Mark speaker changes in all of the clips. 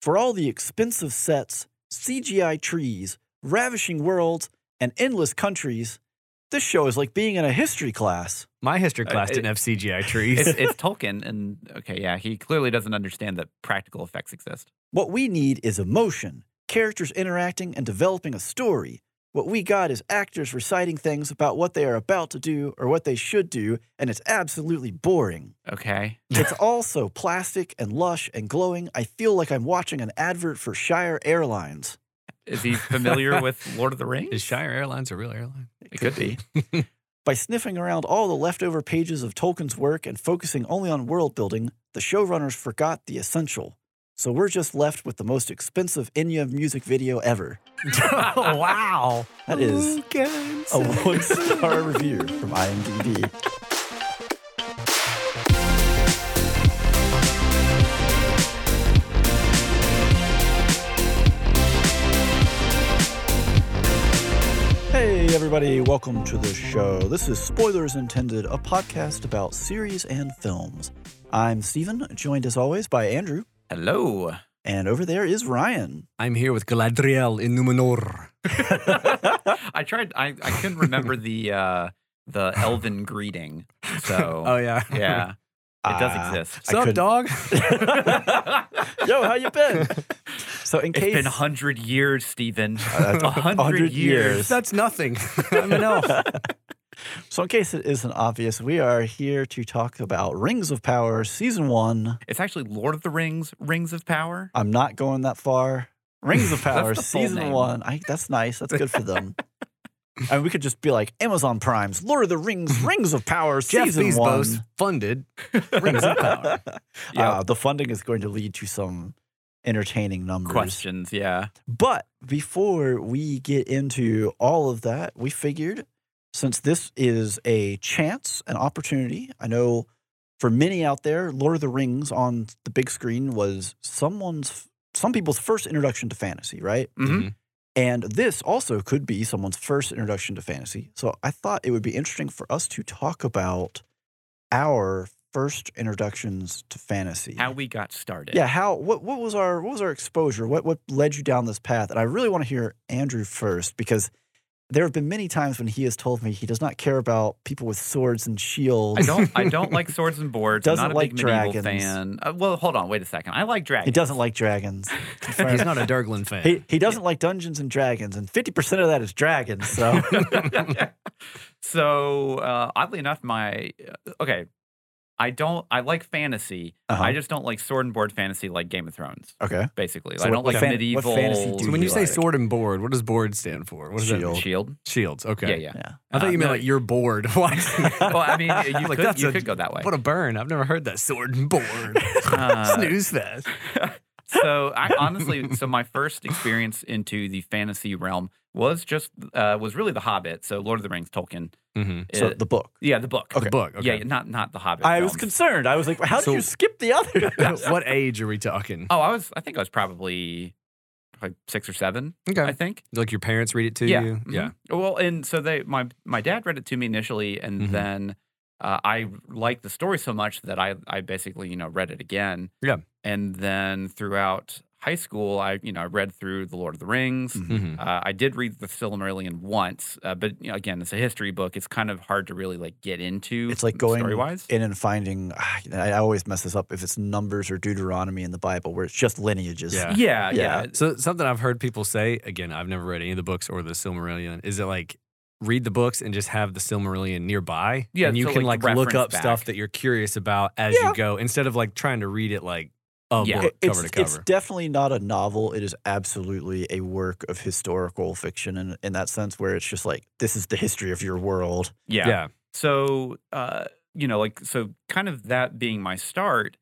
Speaker 1: For all the expensive sets, CGI trees, ravishing worlds, and endless countries, this show is like being in a history class.
Speaker 2: My history
Speaker 3: Uh,
Speaker 2: class
Speaker 3: it-
Speaker 2: didn't have CGI trees.
Speaker 3: it's, it's Tolkien, and okay, yeah, he clearly doesn't understand that practical effects exist.
Speaker 1: What we need is emotion, characters interacting and developing a story. What we got is actors reciting things about what they are about to do or what they should do, and it's absolutely boring.
Speaker 3: Okay,
Speaker 1: It's also plastic and lush and glowing. I feel like I'm watching an advert for Shire Airlines.
Speaker 3: is he familiar with Lord of the Rings?
Speaker 2: Is Shire Airlines a real airline?
Speaker 3: It could be.
Speaker 1: By sniffing around all the leftover pages of Tolkien's work and focusing only on world building, the showrunners forgot the essential. So we're just left with the most expensive Enya music video ever.
Speaker 2: oh, wow.
Speaker 1: That is a one star review from IMDb. Hey, everybody, welcome to the show. This is Spoilers Intended, a podcast about series and films. I'm Steven, joined as always by Andrew,
Speaker 3: Hello.
Speaker 1: and over there is Ryan.
Speaker 2: I'm here with Galadriel in Numenor.
Speaker 3: I tried. I, I couldn't remember the uh, the Elven greeting. So
Speaker 2: Oh, yeah.
Speaker 3: yeah, it does
Speaker 1: Ah,
Speaker 3: exist.
Speaker 1: I
Speaker 2: Sup,
Speaker 1: couldn't-
Speaker 2: dog?
Speaker 1: Yo, how you been? So, in
Speaker 3: It's
Speaker 1: case
Speaker 3: been a hundred years, Stephen.
Speaker 1: that's-
Speaker 3: A hundred
Speaker 1: 100
Speaker 3: years.
Speaker 1: years.
Speaker 2: That's nothing. I'm an elf.
Speaker 1: So, in case it isn't obvious, we are here to talk about Rings of Power Season 1.
Speaker 3: It's actually Lord of the Rings, Rings of Power.
Speaker 1: I'm not going that far. Rings of Power
Speaker 3: the full
Speaker 1: Season
Speaker 3: name.
Speaker 1: 1. I, that's nice. That's good for them. I mean, we could just be like Amazon Prime's Lord of the Rings, Rings of Power
Speaker 2: Jeff
Speaker 1: Season
Speaker 2: Bezos
Speaker 1: 1.
Speaker 2: funded Rings of Power.
Speaker 3: Yeah.
Speaker 1: Uh, the funding is going to lead to some entertaining numbers.
Speaker 3: Questions, yeah.
Speaker 1: But before we get into all of that, we figured since this is a chance, an opportunity, I know for many out there, Lord of the Rings on the big screen was someone's, some people's first introduction to fantasy, right?
Speaker 2: Mm-hmm.
Speaker 3: Mhm.
Speaker 1: And this also could be someone's first introduction to fantasy. So I thought it would be interesting for us to talk about our first introductions to fantasy.
Speaker 3: How we got started.
Speaker 1: Yeah, how what what was our what was our exposure? What what led you down this path? And I really want to hear Andrew first because there have been many times when he has told me he does not care about people with swords and shields.
Speaker 3: I don't. I don't like swords and boards.
Speaker 1: Doesn't
Speaker 3: I'm not a
Speaker 1: like
Speaker 3: big medieval
Speaker 1: dragons.
Speaker 3: fan. Uh, well, hold on. Wait a second. I like dragons.
Speaker 1: He doesn't like dragons. Confirmed.
Speaker 2: He's not a Durglin fan.
Speaker 1: he, he doesn't like Dungeons and Dragons, and fifty percent of that is dragons. So
Speaker 3: so uh, oddly enough, my uh, okay, I don't. I like fantasy.
Speaker 1: Uh-huh.
Speaker 3: I just don't like sword and board fantasy like Game of Thrones.
Speaker 1: okay,
Speaker 3: Basically,
Speaker 1: So
Speaker 3: I
Speaker 1: what-
Speaker 3: don't
Speaker 1: what
Speaker 3: like
Speaker 1: fan- what
Speaker 3: medieval
Speaker 1: fantasy do
Speaker 2: so when
Speaker 1: you
Speaker 2: you say
Speaker 1: like?
Speaker 2: sword and board, what does board stand for? What is that?
Speaker 1: Shield.
Speaker 3: shield.
Speaker 2: Shields. Okay.
Speaker 3: Yeah, yeah.
Speaker 1: yeah.
Speaker 2: I thought
Speaker 3: Uh,
Speaker 2: you meant
Speaker 3: no.
Speaker 2: like you're bored watching.
Speaker 3: Well, I mean, you,
Speaker 2: Like,
Speaker 3: could,
Speaker 2: that's
Speaker 3: you
Speaker 2: a-
Speaker 3: could go that way.
Speaker 2: What a burn. I've never heard that sword and board.
Speaker 3: Uh,
Speaker 2: Snooze fest.
Speaker 3: so I honestly, so my first experience into the fantasy realm was just uh, was really The Hobbit. So Lord of the Rings, Tolkien.
Speaker 2: Mm-hmm.
Speaker 1: So
Speaker 3: Uh,
Speaker 1: the book.
Speaker 3: yeah, the book.
Speaker 1: Okay.
Speaker 2: The book.
Speaker 3: Yeah,
Speaker 2: Okay.
Speaker 3: not not The Hobbit.
Speaker 1: I was
Speaker 3: films.
Speaker 1: concerned. I was like, how
Speaker 2: So-
Speaker 1: did you skip the other?
Speaker 2: what age are we talking?
Speaker 3: Oh, I was. I think I was probably probably six or seven.
Speaker 2: okay.
Speaker 3: I think.
Speaker 2: like your parents read it to
Speaker 3: yeah.
Speaker 2: you?
Speaker 3: mhm.
Speaker 2: Yeah.
Speaker 3: Well, and so they my my dad read it to me initially, and
Speaker 2: Mhm.
Speaker 3: then uh, I liked the story so much that I I basically you know read it again.
Speaker 2: Yeah.
Speaker 3: And then throughout high school, I you know I read through the Lord of the Rings.
Speaker 1: Mhm.
Speaker 2: Mm-hmm.
Speaker 3: Uh, I did read the Silmarillion once, uh, but you know, again, it's a history book. It's kind of hard to really like get into.
Speaker 1: It's like going
Speaker 3: story wise.
Speaker 1: in and finding. I always mess this up if it's Numbers or Deuteronomy in the Bible, where it's just lineages.
Speaker 2: Yeah.
Speaker 3: Yeah, yeah.
Speaker 1: Yeah.
Speaker 2: Uh, So something I've heard people say, again, I've never read any of the books or the Silmarillion, is it like read the books and just have the Silmarillion nearby?
Speaker 3: Yeah,
Speaker 2: And you
Speaker 3: so,
Speaker 2: can
Speaker 3: like,
Speaker 2: like look
Speaker 3: reference
Speaker 2: up
Speaker 3: back.
Speaker 2: stuff that you're curious about as
Speaker 1: Yeah.
Speaker 2: you go instead of like trying to read it like a
Speaker 3: Yeah.
Speaker 2: book
Speaker 1: It-
Speaker 2: cover to
Speaker 1: it's,
Speaker 2: cover.
Speaker 1: It's definitely not a novel. It is absolutely a work of historical fiction in, in that sense, where it's just like, this is the history of your world.
Speaker 3: yeah.
Speaker 2: yeah.
Speaker 3: So, uh, you know, like, so kind of that being my start,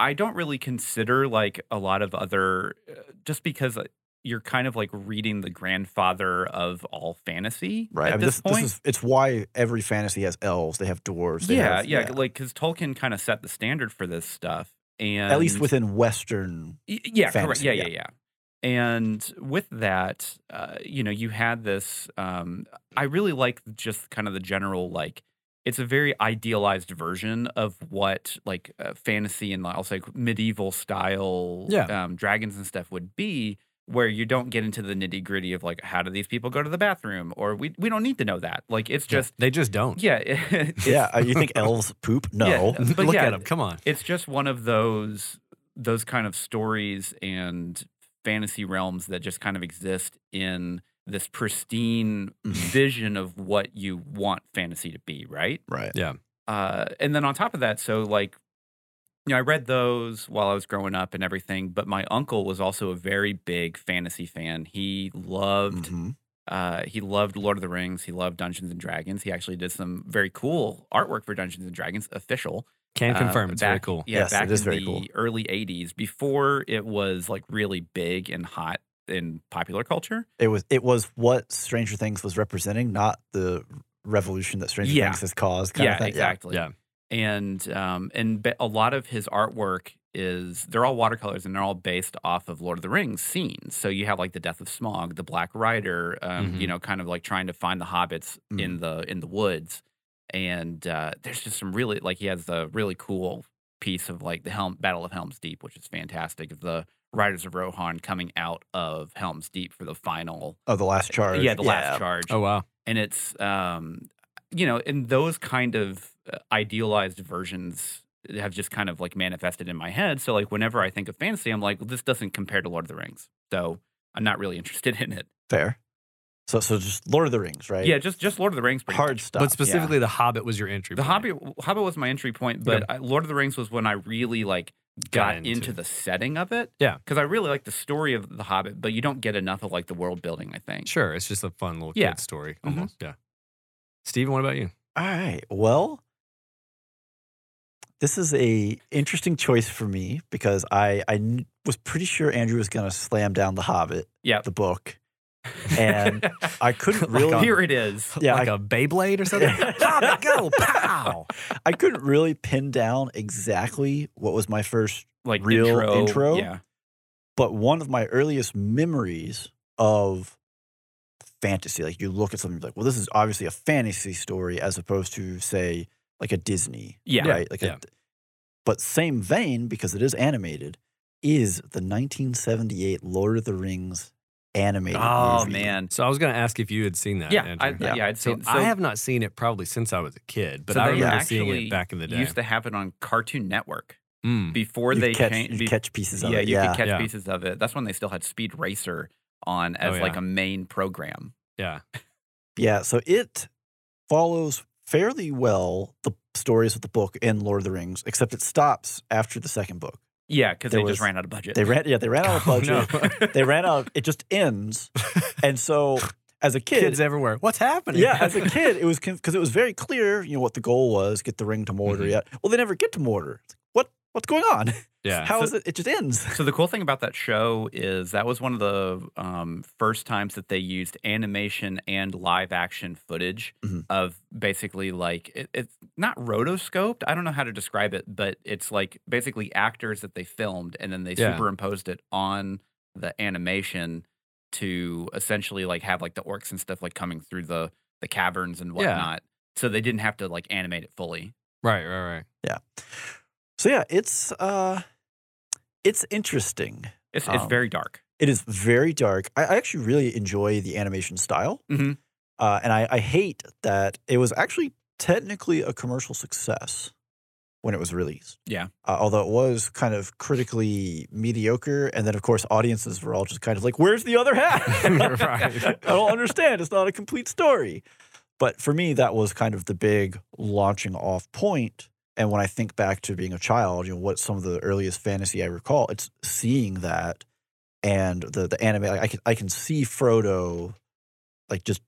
Speaker 3: I don't really consider like a lot of other, uh, just because uh, you're kind of like reading the grandfather of all fantasy
Speaker 1: I
Speaker 3: at
Speaker 1: mean,
Speaker 3: this,
Speaker 1: this,
Speaker 3: point.
Speaker 1: this is it's why every fantasy has elves. They have dwarves. They
Speaker 3: yeah,
Speaker 1: have-
Speaker 3: yeah, Like, because Tolkien kind of set the standard for this stuff. And
Speaker 1: At least within Western.
Speaker 3: Y- yeah, correct.
Speaker 1: fantasy,
Speaker 3: Yeah, yeah,
Speaker 1: yeah.
Speaker 3: yeah. And with that, uh, you know, you had this. Um, I really like just kind of the general like it's a very idealized version of what like uh, fantasy and I'll say medieval style
Speaker 2: Yeah.
Speaker 3: um, dragons and stuff would be, where you don't get into the nitty gritty of like how do these people go to the bathroom or we we don't need to know that. Like it's just
Speaker 2: they just don't.
Speaker 3: yeah, it's-
Speaker 1: Yeah, uh, you think elves poop? No.
Speaker 3: Yeah, but
Speaker 2: Look
Speaker 3: yeah,
Speaker 2: at them. Come on.
Speaker 3: it's just one of those those kind of stories and fantasy realms that just kind of exist in this pristine vision of what you want fantasy to be, right?
Speaker 1: Right.
Speaker 3: Uh, and then on top of that, so like, you know, I read those while I was growing up and everything, but my uncle was also a very big fantasy fan. He loved
Speaker 1: Mhm.
Speaker 3: uh, he loved Lord of the Rings. He loved Dungeons and Dragons. He actually did some very cool artwork for Dungeons and Dragons official.
Speaker 2: Can
Speaker 3: uh,
Speaker 2: confirm. It's very
Speaker 3: back-
Speaker 2: cool.
Speaker 3: Yeah,
Speaker 1: Yes,
Speaker 3: back
Speaker 1: it is
Speaker 3: in
Speaker 1: very
Speaker 3: the
Speaker 1: cool.
Speaker 3: early '80s, before it was like really big and hot in popular culture.
Speaker 1: It was it was what Stranger Things was representing, not the revolution that Stranger
Speaker 3: Yeah.
Speaker 1: Things has caused. Kind of
Speaker 3: yeah,
Speaker 1: thing.
Speaker 3: exactly.
Speaker 2: Yeah.
Speaker 3: and um, and ba- a lot of his artwork is they're all watercolors and they're all based off of Lord of the Rings scenes. So you have like the death of Smog, the Black Rider, um,
Speaker 2: Mhm.
Speaker 3: you know, kind of like trying to find the hobbits in the in the woods. And uh, there's just some really like he has the really cool piece of like the Helm Battle of Helm's Deep, which is fantastic. Of the Riders of Rohan coming out of Helm's Deep for the final,
Speaker 1: Oh, the last charge.
Speaker 3: yeah, the last charge
Speaker 2: Oh wow.
Speaker 3: and it's um you know and those kind of uh, idealized versions have just kind of like manifested in my head so like whenever i think of fantasy i'm like well, this doesn't compare to lord of the rings so i'm not really interested in it
Speaker 1: Fair. So so just Lord of the Rings, right?
Speaker 3: yeah just just lord of the rings pretty
Speaker 1: Hard
Speaker 3: much.
Speaker 1: stuff.
Speaker 2: But specifically, the Hobbit was your entry.
Speaker 3: the
Speaker 2: point.
Speaker 3: hobby hobbit was my entry point but I, lord of the rings was when i really like got, into, the setting of it
Speaker 2: Yeah.
Speaker 3: because i really like the story of the hobbit but you don't get enough of like the world building i think
Speaker 2: Sure, it's just a fun little
Speaker 3: Yeah.
Speaker 2: kid story.
Speaker 3: Mhm.
Speaker 2: Almost. Yeah. Steven, what about you?
Speaker 1: All right. Well, this is a interesting choice for me because I I kn- was pretty sure Andrew was going to slam down The Hobbit,
Speaker 3: yeah
Speaker 1: the book, and I couldn't
Speaker 2: Like
Speaker 1: really
Speaker 3: here it is
Speaker 1: Yeah,
Speaker 2: like a
Speaker 1: I-
Speaker 2: Beyblade or something. Hobbit, go pow!
Speaker 1: I couldn't really pin down exactly what was my first
Speaker 3: like
Speaker 1: Real
Speaker 3: intro,
Speaker 1: intro?
Speaker 3: yeah
Speaker 1: but one of my earliest memories of fantasy, like you look at something you're like, well, this is obviously a fantasy story as opposed to, say, like a Disney,
Speaker 3: yeah
Speaker 1: right? Like,
Speaker 2: yeah.
Speaker 1: a, but same vein because it is animated is the 1978 Lord of the Rings animated.
Speaker 3: oh
Speaker 1: movie.
Speaker 3: man
Speaker 2: So I was going to I'd seen that.
Speaker 3: yeah, I,
Speaker 2: Andrew.
Speaker 3: yeah,
Speaker 1: Yeah.
Speaker 3: I'd
Speaker 2: So,
Speaker 3: seen.
Speaker 2: I have not seen it probably since I was a kid, but
Speaker 3: So
Speaker 2: I
Speaker 3: they
Speaker 2: remember seeing
Speaker 3: actually
Speaker 2: it back in the day.
Speaker 3: used to have it on Cartoon Network
Speaker 2: Mm.
Speaker 3: before
Speaker 1: You
Speaker 3: they
Speaker 1: catch,
Speaker 3: changed.
Speaker 1: you
Speaker 3: be-
Speaker 1: catch pieces of
Speaker 3: yeah,
Speaker 1: it.
Speaker 3: you
Speaker 1: yeah,
Speaker 3: could catch
Speaker 2: Yeah.
Speaker 3: pieces of it. That's when they still had Speed Racer on as
Speaker 2: Oh,
Speaker 3: like
Speaker 2: yeah.
Speaker 3: a main program.
Speaker 2: Yeah.
Speaker 1: yeah. So it follows fairly well the stories of the book in Lord of the Rings, except it stops after the second book.
Speaker 3: Yeah, because they
Speaker 1: There
Speaker 3: just
Speaker 1: was-
Speaker 3: ran out of budget.
Speaker 1: They ran, yeah, they ran out of Oh,
Speaker 3: Oh,
Speaker 1: budget.
Speaker 2: Oh, no.
Speaker 1: they ran out. It just ends. And so, as a kid,
Speaker 2: Kids everywhere. What's happening?
Speaker 1: yeah, as a kid, it was because it was very clear, you know, what the goal was: get the ring to Mordor.
Speaker 2: Mhm.
Speaker 1: Yeah. Well, they never get to Mordor. It's like, what? What's going on?
Speaker 2: yeah.
Speaker 1: How is it? It just ends.
Speaker 3: so the cool thing about that show is that was one of the um, first times that they used animation and live action footage
Speaker 2: Mm-hmm.
Speaker 1: Mhm.
Speaker 3: of basically like it, it's not rotoscoped. I don't know how to describe it, but it's like basically actors that they filmed and then they
Speaker 2: Yeah.
Speaker 3: superimposed it on the animation to essentially like have like the orcs and stuff like coming through the the caverns and
Speaker 2: Yeah.
Speaker 3: whatnot. So they didn't have to like animate it fully.
Speaker 2: Right, right, right.
Speaker 1: So yeah, it's uh, it's interesting.
Speaker 3: It's
Speaker 2: Oh.
Speaker 3: it's
Speaker 1: Um,
Speaker 3: very dark.
Speaker 1: It is very dark. I, I actually really enjoy the animation style,
Speaker 3: Mhm.
Speaker 1: uh, and I, I hate that it was actually technically a commercial success when it was released.
Speaker 3: Yeah.
Speaker 1: Uh, although it was kind of critically mediocre, and then of course audiences were all just kind of like, "Where's the other half?"
Speaker 2: Right.
Speaker 1: I don't understand. It's not a complete story. But for me, that was kind of the big launching off point. And when I think back to being a child, you know, what some of the earliest fantasy I recall, it's seeing that and the the anime. Like I can I can see Frodo, like just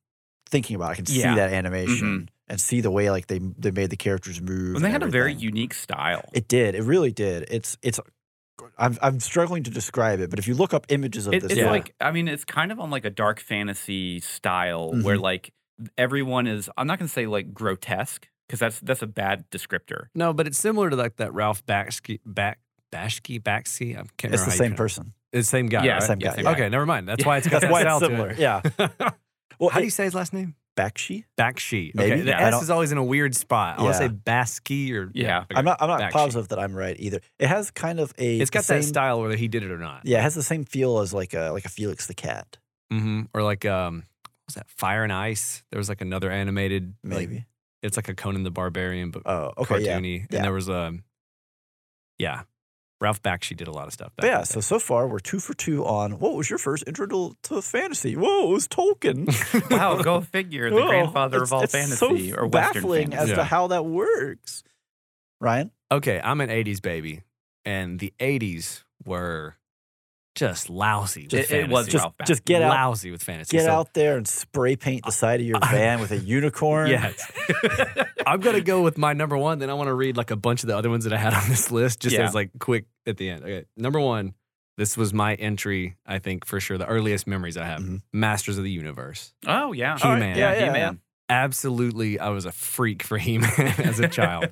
Speaker 1: thinking about. It. I can see
Speaker 3: Yeah. Mm-hmm.
Speaker 1: that animation and see the way like they they made the characters move.
Speaker 3: And they
Speaker 1: and
Speaker 3: had a very
Speaker 1: everything.
Speaker 3: unique style.
Speaker 1: It did. It really did. It's it's. I'm I'm struggling to describe it, but if you look up images of
Speaker 3: It-
Speaker 1: this,
Speaker 3: it's
Speaker 1: book-
Speaker 3: like I mean, it's kind of on like a dark fantasy style where
Speaker 1: Mm-hmm.
Speaker 3: like everyone is. I'm not gonna say like grotesque because that's that's a bad descriptor.
Speaker 2: No, but it's similar to like that Ralph Bakshi, Back, Bashki, Baxi. I can't
Speaker 1: it's the
Speaker 2: remember how you
Speaker 1: same
Speaker 2: pronounce-
Speaker 1: person.
Speaker 2: It's the same guy.
Speaker 3: Yeah,
Speaker 2: right?
Speaker 1: same guy,
Speaker 2: Okay, never mind. That's why it's got
Speaker 1: That's why
Speaker 2: that
Speaker 1: it's
Speaker 2: sound
Speaker 1: similar.
Speaker 2: to
Speaker 1: Yeah.
Speaker 2: it.
Speaker 1: Well,
Speaker 2: how do
Speaker 1: it-
Speaker 2: you say his last name?
Speaker 1: Bakshi.
Speaker 2: Bakshi.
Speaker 1: Maybe.
Speaker 2: Okay. The
Speaker 3: Yeah, I
Speaker 2: S
Speaker 1: don't-
Speaker 2: is always in a weird spot. I want to
Speaker 1: Yeah.
Speaker 2: say Baski or
Speaker 3: Yeah.
Speaker 2: okay.
Speaker 1: I'm not. I'm not
Speaker 2: Bakshi.
Speaker 1: positive that I'm right either. It has kind of a.
Speaker 2: It's
Speaker 1: the
Speaker 2: got
Speaker 1: same-
Speaker 2: that style whether he did it or not.
Speaker 1: Yeah, it has the same feel as like a like a Felix the Cat.
Speaker 2: hmm Or like um, what was that Fire and Ice? There was like another animated. like,
Speaker 1: Maybe.
Speaker 2: it's like a Conan the Barbarian, but
Speaker 1: oh, okay. Yeah.
Speaker 2: cartoony.
Speaker 1: yeah.
Speaker 2: And there was a, yeah, Ralph Bakshi did a lot of stuff. Back
Speaker 1: But yeah.
Speaker 2: in
Speaker 1: So so far we're two for two on what was your first intro to, to fantasy? Whoa, it was Tolkien.
Speaker 2: the day.
Speaker 3: Wow, go figure. The
Speaker 1: Whoa,
Speaker 3: grandfather
Speaker 1: it's-
Speaker 3: of all
Speaker 1: it's
Speaker 3: fantasy
Speaker 1: so
Speaker 3: or Western
Speaker 1: baffling as
Speaker 3: fantasy.
Speaker 1: to
Speaker 2: Yeah.
Speaker 1: how that works. Ryan,
Speaker 2: okay, I'm an '80s baby, and the '80s were just lousy. With
Speaker 3: It- it was
Speaker 2: fantasy.
Speaker 1: just
Speaker 3: Ralph Bakshi.
Speaker 1: just get out,
Speaker 2: lousy with fantasy.
Speaker 1: get
Speaker 2: So-
Speaker 1: out there and spray paint the side of your
Speaker 2: I-
Speaker 1: van with a unicorn.
Speaker 2: Yes. I'm gonna go with my number one. Then I want to read like a bunch of the other ones that I had on this list, just
Speaker 3: Yeah.
Speaker 2: as like quick at the end. Okay, number one. This was my entry, I think, for sure. The earliest memories I have:
Speaker 1: Mhm.
Speaker 2: Masters of the Universe,
Speaker 3: Oh yeah.
Speaker 1: All
Speaker 2: He-Man.
Speaker 1: right, yeah, yeah,
Speaker 3: He-Man.
Speaker 2: absolutely I was a freak for He-Man as a child.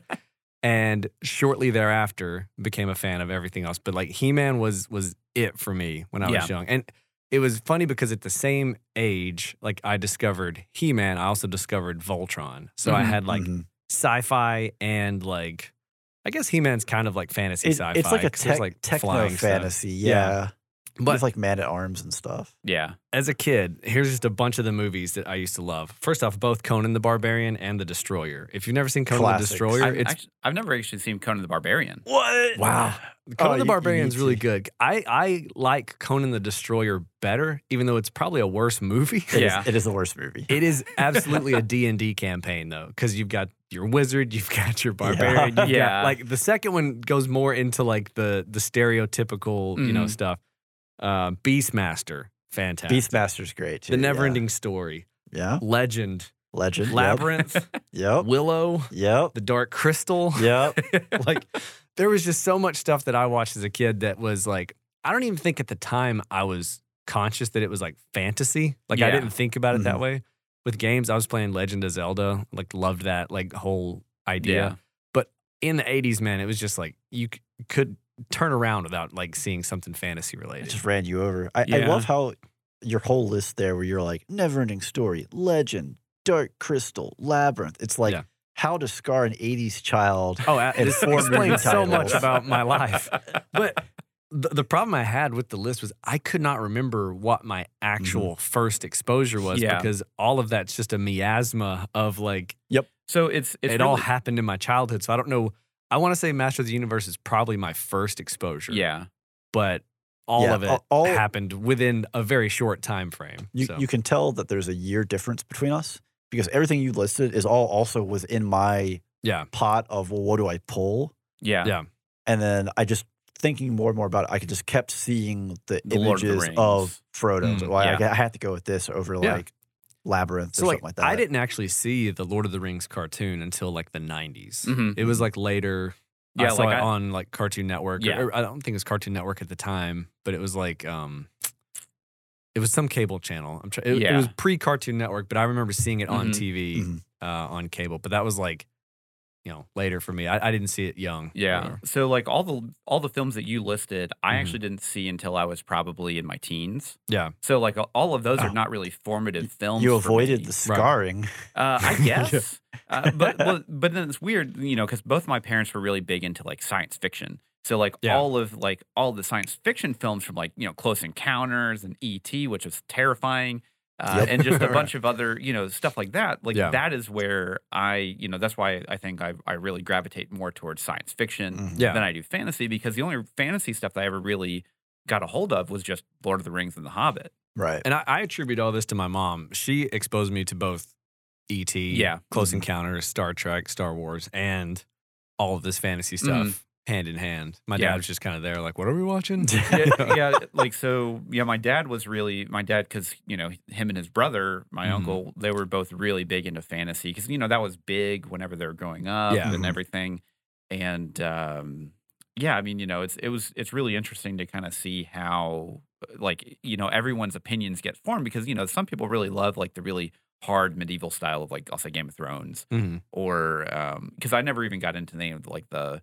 Speaker 2: and shortly thereafter became a fan of everything else. But like He-Man was was it for me when I was young. And it was funny because at the same age, like I discovered He-Man, I also discovered Voltron. So I
Speaker 3: Mhm,
Speaker 2: had like
Speaker 1: Mhm.
Speaker 2: sci-fi and like I guess He-Man's kind of like fantasy
Speaker 1: It-
Speaker 2: sci-fi.
Speaker 1: it's like a
Speaker 2: 'cause there's,
Speaker 1: tech, techno
Speaker 2: flying stuff.
Speaker 1: fantasy.
Speaker 2: Yeah.
Speaker 1: Yeah.
Speaker 2: But
Speaker 1: with like man at arms and stuff.
Speaker 3: Yeah.
Speaker 2: as a kid, here's just a bunch of the movies that I used to love. First off, both Conan the Barbarian and the Destroyer. If you've never seen Conan
Speaker 1: Classics.
Speaker 2: the Destroyer,
Speaker 3: I've,
Speaker 2: it's
Speaker 3: actually, I've never actually seen Conan the Barbarian.
Speaker 1: What?
Speaker 2: wow.
Speaker 1: Oh,
Speaker 2: Conan
Speaker 1: you-
Speaker 2: the
Speaker 1: you
Speaker 2: Barbarian is
Speaker 1: need
Speaker 2: really
Speaker 1: to.
Speaker 2: good. I I like Conan the Destroyer better, even though it's probably a worse movie.
Speaker 1: It is-
Speaker 3: Yeah.
Speaker 1: it is the worst movie.
Speaker 2: It is absolutely a D&D campaign though cuz you've got your wizard, you've got your barbarian, you've
Speaker 3: Yeah.
Speaker 2: got like the second one goes more into like the the stereotypical, you know,
Speaker 3: Mhm.
Speaker 2: stuff. Uh, Beastmaster, fantastic.
Speaker 1: Beastmaster's great too.
Speaker 2: the
Speaker 1: yeah.
Speaker 2: Neverending Story,
Speaker 1: Yeah.
Speaker 2: Legend,
Speaker 1: Legend.
Speaker 2: Labyrinth,
Speaker 1: Yep.
Speaker 2: Willow,
Speaker 1: Yep.
Speaker 2: The Dark Crystal.
Speaker 1: Yep.
Speaker 2: like there was just so much stuff that I watched as a kid that was like I don't even think at the time I was conscious that it was like fantasy. Like I
Speaker 3: Yeah.
Speaker 2: didn't think about it that
Speaker 1: Mhm.
Speaker 2: way. With games, I was playing Legend of Zelda. Like loved that like whole idea. In the 80s, man, it was just like you c- could turn around without like seeing something fantasy
Speaker 1: It
Speaker 2: related.
Speaker 1: just ran you over. I, I
Speaker 3: Yeah.
Speaker 1: love how your whole list there, where you're like never ending story, legend, dark crystal, labyrinth. It's like
Speaker 2: Yeah.
Speaker 1: how to scar an 80s child.
Speaker 2: oh, I-
Speaker 1: and
Speaker 2: this
Speaker 1: four movie
Speaker 2: explains so much
Speaker 1: titles.
Speaker 2: about my life. But the, the problem I had with the list was I could not remember what my actual first exposure was
Speaker 3: Yeah.
Speaker 2: because all of that's just a miasma of like
Speaker 3: So it's it's
Speaker 2: it all
Speaker 3: really-
Speaker 2: happened in my childhood. So I don't know. I want to say Master of the Universe is probably my first exposure.
Speaker 3: Yeah.
Speaker 2: but all
Speaker 1: Yeah,
Speaker 2: of it
Speaker 1: all- all-
Speaker 2: happened within a very short time frame.
Speaker 1: You,
Speaker 2: so.
Speaker 1: you can tell that there's a year difference between us because everything you listed is all also within my
Speaker 2: Yeah.
Speaker 1: pot of, well, what do I pull?
Speaker 3: Yeah.
Speaker 2: Yeah.
Speaker 1: And then I just thinking more and more about it, I could just kept seeing the,
Speaker 3: The Lord of the
Speaker 1: images
Speaker 3: Rings.
Speaker 1: of Frodo.
Speaker 2: Mm,
Speaker 1: So, like, I
Speaker 3: yeah.
Speaker 1: g- I, had to go with this over
Speaker 2: Yeah.
Speaker 1: like Labyrinth or
Speaker 2: so like
Speaker 1: something like that.
Speaker 2: I didn't actually see the Lord of the Rings cartoon until like the 90s.
Speaker 3: Mhm.
Speaker 2: It was like later. I
Speaker 3: Yeah,
Speaker 2: saw
Speaker 3: like
Speaker 2: it
Speaker 3: I-
Speaker 2: on like Cartoon Network. or-
Speaker 3: Yeah.
Speaker 2: or I don't think it was Cartoon Network at the time, but it was like um, it was some cable channel. I'm trying. It, it
Speaker 3: Yeah.
Speaker 2: was pre Cartoon Network, but I remember seeing it on
Speaker 3: Mhm.
Speaker 2: TV
Speaker 1: Mhm.
Speaker 2: uh, on cable. But that was like, you know, later for me. I, I didn't see it young.
Speaker 3: Yeah.
Speaker 2: or-
Speaker 3: So like all the all the films that you listed, I
Speaker 2: Mhm.
Speaker 3: actually didn't see until I was probably in my teens.
Speaker 2: Yeah. Ah.
Speaker 3: So like a- all of those
Speaker 1: Oh.
Speaker 3: are not really formative films.
Speaker 1: You
Speaker 3: for
Speaker 1: avoided
Speaker 3: me.
Speaker 1: the scarring.
Speaker 3: Uh, I
Speaker 2: Yeah.
Speaker 3: guess. uh, but well, but then it's weird, you know, because both my parents were really big into like science fiction. So like
Speaker 2: Yeah.
Speaker 3: all of like all the science fiction films from like you know Close Encounters and E.T., which was terrifying, uh,
Speaker 1: Yep.
Speaker 3: and just a
Speaker 2: Right.
Speaker 3: bunch of other you know stuff like that. Like
Speaker 2: Yeah.
Speaker 3: that is where I you know that's why I think I I really gravitate more towards science fiction
Speaker 1: Mhm.
Speaker 2: Yeah.
Speaker 3: than I do fantasy because the only fantasy stuff that I ever really got a hold of was just Lord of the Rings and The Hobbit.
Speaker 1: Right.
Speaker 2: And I, I attribute all this to my mom. She exposed me to both E.T.,
Speaker 3: Yeah.
Speaker 2: Close
Speaker 1: Mhm.
Speaker 2: Encounters, Star Trek, Star Wars, and all of this fantasy stuff hand in hand. My
Speaker 3: Mm-hmm. Yeah.
Speaker 2: dad was just kind of there, like, what are we watching?
Speaker 3: yeah, yeah, like so. Yeah, my dad was really my dad because you know him and his brother, my
Speaker 2: Mhm.
Speaker 3: uncle, they were both really big into fantasy because you know that was big whenever they were growing up
Speaker 2: Yeah. Mm-hmm.
Speaker 3: and
Speaker 1: Mhm.
Speaker 3: everything. And um, yeah, I mean, you know, it's it was it's really interesting to kind of see how like you know everyone's opinions get formed because you know some people really love like the really hard medieval style of like I'll say Game of Thrones
Speaker 2: Mhm.
Speaker 3: or because I never even got into any of like the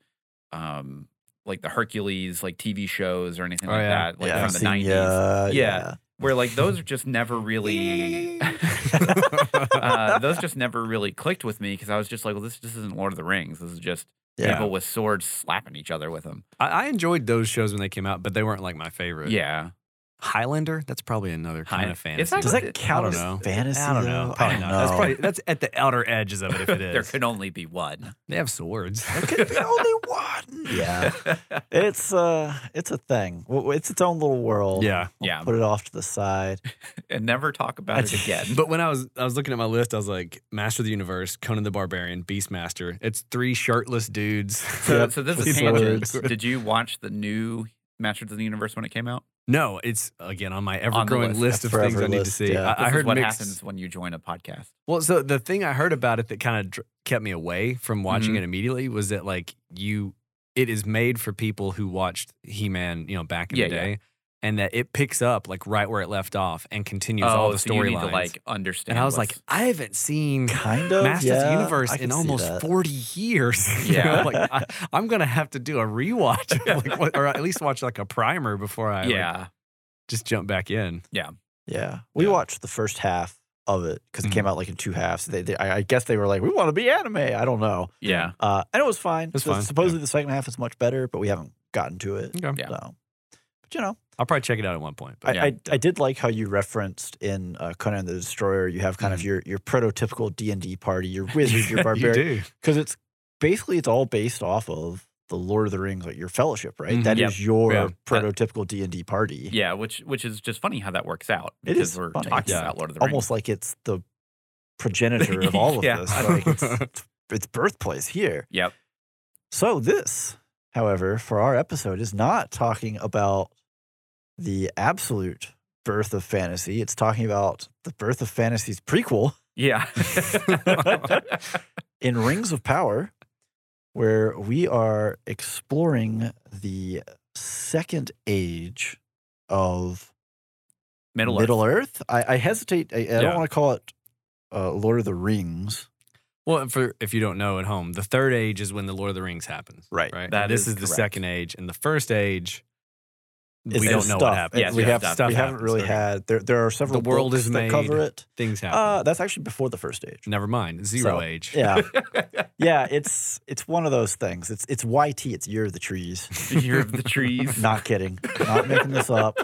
Speaker 3: um like the Hercules like TV shows or anything
Speaker 2: Oh,
Speaker 3: like
Speaker 2: yeah.
Speaker 3: that like
Speaker 1: yeah,
Speaker 3: from the nineties.
Speaker 1: Yeah.
Speaker 3: Yeah. where like those are just never really uh, those just never really clicked with me because I was just like, well, this this isn't Lord of the Rings. This is just
Speaker 1: Yeah.
Speaker 3: people with swords slapping each other with them.
Speaker 2: I, I enjoyed those shows when they came out, but they weren't like my favorite.
Speaker 3: Yeah,
Speaker 2: Highlander. That's probably another kind
Speaker 3: Hi-
Speaker 2: of
Speaker 3: it's
Speaker 2: fantasy.
Speaker 3: not-
Speaker 1: Does
Speaker 3: I
Speaker 1: that count
Speaker 2: don't
Speaker 1: as
Speaker 2: know.
Speaker 1: fantasy?
Speaker 2: I don't
Speaker 1: though?
Speaker 2: know.
Speaker 1: I
Speaker 2: Probably
Speaker 1: don't
Speaker 2: not. That's
Speaker 1: know.
Speaker 2: probably that's at the outer edges of it. If it is,
Speaker 3: there can only be one.
Speaker 2: they have swords.
Speaker 1: There could be only one. Yeah, it's uh, it's a thing. W- It's its own little world.
Speaker 2: yeah.
Speaker 3: yeah,
Speaker 1: Put it off to the side.
Speaker 3: and never talk about it
Speaker 1: That's-
Speaker 3: again.
Speaker 2: But when I was I was looking at my list, I was like, Master of the Universe, Conan the Barbarian, Beastmaster. It's three shirtless dudes.
Speaker 3: So, so this
Speaker 1: with
Speaker 3: is tangent.
Speaker 1: swords.
Speaker 3: Did you watch the new Masters of the Universe when it came out?
Speaker 2: no, it's again on my ever
Speaker 3: On the
Speaker 2: growing
Speaker 1: list.
Speaker 2: list, of
Speaker 1: Forever
Speaker 2: things I need to
Speaker 1: list,
Speaker 2: see.
Speaker 1: yeah.
Speaker 2: I, I
Speaker 3: This is
Speaker 2: heard
Speaker 3: what
Speaker 2: mixed-
Speaker 3: happens when you join a podcast.
Speaker 2: Well, so the thing I heard about it that kind of dr- kept me away from watching
Speaker 3: Mhm.
Speaker 2: it immediately was that like you, it is made for people who watched He Man, you know, back in
Speaker 3: Yeah,
Speaker 2: the
Speaker 3: yeah.
Speaker 2: day, and that it picks up like right where it left off and continues all the
Speaker 3: Oh, so you need to
Speaker 2: storylines.
Speaker 3: like understand.
Speaker 2: and I was like,
Speaker 3: what's-
Speaker 2: I haven't seen
Speaker 1: Kind of.
Speaker 2: Masters
Speaker 1: yeah,
Speaker 2: of the Universe
Speaker 1: I can
Speaker 2: in
Speaker 1: see
Speaker 2: almost
Speaker 1: that.
Speaker 2: 40 years. You
Speaker 3: Yeah.
Speaker 2: know, like, I, I'm going to have to do a rewatch of, like, what, or at least watch like a primer before I like,
Speaker 3: yeah,
Speaker 2: just jump back in.
Speaker 1: Yeah, we
Speaker 2: Yeah. Mm-hmm.
Speaker 1: watched the first half of it because it came out like in two halves. They, they, I I guess they were like, we want to be anime. I don't know,
Speaker 3: yeah.
Speaker 1: uh, and it was fine.
Speaker 2: It's
Speaker 1: So
Speaker 2: fine, yeah. Mm,
Speaker 1: Supposedly the second half is much better, but we haven't gotten to it.
Speaker 2: Okay.
Speaker 3: Yeah.
Speaker 1: So, but you know,
Speaker 2: I'll probably check it out at one point. But
Speaker 1: I,
Speaker 3: Yeah.
Speaker 1: I, I did like how you referenced in uh, Conan the Destroyer. You have kind of your your prototypical D and D party, your wizard, your
Speaker 2: Mm-hmm. you
Speaker 1: barbarian,
Speaker 2: do.
Speaker 1: because it's basically it's all based off of the Lord of the Rings, like your fellowship, right?
Speaker 2: Mhm.
Speaker 1: That is
Speaker 3: Yep.
Speaker 1: your
Speaker 2: Yeah.
Speaker 1: prototypical D and D party.
Speaker 3: Yeah, which which is just funny how that works out
Speaker 1: It
Speaker 3: because
Speaker 1: is
Speaker 3: we're
Speaker 1: funny.
Speaker 3: talking
Speaker 2: Yeah.
Speaker 3: about Lord of the Rings.
Speaker 1: almost like it's the progenitor of all of
Speaker 3: Yeah.
Speaker 1: this. Like it's, it's- its birthplace here.
Speaker 3: Yep.
Speaker 1: So this, however, for our episode is not talking about the absolute birth of fantasy. It's talking about the birth of fantasy's prequel
Speaker 3: Yeah.
Speaker 1: in Rings of Power, where we are exploring the second age of
Speaker 3: Middle, Earth.
Speaker 1: Middle Earth. I, I hesitate. I, I don't
Speaker 2: Yeah.
Speaker 1: want to call it uh, Lord of the Rings.
Speaker 2: Well, and for if you don't know at home, the third age is when the Lord of the Rings happens.
Speaker 1: Right.
Speaker 2: Right.
Speaker 3: That
Speaker 2: And this
Speaker 3: is
Speaker 2: is, the
Speaker 3: correct.
Speaker 2: second age, and the first age,
Speaker 1: It's
Speaker 2: we
Speaker 1: the
Speaker 2: don't know
Speaker 1: stuff.
Speaker 2: what happened.
Speaker 1: It's-
Speaker 3: Yeah,
Speaker 1: we
Speaker 3: yeah,
Speaker 1: have
Speaker 3: stuff.
Speaker 1: we haven't
Speaker 2: happens.
Speaker 1: really
Speaker 2: Okay.
Speaker 1: had. There, there are several
Speaker 2: The world
Speaker 1: books
Speaker 2: is
Speaker 1: that cover
Speaker 2: made.
Speaker 1: it.
Speaker 2: things happen.
Speaker 1: Uh, that's actually before the first age.
Speaker 2: Never mind. Zero
Speaker 1: So,
Speaker 2: age.
Speaker 1: Yeah, yeah. It's it's one of those things. It's it's YT. It's Year of the Trees.
Speaker 3: Year of the trees.
Speaker 1: Not kidding. Not making this up.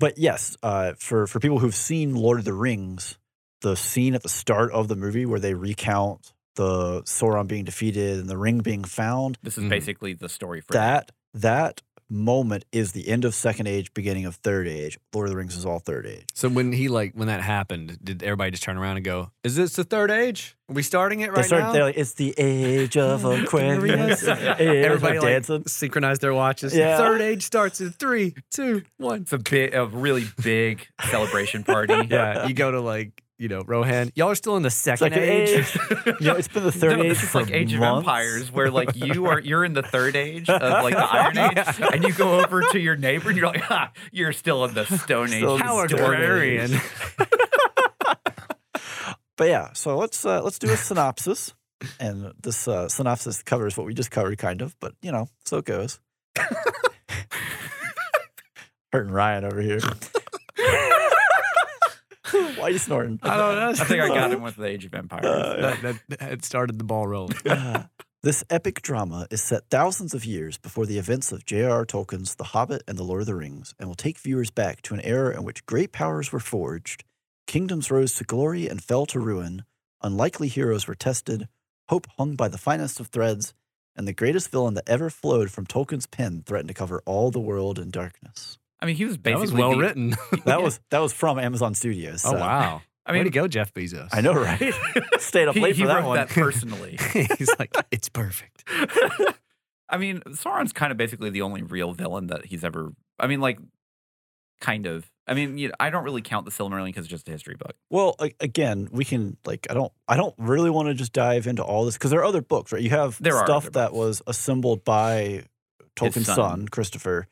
Speaker 1: But yes, uh, for for people who've seen Lord of the Rings, the scene at the start of the movie where they recount the Sauron being defeated and the ring being found.
Speaker 3: This is
Speaker 2: Mhm.
Speaker 3: basically the story for
Speaker 1: that that moment is the end of second age beginning of third age lord of the rings is all third age
Speaker 2: So when he like when that happened, did everybody just turn around and go, "Is this the third age? Are we starting it right
Speaker 1: they start
Speaker 2: now?"
Speaker 1: they're like, it's the age of aquarius everybody
Speaker 2: Everybody like,
Speaker 1: dancing
Speaker 2: synchronized their watches.
Speaker 1: Yeah.
Speaker 2: Third age starts in three, two, one.
Speaker 3: It's a bit a really big celebration party.
Speaker 2: Yeah, you go to like you know Rohan. Y'all are still in the second,
Speaker 1: Second age. you know, it's been the third
Speaker 3: no,
Speaker 1: age
Speaker 3: this is
Speaker 1: for
Speaker 3: like Age of
Speaker 1: months.
Speaker 3: Empires, where like you are you're in the third age of like the Iron Age, and you go over to your neighbor and you're like, ha, you're still in the Stone Age.
Speaker 1: Still in the
Speaker 2: How
Speaker 3: Stone Age."
Speaker 2: agrarian.
Speaker 1: but yeah so let's uh, let's do a synopsis and this uh, synopsis covers what we just covered kind of but you know so it goes hurting ryan over here why are you snorting
Speaker 2: I don't know.
Speaker 3: I think I got him with the Age of Empires.
Speaker 1: Uh,
Speaker 2: That, that, it started the ball rolling.
Speaker 1: Ah. this epic drama is set thousands of years before the events of J.R.R. Tolkien's The Hobbit and The Lord of the Rings, and will take viewers back to an era in which great powers were forged, kingdoms rose to glory and fell to ruin, unlikely heroes were tested, hope hung by the finest of threads, and the greatest villain that ever flowed from Tolkien's pen threatened to cover all the world in darkness.
Speaker 3: I mean, he was
Speaker 2: That
Speaker 3: basically
Speaker 2: was well
Speaker 3: the-
Speaker 2: written.
Speaker 1: That was that was from Amazon Studios.
Speaker 2: Oh
Speaker 1: so-
Speaker 2: wow!
Speaker 3: I
Speaker 2: Way
Speaker 3: mean,
Speaker 2: to go, Jeff Bezos.
Speaker 1: I know, right? Stayed up
Speaker 3: he,
Speaker 1: late
Speaker 3: he
Speaker 1: for that
Speaker 3: wrote
Speaker 1: one.
Speaker 3: that personally.
Speaker 2: He's like, it's perfect.
Speaker 3: I mean, Sauron's kind of basically the only real villain that he's ever. I mean, like, kind of. I mean, you know, I don't really count the Silmarillion because it's just a history book.
Speaker 1: Well, a- again, we can like I don't I don't really want to just dive into all this because there are other books, right? You have
Speaker 3: There are
Speaker 1: stuff
Speaker 3: other
Speaker 1: that
Speaker 3: books.
Speaker 1: was assembled by Tolkien's son.
Speaker 3: son.
Speaker 1: Christopher,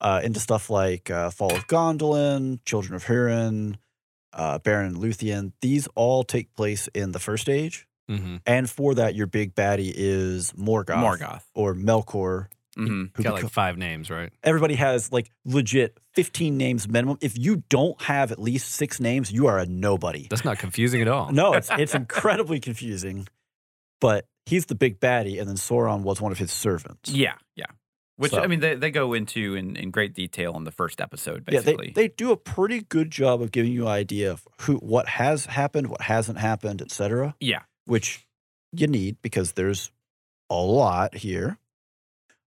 Speaker 1: uh, into stuff like uh, Fall of Gondolin, Children of Hurin, uh, Baron and Luthien. These all take place in the First Age,
Speaker 2: Mm-hmm.
Speaker 1: and for that, your big baddie is Morgoth,
Speaker 3: Morgoth.
Speaker 1: or Melkor
Speaker 3: hmm
Speaker 1: who
Speaker 2: Got
Speaker 1: beco-
Speaker 2: like five names, right?
Speaker 1: everybody has like legit 15 names minimum. If you don't have at least six names, you are a nobody.
Speaker 2: That's not confusing at all.
Speaker 1: No, it's it's incredibly confusing. But he's the big baddie, and then Sauron was one of his servants.
Speaker 3: Yeah, yeah. Which
Speaker 1: So-
Speaker 3: I mean, they, they go into in, in great detail in the first episode, basically.
Speaker 1: Yeah, they, they do a pretty good job of giving you an idea of who what has happened, what hasn't happened, etc.
Speaker 3: Yeah.
Speaker 1: Which you need because there's a lot here.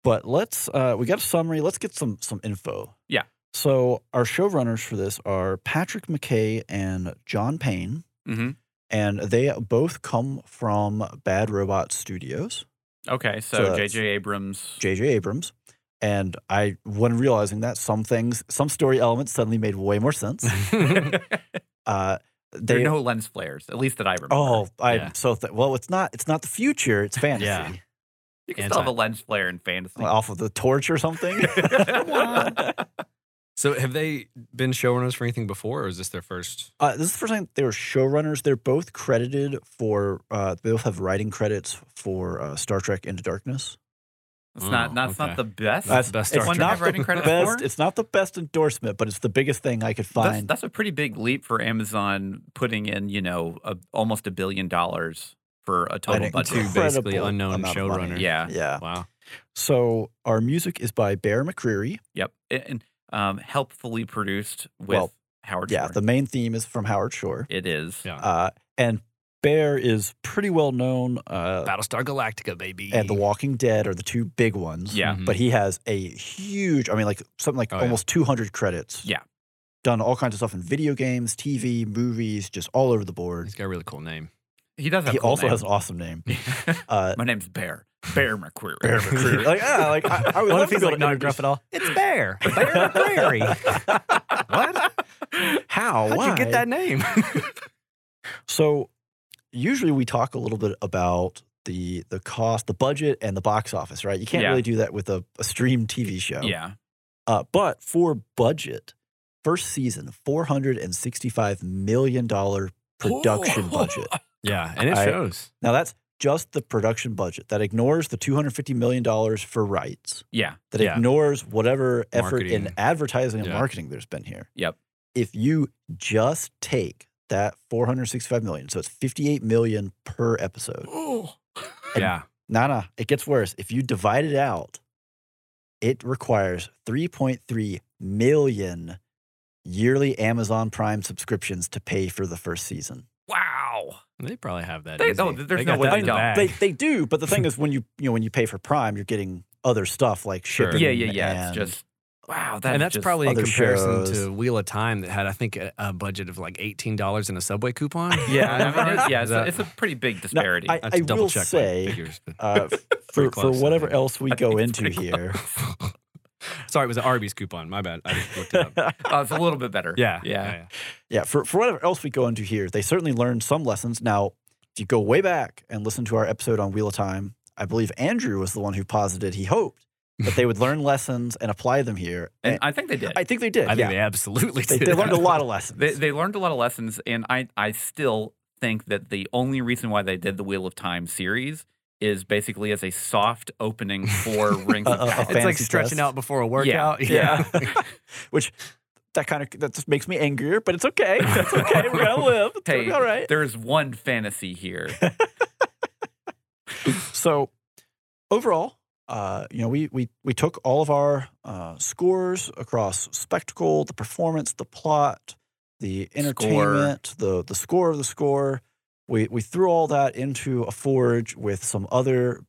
Speaker 1: But let's uh, we got a summary. Let's get some some info.
Speaker 3: Yeah.
Speaker 1: So our showrunners for this are Patrick McKay and John Payne,
Speaker 3: Mhm.
Speaker 1: and they both come from Bad Robot Studios.
Speaker 3: Okay,
Speaker 1: So
Speaker 3: so
Speaker 1: that's-
Speaker 3: J.J. Abrams.
Speaker 1: J.J. Abrams. And I, when realizing that, some things, some story elements suddenly made way more sense.
Speaker 3: there
Speaker 1: Uh,
Speaker 3: are
Speaker 1: they,
Speaker 3: no lens flares, at least that I remember.
Speaker 1: oh, I'm
Speaker 2: Yeah.
Speaker 1: so th- well. It's not. It's not the future. It's fantasy.
Speaker 2: Yeah.
Speaker 3: you can still have a
Speaker 2: anti-
Speaker 3: lens flare in fantasy.
Speaker 1: Well, off of the torch or something.
Speaker 2: so have they been showrunners for anything before, or is this their first?
Speaker 1: uh, this is the first time they were showrunners. They're both credited for. Uh, they both have writing credits for uh, Star Trek Into Darkness.
Speaker 3: It's not,
Speaker 2: Oh,
Speaker 3: not, it's
Speaker 2: okay.
Speaker 3: not the best.
Speaker 1: That's-
Speaker 2: best
Speaker 3: it's
Speaker 2: Star
Speaker 3: one
Speaker 2: Trek.
Speaker 3: to have writing credit
Speaker 1: Best.
Speaker 3: for.
Speaker 1: It's not the best endorsement, but it's the biggest thing I could
Speaker 3: That's,
Speaker 1: find.
Speaker 3: that's a pretty big leap for Amazon putting in, you know, a, almost a billion dollars for a total
Speaker 1: An
Speaker 3: budget.
Speaker 2: two basically
Speaker 1: incredible
Speaker 2: unknown
Speaker 1: amount of money.
Speaker 2: showrunners.
Speaker 3: Yeah.
Speaker 1: yeah.
Speaker 2: Wow.
Speaker 1: So our music is by Bear McCreary.
Speaker 3: Yep. And um, helpfully produced with
Speaker 1: Well,
Speaker 3: Howard
Speaker 1: Yeah,
Speaker 3: Shore.
Speaker 1: the main theme is from Howard Shore.
Speaker 3: it is.
Speaker 2: Yeah.
Speaker 1: Uh, and Bear is pretty well known. Uh,
Speaker 2: Battlestar Galactica, baby.
Speaker 1: and The Walking Dead are the two big ones.
Speaker 3: Yeah.
Speaker 2: Mhm.
Speaker 1: But he has a huge, I mean, like something like
Speaker 2: Oh, yeah.
Speaker 1: almost 200 credits.
Speaker 3: Yeah.
Speaker 1: Done all kinds of stuff in video games, TV, movies, just all over the board.
Speaker 2: He's got a really cool name.
Speaker 3: He does have
Speaker 1: He
Speaker 3: a cool
Speaker 1: also
Speaker 3: name.
Speaker 1: has an awesome name.
Speaker 2: Bear
Speaker 1: Uh,
Speaker 3: My name's Bear. Bear McCreary.
Speaker 2: McCreary.
Speaker 1: like, ah, like, I, I would
Speaker 2: What
Speaker 1: love
Speaker 2: if
Speaker 1: to
Speaker 2: he's
Speaker 1: go
Speaker 2: like
Speaker 1: to
Speaker 2: not
Speaker 1: introduce-
Speaker 2: gruff at all? It's Bear. Bear McCreary. what?
Speaker 1: How?
Speaker 2: How'd you
Speaker 1: Why?
Speaker 2: get that name?
Speaker 1: So usually we talk a little bit about the the cost, the budget, and the box office, right? You can't
Speaker 3: Yeah.
Speaker 1: really do that with a, a stream TV show.
Speaker 3: yeah.
Speaker 1: Uh, but for budget, first season, four hundred and sixty-five million dollar production budget.
Speaker 2: yeah, and it
Speaker 1: I-
Speaker 2: shows.
Speaker 1: Now that's just the production budget. That ignores the two hundred fifty million dollars for rights.
Speaker 3: Yeah.
Speaker 1: That
Speaker 2: Yeah.
Speaker 1: ignores whatever effort in
Speaker 2: Marketing.
Speaker 1: advertising and
Speaker 2: Yeah.
Speaker 1: marketing there's been here.
Speaker 3: Yep.
Speaker 1: If you just take that four hundred sixty-five million, so it's fifty-eight million per episode.
Speaker 2: Yeah.
Speaker 1: Nah, nah, it gets worse. If you divide it out, it requires 3.3 million yearly Amazon Prime subscriptions to pay for the first season.
Speaker 3: Wow.
Speaker 2: They probably have that.
Speaker 3: They-
Speaker 2: easy.
Speaker 3: no, there's
Speaker 2: got
Speaker 3: no way
Speaker 2: that
Speaker 3: they
Speaker 2: in the
Speaker 3: don't.
Speaker 2: bag.
Speaker 1: They they do, but the thing is when you you know when you pay for Prime, you're getting other stuff like
Speaker 2: Sure.
Speaker 1: shipping.
Speaker 3: Yeah, yeah, yeah.
Speaker 1: and-
Speaker 3: It's just wow. That
Speaker 2: and that's
Speaker 3: just,
Speaker 2: probably in
Speaker 1: other
Speaker 2: comparison
Speaker 1: shows.
Speaker 2: to Wheel of Time that had, I think, a, a budget of like eighteen dollars and a subway coupon.
Speaker 3: yeah. I mean, it's, yeah,
Speaker 2: Is
Speaker 3: it's, a,
Speaker 2: that-
Speaker 3: it's a pretty big disparity.
Speaker 1: I-
Speaker 2: I have to double
Speaker 1: will
Speaker 2: check my
Speaker 1: say,
Speaker 2: figures, but-
Speaker 1: uh, f- for
Speaker 2: Pretty
Speaker 1: for
Speaker 2: close, I
Speaker 1: whatever
Speaker 2: think.
Speaker 1: else we
Speaker 3: I think
Speaker 1: go
Speaker 3: it's
Speaker 1: into
Speaker 3: pretty
Speaker 1: here.
Speaker 2: Sorry, it was an Arby's coupon. My bad. I just looked it up.
Speaker 3: oh, it's a little bit better.
Speaker 2: Yeah,
Speaker 3: Yeah.
Speaker 1: Yeah, for, for whatever else we go into here, they certainly learned some lessons. Now, if you go way back and listen to our episode on Wheel of Time, I believe Andrew was the one who posited he hoped that they would learn lessons and apply them here.
Speaker 3: And
Speaker 1: And
Speaker 3: I think they did.
Speaker 1: I think they did.
Speaker 2: I think
Speaker 1: yeah.
Speaker 2: they absolutely
Speaker 1: they,
Speaker 2: did.
Speaker 1: they learned a lot of lessons.
Speaker 3: they, they learned a lot of lessons, and I I still think that the only reason why they did the Wheel of Time series is basically as a soft opening for Rings
Speaker 1: A- a-
Speaker 3: of
Speaker 1: a
Speaker 3: Power.
Speaker 2: It's like
Speaker 1: fancy
Speaker 2: stretching
Speaker 1: test.
Speaker 2: out before a workout.
Speaker 3: yeah.
Speaker 1: Which that kind of that just makes me angrier, but it's okay. It's okay. We're gonna live. It's gonna be
Speaker 3: Hey,
Speaker 1: all right.
Speaker 3: There's one fantasy here.
Speaker 1: So overall, uh, you know, we we we took all of our uh, scores across spectacle, the performance, the plot, the entertainment, the the score of the score. We we threw all that into a forge with some other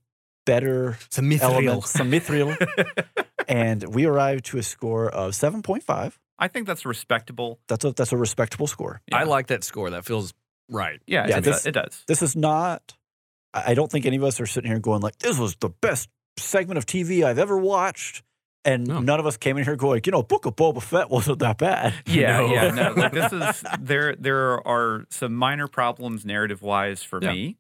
Speaker 1: better
Speaker 2: It's a mithril.
Speaker 1: elements, some mithril, and we arrived to a score of seven point five.
Speaker 3: I think that's respectable.
Speaker 1: That's a that's a respectable score.
Speaker 2: I like that score. That feels right.
Speaker 3: Yeah,
Speaker 1: Yeah,
Speaker 3: it,
Speaker 1: this-
Speaker 3: does. it does.
Speaker 1: This is not. I I don't think any of us are sitting here going like, "This was the best segment of TV I've ever watched," and
Speaker 2: No.
Speaker 1: none of us came in here going, "You know, Book of Boba Fett wasn't that bad."
Speaker 3: Yeah,
Speaker 2: No.
Speaker 3: yeah, no. Like this is there. There are some minor problems narrative wise for
Speaker 2: Yeah.
Speaker 3: me,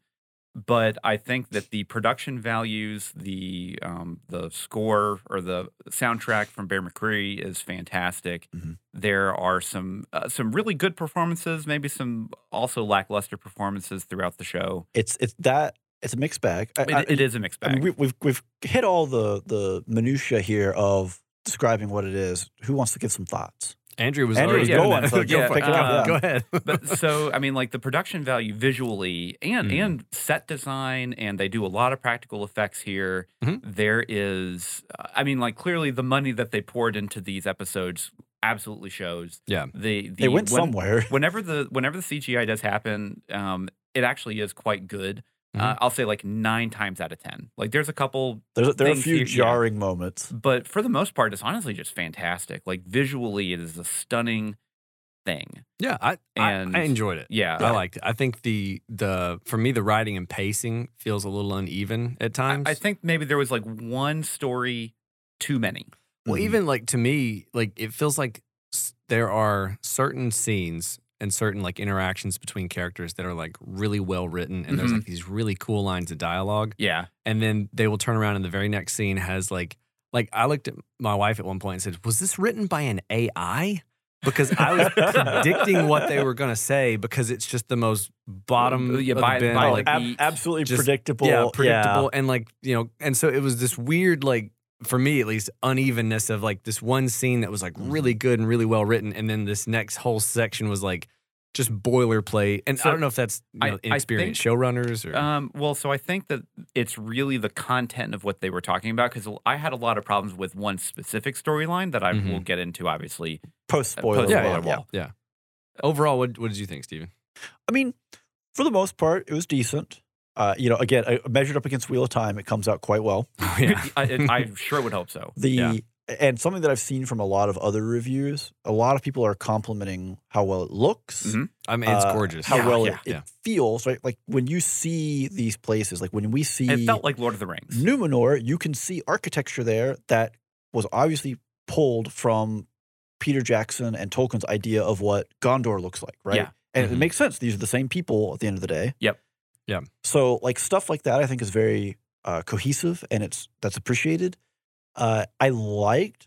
Speaker 3: but I think that the production values, the um, the score or the soundtrack from Bear McCreary is fantastic.
Speaker 1: Mhm.
Speaker 3: There are some uh, some really good performances, maybe some also lackluster performances throughout the show.
Speaker 1: It's it's that it's a mixed bag. I,
Speaker 3: It,
Speaker 1: I-
Speaker 3: it is a mixed
Speaker 1: I mean,
Speaker 3: bag.
Speaker 1: we, we've we've hit all the the minutia here of describing what it is. Who wants to give some thoughts?
Speaker 2: Andrew was
Speaker 1: Andrew
Speaker 2: already
Speaker 3: was uh,
Speaker 2: doing
Speaker 1: going,
Speaker 2: that.
Speaker 1: so
Speaker 3: go pick it up,
Speaker 2: Go ahead.
Speaker 3: but so I mean, like the production value visually and
Speaker 2: Mhm.
Speaker 3: and set design, and they do a lot of practical effects here.
Speaker 2: Mhm.
Speaker 3: There is, uh, I mean, like clearly the money that they poured into these episodes absolutely shows.
Speaker 2: Yeah.
Speaker 3: the, the
Speaker 1: They went
Speaker 3: when-
Speaker 1: somewhere.
Speaker 3: Whenever the whenever the CGI does happen, um, it actually is quite good. Uh,
Speaker 2: Mhm.
Speaker 3: I'll say like nine times out of ten. Like there's a couple
Speaker 1: There's, there are a
Speaker 3: things
Speaker 1: few
Speaker 3: here- yeah.
Speaker 1: jarring moments.
Speaker 3: but for the most part, it's honestly just fantastic. Like visually, it is a stunning thing.
Speaker 2: yeah, I, I,
Speaker 3: And-
Speaker 2: I enjoyed it.
Speaker 3: Yeah,
Speaker 2: I liked it. I think the the for me the writing and pacing feels a little uneven at
Speaker 3: I,
Speaker 2: times.
Speaker 3: I think maybe there was like one story too many.
Speaker 2: Well,
Speaker 1: Mhm.
Speaker 2: even like to me, like it feels like s- there are certain scenes and certain like interactions between characters that are like really well written, and there's
Speaker 3: Mhm.
Speaker 2: like these really cool lines of dialogue,
Speaker 3: Yeah,
Speaker 2: and then they will turn around and the very next scene has like like I looked at my wife at one point and said, "Was this written by an AI?" Because I was predicting what they were gonna say because it's just the most bottom
Speaker 3: Mm, Yeah,
Speaker 2: of
Speaker 3: by-
Speaker 2: the bin,
Speaker 3: by,
Speaker 1: Oh,
Speaker 2: like
Speaker 3: like, the-
Speaker 1: absolutely
Speaker 2: just-
Speaker 1: predictable.
Speaker 2: yeah, predictable. And like, you know, and so it was this weird, like, for me at least, unevenness of like this one scene that was like
Speaker 3: Mm-hmm.
Speaker 1: Mhm.
Speaker 2: really good and really well written. And then this next whole section was like just boilerplate. And
Speaker 3: So,
Speaker 2: I don't know if that's you
Speaker 3: I-
Speaker 2: know,
Speaker 3: I
Speaker 2: inexperienced showrunners or.
Speaker 3: Um, well, so I think that it's really the content of what they were talking about because I had a lot of problems with one specific storyline that I
Speaker 2: Mhm.
Speaker 3: will get into, obviously.
Speaker 1: Post spoiler.
Speaker 3: Post-
Speaker 2: yeah,
Speaker 3: spoiler
Speaker 2: yeah,
Speaker 3: wall.
Speaker 2: yeah, yeah. Overall, what, what did you think, Steven?
Speaker 1: I mean, for the most part, it was decent. Uh, you know, again, I- measured up against Wheel of Time, it comes out quite well.
Speaker 3: I, it, I sure would hope so.
Speaker 1: The
Speaker 2: Yeah.
Speaker 1: and something that I've seen from a lot of other reviews, a lot of people are complimenting how well it looks.
Speaker 3: Mhm.
Speaker 2: I mean, it's
Speaker 1: uh,
Speaker 2: gorgeous.
Speaker 1: How
Speaker 3: Yeah,
Speaker 1: well
Speaker 3: yeah,
Speaker 1: it, it
Speaker 2: yeah.
Speaker 1: feels, right? Like when you see these places, like when we see
Speaker 3: It felt like Lord of the Rings.
Speaker 1: Numenor, you can see architecture there that was obviously pulled from Peter Jackson and Tolkien's idea of what Gondor looks like, right?
Speaker 3: Yeah. Mm-hmm.
Speaker 1: And
Speaker 2: Mhm.
Speaker 1: it makes sense. These are the same people at the end of the day.
Speaker 3: Yep.
Speaker 2: Yeah.
Speaker 1: So like stuff like that, I think is very uh, cohesive and it's that's appreciated. Uh, I liked.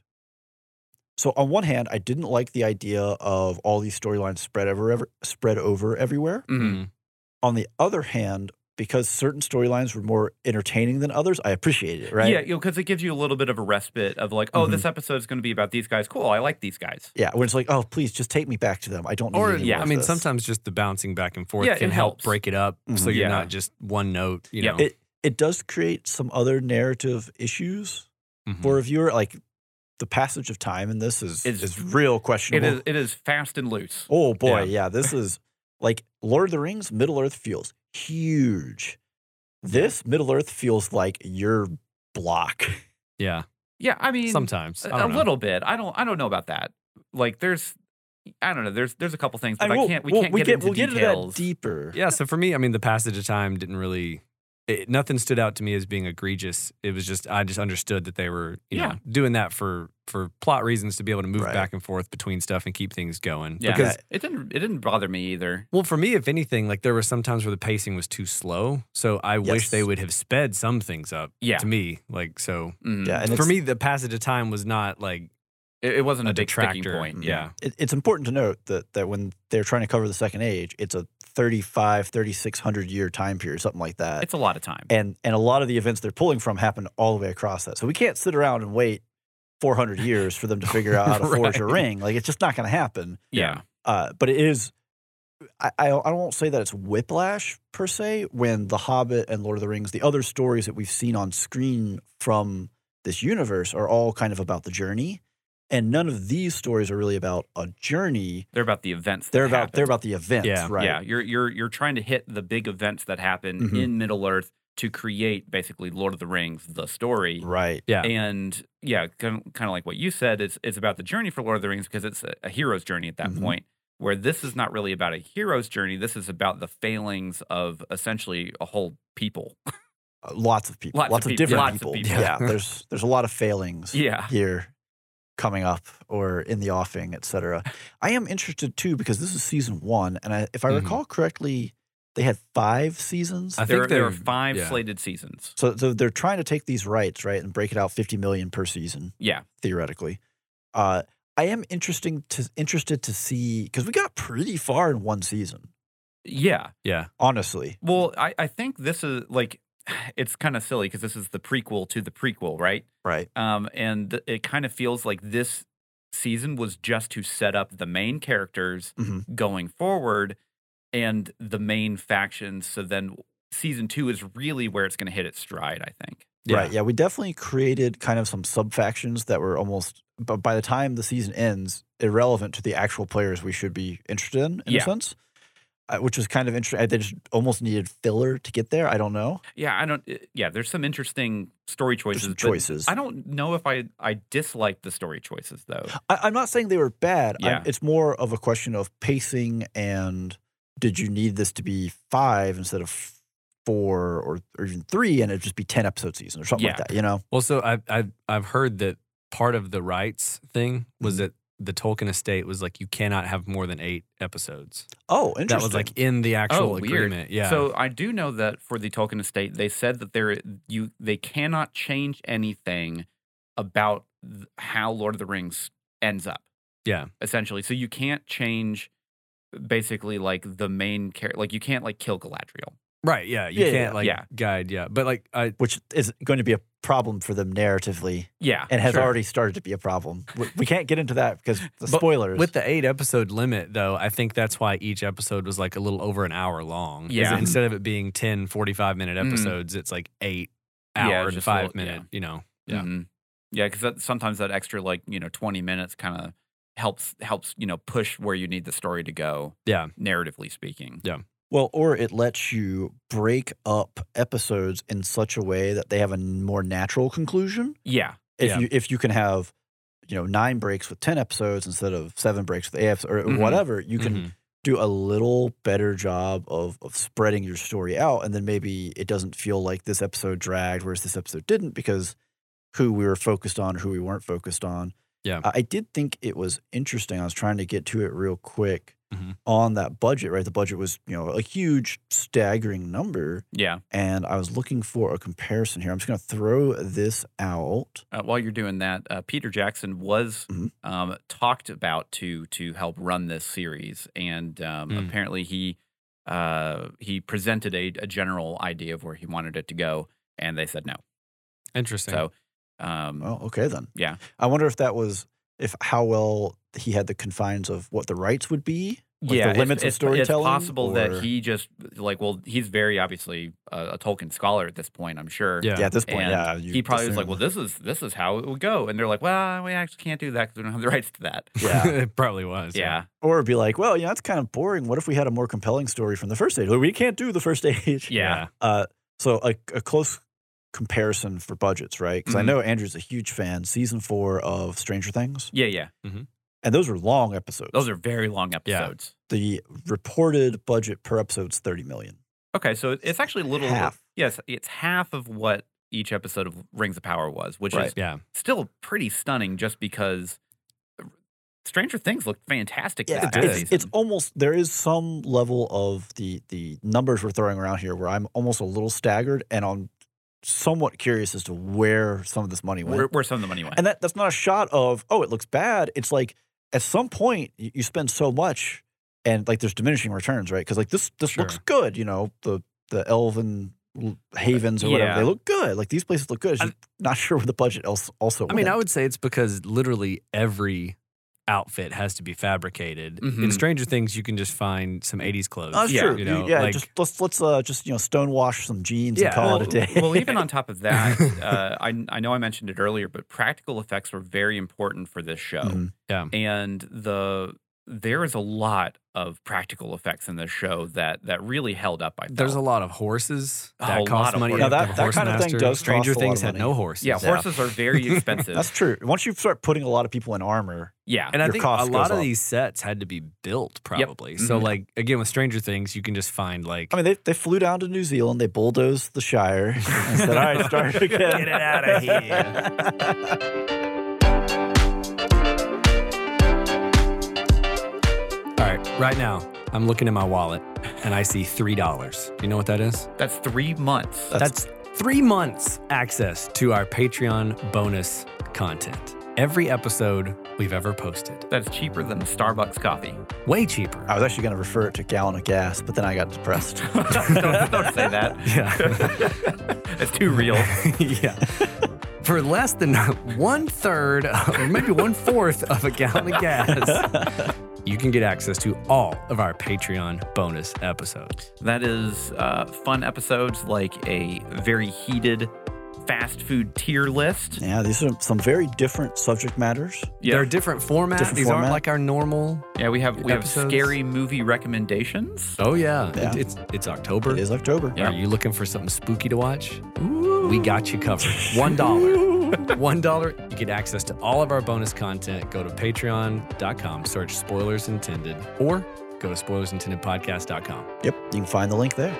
Speaker 1: So on one hand, I didn't like the idea of all these storylines spread over ever, spread over everywhere.
Speaker 3: Mhm.
Speaker 2: Mhm.
Speaker 1: On the other hand, because certain storylines were more entertaining than others, I appreciated it. Right?
Speaker 3: Yeah, you know, because it gives you a little bit of a respite of like, oh, this episode is going to be about these guys. Cool, I like these guys.
Speaker 1: Yeah, when it's like, oh, please just take me back to them. I don't. Need
Speaker 2: Or
Speaker 1: any
Speaker 2: yeah,
Speaker 1: more
Speaker 2: I
Speaker 1: of
Speaker 2: mean,
Speaker 1: this."
Speaker 2: sometimes just the bouncing back and forth
Speaker 3: Yeah,
Speaker 2: can
Speaker 3: it
Speaker 2: help
Speaker 3: helps.
Speaker 2: break it up, so
Speaker 1: Mhm.
Speaker 2: you're
Speaker 3: Yeah.
Speaker 2: not just one note. You
Speaker 3: Yeah.
Speaker 2: know,
Speaker 1: it does create some other narrative issues
Speaker 2: Mhm.
Speaker 1: for a viewer. Like the passage of time in this is
Speaker 3: It's-
Speaker 1: is, real
Speaker 3: It
Speaker 1: questionable.
Speaker 3: is it is fast and loose.
Speaker 1: Oh boy,
Speaker 2: Yeah.
Speaker 1: yeah. this is like Lord of the Rings. Middle Earth feels huge. This Middle Earth feels like your block.
Speaker 2: yeah,
Speaker 3: Yeah, I mean,
Speaker 2: sometimes I
Speaker 3: a, a
Speaker 2: don't know.
Speaker 3: little bit. I don't I don't know about that. Like there's, I don't know. There's there's a couple things,
Speaker 1: I
Speaker 3: but I,
Speaker 1: mean, we'll-
Speaker 3: can't. We
Speaker 1: we'll-
Speaker 3: can't
Speaker 1: we
Speaker 3: get, into
Speaker 1: we'll get into
Speaker 3: details.
Speaker 1: that deeper.
Speaker 2: Yeah, so for me, I mean, the passage of time didn't really, it, nothing stood out to me as being egregious. It was just I just understood that they were, you
Speaker 3: Yeah.
Speaker 2: know, doing that for for plot reasons to be able to move
Speaker 1: Right.
Speaker 2: back and forth between stuff and keep things going.
Speaker 3: yeah,
Speaker 2: Because
Speaker 3: it didn't it didn't bother me either.
Speaker 2: well, for me, if anything, like there were some times where the pacing was too slow, so I wish
Speaker 1: Yes.
Speaker 2: they would have sped some things up.
Speaker 3: Yeah.
Speaker 2: to me, like so.
Speaker 3: Mm.
Speaker 1: yeah. And
Speaker 2: for
Speaker 1: it's-
Speaker 2: me, the passage of time was not like
Speaker 3: it, it wasn't
Speaker 2: a
Speaker 3: a, big sticking
Speaker 2: detractor.
Speaker 1: Mm-hmm.
Speaker 3: point.
Speaker 2: Yeah,
Speaker 1: it, it's important to note that that when they're trying to cover the Second Age, it's a 35, 3600 year time period, something like that.
Speaker 3: it's a lot of time.
Speaker 1: and and a lot of the events they're pulling from happen all the way across that. So we can't sit around and wait 400 years for them to figure out how to forge a
Speaker 2: Right.
Speaker 1: ring. Like it's just not going to happen.
Speaker 3: yeah,
Speaker 1: Uh, but it is. I, I I won't say that it's whiplash per se. When The Hobbit and Lord of the Rings, the other stories that we've seen on screen from this universe are all kind of about the journey, and none of these stories are really about a journey.
Speaker 3: they're about the events.
Speaker 1: They're
Speaker 3: that
Speaker 1: about they're
Speaker 3: happened.
Speaker 1: about the events,
Speaker 2: Yeah.
Speaker 1: right?
Speaker 3: Yeah, you're you're you're trying to hit the big events that happen
Speaker 1: Mhm.
Speaker 3: in Middle Earth to create basically Lord of the Rings the story.
Speaker 1: Right.
Speaker 2: yeah.
Speaker 3: and yeah, kind of, kind of like what you said, it's it's about the journey for Lord of the Rings because it's a, a hero's journey at that
Speaker 2: Mm-hmm.
Speaker 1: Mhm.
Speaker 3: point. Where this is not really about a hero's journey, this is about the failings of essentially a whole people.
Speaker 1: Uh, lots of people.
Speaker 3: Lots
Speaker 1: Lots,
Speaker 3: of
Speaker 1: of,
Speaker 3: peop-
Speaker 1: different
Speaker 3: lots of
Speaker 1: people.
Speaker 3: people.
Speaker 1: Yeah. There's there's a lot of failings.
Speaker 3: Yeah,
Speaker 1: here coming up or in the offing, et cetera. I am interested too because this is season one, and I, if I
Speaker 2: Mhm.
Speaker 1: recall correctly, they had five seasons.
Speaker 2: I
Speaker 3: there,
Speaker 2: think
Speaker 3: there are
Speaker 2: they've-
Speaker 3: five
Speaker 2: yeah.
Speaker 3: slated seasons.
Speaker 1: so, so they're trying to take these rights, right, and break it out fifty million per season
Speaker 3: Yeah,
Speaker 1: theoretically. Uh, I am interesting to interested to see because we got pretty far in one season,
Speaker 3: yeah.
Speaker 2: yeah.
Speaker 1: honestly.
Speaker 3: Well, I, I think this is like it's kind of silly because this is the prequel to the prequel, right?
Speaker 1: Right.
Speaker 3: Um, and th- it kind of feels like this season was just to set up the main characters
Speaker 1: Mhm.
Speaker 3: going forward and the main factions. So then season two is really where it's going to hit its stride, I think.
Speaker 1: Right. Yeah. We definitely created kind of some sub factions that were almost, but by the time the season ends, irrelevant to the actual players we should be interested in, in
Speaker 3: Yeah.
Speaker 1: a sense, uh, which was kind of interesting. They just almost needed filler to get there. I don't know.
Speaker 3: Yeah, I don't. it- Yeah, there's some interesting story choices.
Speaker 1: some
Speaker 3: but
Speaker 1: choices.
Speaker 3: I don't know if I I dislike the story choices though.
Speaker 1: I, I'm not saying they were bad. I'm-
Speaker 3: Yeah.
Speaker 1: it's more of a question of pacing and did you need this to be five instead of four or, or even three and it'd just be 10 episode season or something
Speaker 3: Yeah.
Speaker 1: like that, you know?
Speaker 2: Well, so I, I I've heard that part of the rights thing was that the Tolkien estate was like you cannot have more than eight episodes.
Speaker 1: Oh, interesting.
Speaker 2: That was like in the actual
Speaker 3: Oh, weird.
Speaker 2: agreement. Yeah.
Speaker 3: So I do know that for the Tolkien estate, they said that there you they cannot change anything about th- how Lord of the Rings ends up.
Speaker 2: Yeah.
Speaker 3: essentially. So you can't change basically like the main character. Like you can't like kill Galadriel.
Speaker 2: right. Yeah. You
Speaker 1: Yeah,
Speaker 2: can't
Speaker 1: yeah,
Speaker 2: like
Speaker 3: yeah.
Speaker 2: guide. Yeah. But like I
Speaker 1: which is going to be a problem for them narratively
Speaker 3: Yeah,
Speaker 1: and has
Speaker 3: sure.
Speaker 1: already started to be a problem. We- We can't get into that because the
Speaker 2: But
Speaker 1: spoilers.
Speaker 2: with the eight episode limit though, I think that's why each episode was like a little over an hour long. Is
Speaker 3: Yeah.
Speaker 2: that Instead of it being 10 45 minute
Speaker 3: Mhm.
Speaker 2: episodes, it's like eight
Speaker 3: Yeah,
Speaker 2: hour and
Speaker 3: just a
Speaker 2: five
Speaker 3: little-
Speaker 2: minute, you know. Yeah.
Speaker 3: Mhm. Yeah, because that, sometimes that extra like you know twenty minutes kind of helps helps you know push where you need the story to go.
Speaker 2: Yeah.
Speaker 3: narratively speaking.
Speaker 1: well, or it lets you break up episodes in such a way that they have a n- more natural conclusion.
Speaker 3: Yeah,
Speaker 1: If
Speaker 2: Yeah.
Speaker 1: you if you can have, you know, nine breaks with ten episodes instead of seven breaks with eight episodes or
Speaker 3: Mhm.
Speaker 1: whatever, you can
Speaker 2: Mhm.
Speaker 1: do a little better job of of spreading your story out, and then maybe it doesn't feel like this episode dragged, whereas this episode didn't because who we were focused on, who we weren't focused on.
Speaker 2: Yeah.
Speaker 1: I I did think it was interesting. I was trying to get to it real quick
Speaker 2: Mhm.
Speaker 1: on that budget. Right, the budget was you know a huge, staggering number,
Speaker 3: yeah.
Speaker 1: and I was looking for a comparison here. I'm just going to throw this out.
Speaker 3: Uh, while you're doing that, uh, Peter Jackson was
Speaker 1: Mhm.
Speaker 3: um, talked about to to help run this series, and um,
Speaker 2: Mm.
Speaker 3: apparently he uh, he presented a, a general idea of where he wanted it to go, and they said no.
Speaker 2: Interesting.
Speaker 3: So, um,
Speaker 1: Well, okay then.
Speaker 3: Yeah.
Speaker 1: I wonder if that was if how well he had the confines of what the rights would be. like the
Speaker 3: yeah,
Speaker 1: limits of
Speaker 3: it's, it's, it's
Speaker 1: storytelling,
Speaker 3: possible
Speaker 1: or-
Speaker 3: that he just like well, he's very obviously a, a Tolkien scholar at this point, I'm sure.
Speaker 2: yeah.
Speaker 1: Yeah, at this point,
Speaker 3: And
Speaker 1: yeah. you
Speaker 3: he probably was like,
Speaker 1: assume.
Speaker 3: "Well, this is this is how it would go," and they're like, "Well, we actually can't do that because we don't have the rights to that."
Speaker 1: yeah.
Speaker 2: it probably was.
Speaker 3: Yeah,
Speaker 1: Or be like, well, you know, that's kind of boring. What if we had a more compelling story from the first age? Well, we can't do the first age.
Speaker 3: yeah,
Speaker 1: Uh, so a, a close comparison for budgets, right? Because
Speaker 3: Mhm.
Speaker 1: I know Andrew's a huge fan. Season four of Stranger Things,
Speaker 3: yeah, yeah.
Speaker 1: and those were long episodes.
Speaker 3: Those are very long episodes.
Speaker 1: the reported budget per episode is thirty million.
Speaker 3: Okay, so it- it's actually a little
Speaker 1: Half.
Speaker 3: Yes, it's half of what each episode of Rings of Power was, which is
Speaker 1: Right.
Speaker 2: Yeah.
Speaker 3: still pretty stunning, just because uh, Stranger Things looked fantastic.
Speaker 1: Yeah,
Speaker 3: this past
Speaker 1: it's, it's
Speaker 3: season.
Speaker 1: almost there is some level of the the numbers we're throwing around here where I'm almost a little staggered and I'm somewhat curious as to where some of this money went.
Speaker 3: where, where some of the money went.
Speaker 1: And that, that's not a shot of, oh, it looks bad. It's like at some point you, you spend so much and like there's diminishing returns, right? Because like this this looks
Speaker 2: Sure.
Speaker 1: good, you know, the the elven l- havens or whatever.
Speaker 3: Yeah.
Speaker 1: They look good. Like these places look good. It's
Speaker 2: I'm-
Speaker 1: just not sure where the budget else also
Speaker 2: I mean, I
Speaker 1: went.
Speaker 2: would say it's because literally every outfit has to be fabricated. In
Speaker 3: Mhm.
Speaker 2: Stranger Things, you can just find some 80s clothes.
Speaker 1: Oh,
Speaker 3: Yeah,
Speaker 1: sure.
Speaker 2: you
Speaker 1: You-
Speaker 2: know,
Speaker 1: yeah,
Speaker 2: like-
Speaker 1: just let's let's uh, just you know stonewash some jeans
Speaker 2: Yeah.
Speaker 1: and call
Speaker 3: well,
Speaker 1: it a day.
Speaker 3: well, even on top of that, uh, I, I know I mentioned it earlier, but practical effects were very important for this show,
Speaker 1: Mhm.
Speaker 3: and the there is a lot of practical effects in this show that that really held up. I felt.
Speaker 2: There's a lot of horses
Speaker 3: A
Speaker 2: that
Speaker 3: lot
Speaker 2: cost
Speaker 3: of
Speaker 2: money.
Speaker 3: horses. Now,
Speaker 2: The
Speaker 1: that- that
Speaker 2: horse
Speaker 1: kind of thing
Speaker 2: master.
Speaker 1: does
Speaker 2: Stranger
Speaker 1: cost a lot
Speaker 2: Things
Speaker 1: of
Speaker 2: had
Speaker 1: money.
Speaker 2: no horses.
Speaker 3: yeah, horses are very expensive.
Speaker 1: That's true. Once you start putting a lot of people in armor,
Speaker 3: yeah,
Speaker 2: And I
Speaker 1: Your
Speaker 2: think a
Speaker 1: cost
Speaker 2: lot
Speaker 1: goes
Speaker 2: of
Speaker 1: up.
Speaker 2: these sets had to be built probably. So
Speaker 3: Mhm.
Speaker 2: like again with Stranger Things, you can just find like
Speaker 1: I mean, they, they flew down to New Zealand, they bulldozed the Shire, and said, all right, start again.
Speaker 2: Get it outta
Speaker 1: here.
Speaker 2: all right, right now I'm looking in my wallet and I see three dollars. You know what that is?
Speaker 3: that's three months.
Speaker 1: That's-
Speaker 2: That's three months access to our Patreon bonus content. every episode we've ever posted.
Speaker 3: That's cheaper than a Starbucks coffee.
Speaker 2: Way cheaper.
Speaker 1: I was actually going to refer it to gallon of gas, but then I got depressed.
Speaker 3: don't, don't say that.
Speaker 2: Yeah.
Speaker 3: That's too real.
Speaker 2: yeah. For less than one third, or maybe one fourth of a gallon of gas, you can get access to all of our Patreon bonus episodes.
Speaker 3: That is uh, fun episodes like a very heated fast food tier list.
Speaker 1: Yeah, these are some very different subject matters.
Speaker 2: Yeah. They're different formats.
Speaker 1: Different
Speaker 2: These
Speaker 1: format.
Speaker 2: aren't like our normal.
Speaker 3: Yeah, we have we have
Speaker 2: Episodes.
Speaker 3: scary movie recommendations.
Speaker 2: Oh yeah,
Speaker 1: Yeah.
Speaker 2: It- it's it's October.
Speaker 1: It is October.
Speaker 3: Yeah.
Speaker 2: Are you looking for something spooky to watch? We got you covered. One dollar. One dollar. You get access to all of our bonus content. Go to patreon.com, search spoilers intended, or go to spoilersintendedpodcast.com.
Speaker 1: Yep, you can find the link there.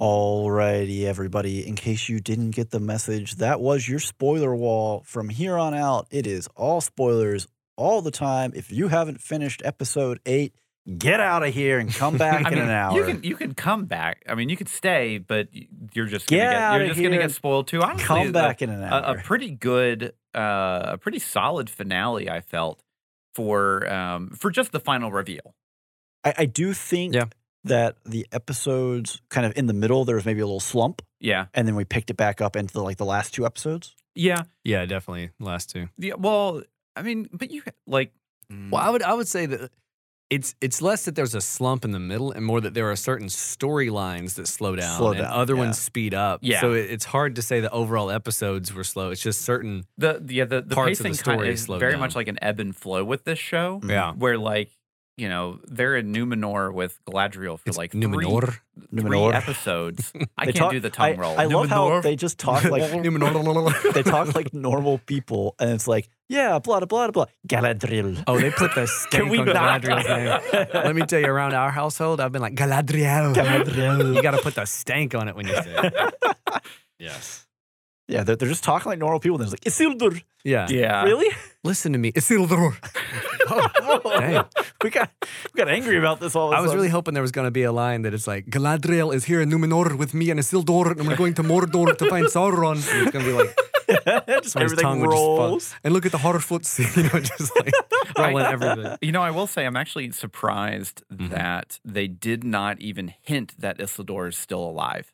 Speaker 1: Alrighty, everybody. In case you didn't get the message, that was your spoiler wall. From here on out, it is all spoilers all the time. If you haven't finished episode eight, get out of here and come back
Speaker 3: I
Speaker 1: in
Speaker 3: mean,
Speaker 1: an hour.
Speaker 3: you can you can come back. I mean, you could stay, but you're just
Speaker 1: Get
Speaker 3: gonna get,
Speaker 1: outta
Speaker 3: you're just gonna
Speaker 1: here.
Speaker 3: get spoiled too. Honestly,
Speaker 1: come
Speaker 3: a-
Speaker 1: back in an
Speaker 3: A, a
Speaker 1: hour.
Speaker 3: pretty good, uh, a pretty solid finale. I felt for um, for just the final reveal.
Speaker 1: I, I do think
Speaker 2: Yeah.
Speaker 1: that the episodes kind of in the middle, there was maybe a little slump,
Speaker 3: Yeah,
Speaker 1: and then we picked it back up into the, like the last two episodes.
Speaker 3: yeah,
Speaker 2: Yeah, definitely. Last two.
Speaker 3: yeah. Well, I mean, but you like
Speaker 2: Well,
Speaker 1: Mm.
Speaker 2: I would I would say that it's it's less that there's a slump in the middle and more that there are certain storylines that slow down,
Speaker 1: Slow
Speaker 2: and
Speaker 1: down,
Speaker 2: other
Speaker 1: yeah.
Speaker 2: ones speed up.
Speaker 3: Yeah.
Speaker 2: So it, it's hard to say the overall episodes were slow. It's just certain
Speaker 3: the the yeah, the, the
Speaker 2: Parts of the
Speaker 3: pacing kind
Speaker 2: story
Speaker 3: is
Speaker 2: slowed
Speaker 3: very
Speaker 2: down. Mm,
Speaker 3: much like an ebb and flow with this show,
Speaker 1: Mm,
Speaker 2: yeah.
Speaker 3: where like you know they're in Numenor with Galadriel for
Speaker 2: It's
Speaker 3: like
Speaker 2: like
Speaker 3: three,
Speaker 2: Numenor.
Speaker 1: Numenor.
Speaker 3: three episodes. I
Speaker 1: They
Speaker 3: can't
Speaker 1: talk-
Speaker 3: do the tongue
Speaker 1: I,
Speaker 3: roll.
Speaker 1: I love how
Speaker 2: Numenor.
Speaker 1: they just talk like
Speaker 2: Numenor.
Speaker 1: they talk like normal people, and it's like, yeah, blah blah blah blah. Galadriel.
Speaker 2: Oh, they put the stank
Speaker 3: we
Speaker 2: on
Speaker 3: not?
Speaker 2: Galadriel's name. Let me tell you, around our household, I've been like Galadriel.
Speaker 1: Galadriel.
Speaker 2: you got to put the stank on it when you say it. yes.
Speaker 1: yeah, they're, they're just talking like normal people. And it's like Isildur.
Speaker 2: Yeah.
Speaker 3: yeah.
Speaker 1: really?
Speaker 2: Listen to me. Isildur.
Speaker 1: Oh,
Speaker 2: Dang.
Speaker 1: we got we got angry about this all. Of a
Speaker 2: I was
Speaker 1: sudden.
Speaker 2: really hoping there was going to be a line that it's like Galadriel is here in Numenor with me and Isildur, and we're going to Mordor to find Sauron. And it's going to be like
Speaker 1: just
Speaker 2: his tongue
Speaker 1: everything
Speaker 2: would just fall.
Speaker 1: rolls.
Speaker 2: And look at the Horrorfoots, you know, just like rolling everything.
Speaker 3: You know, I will say I'm actually surprised
Speaker 2: Mm-hmm.
Speaker 3: that they did not even hint that Isildur is still alive.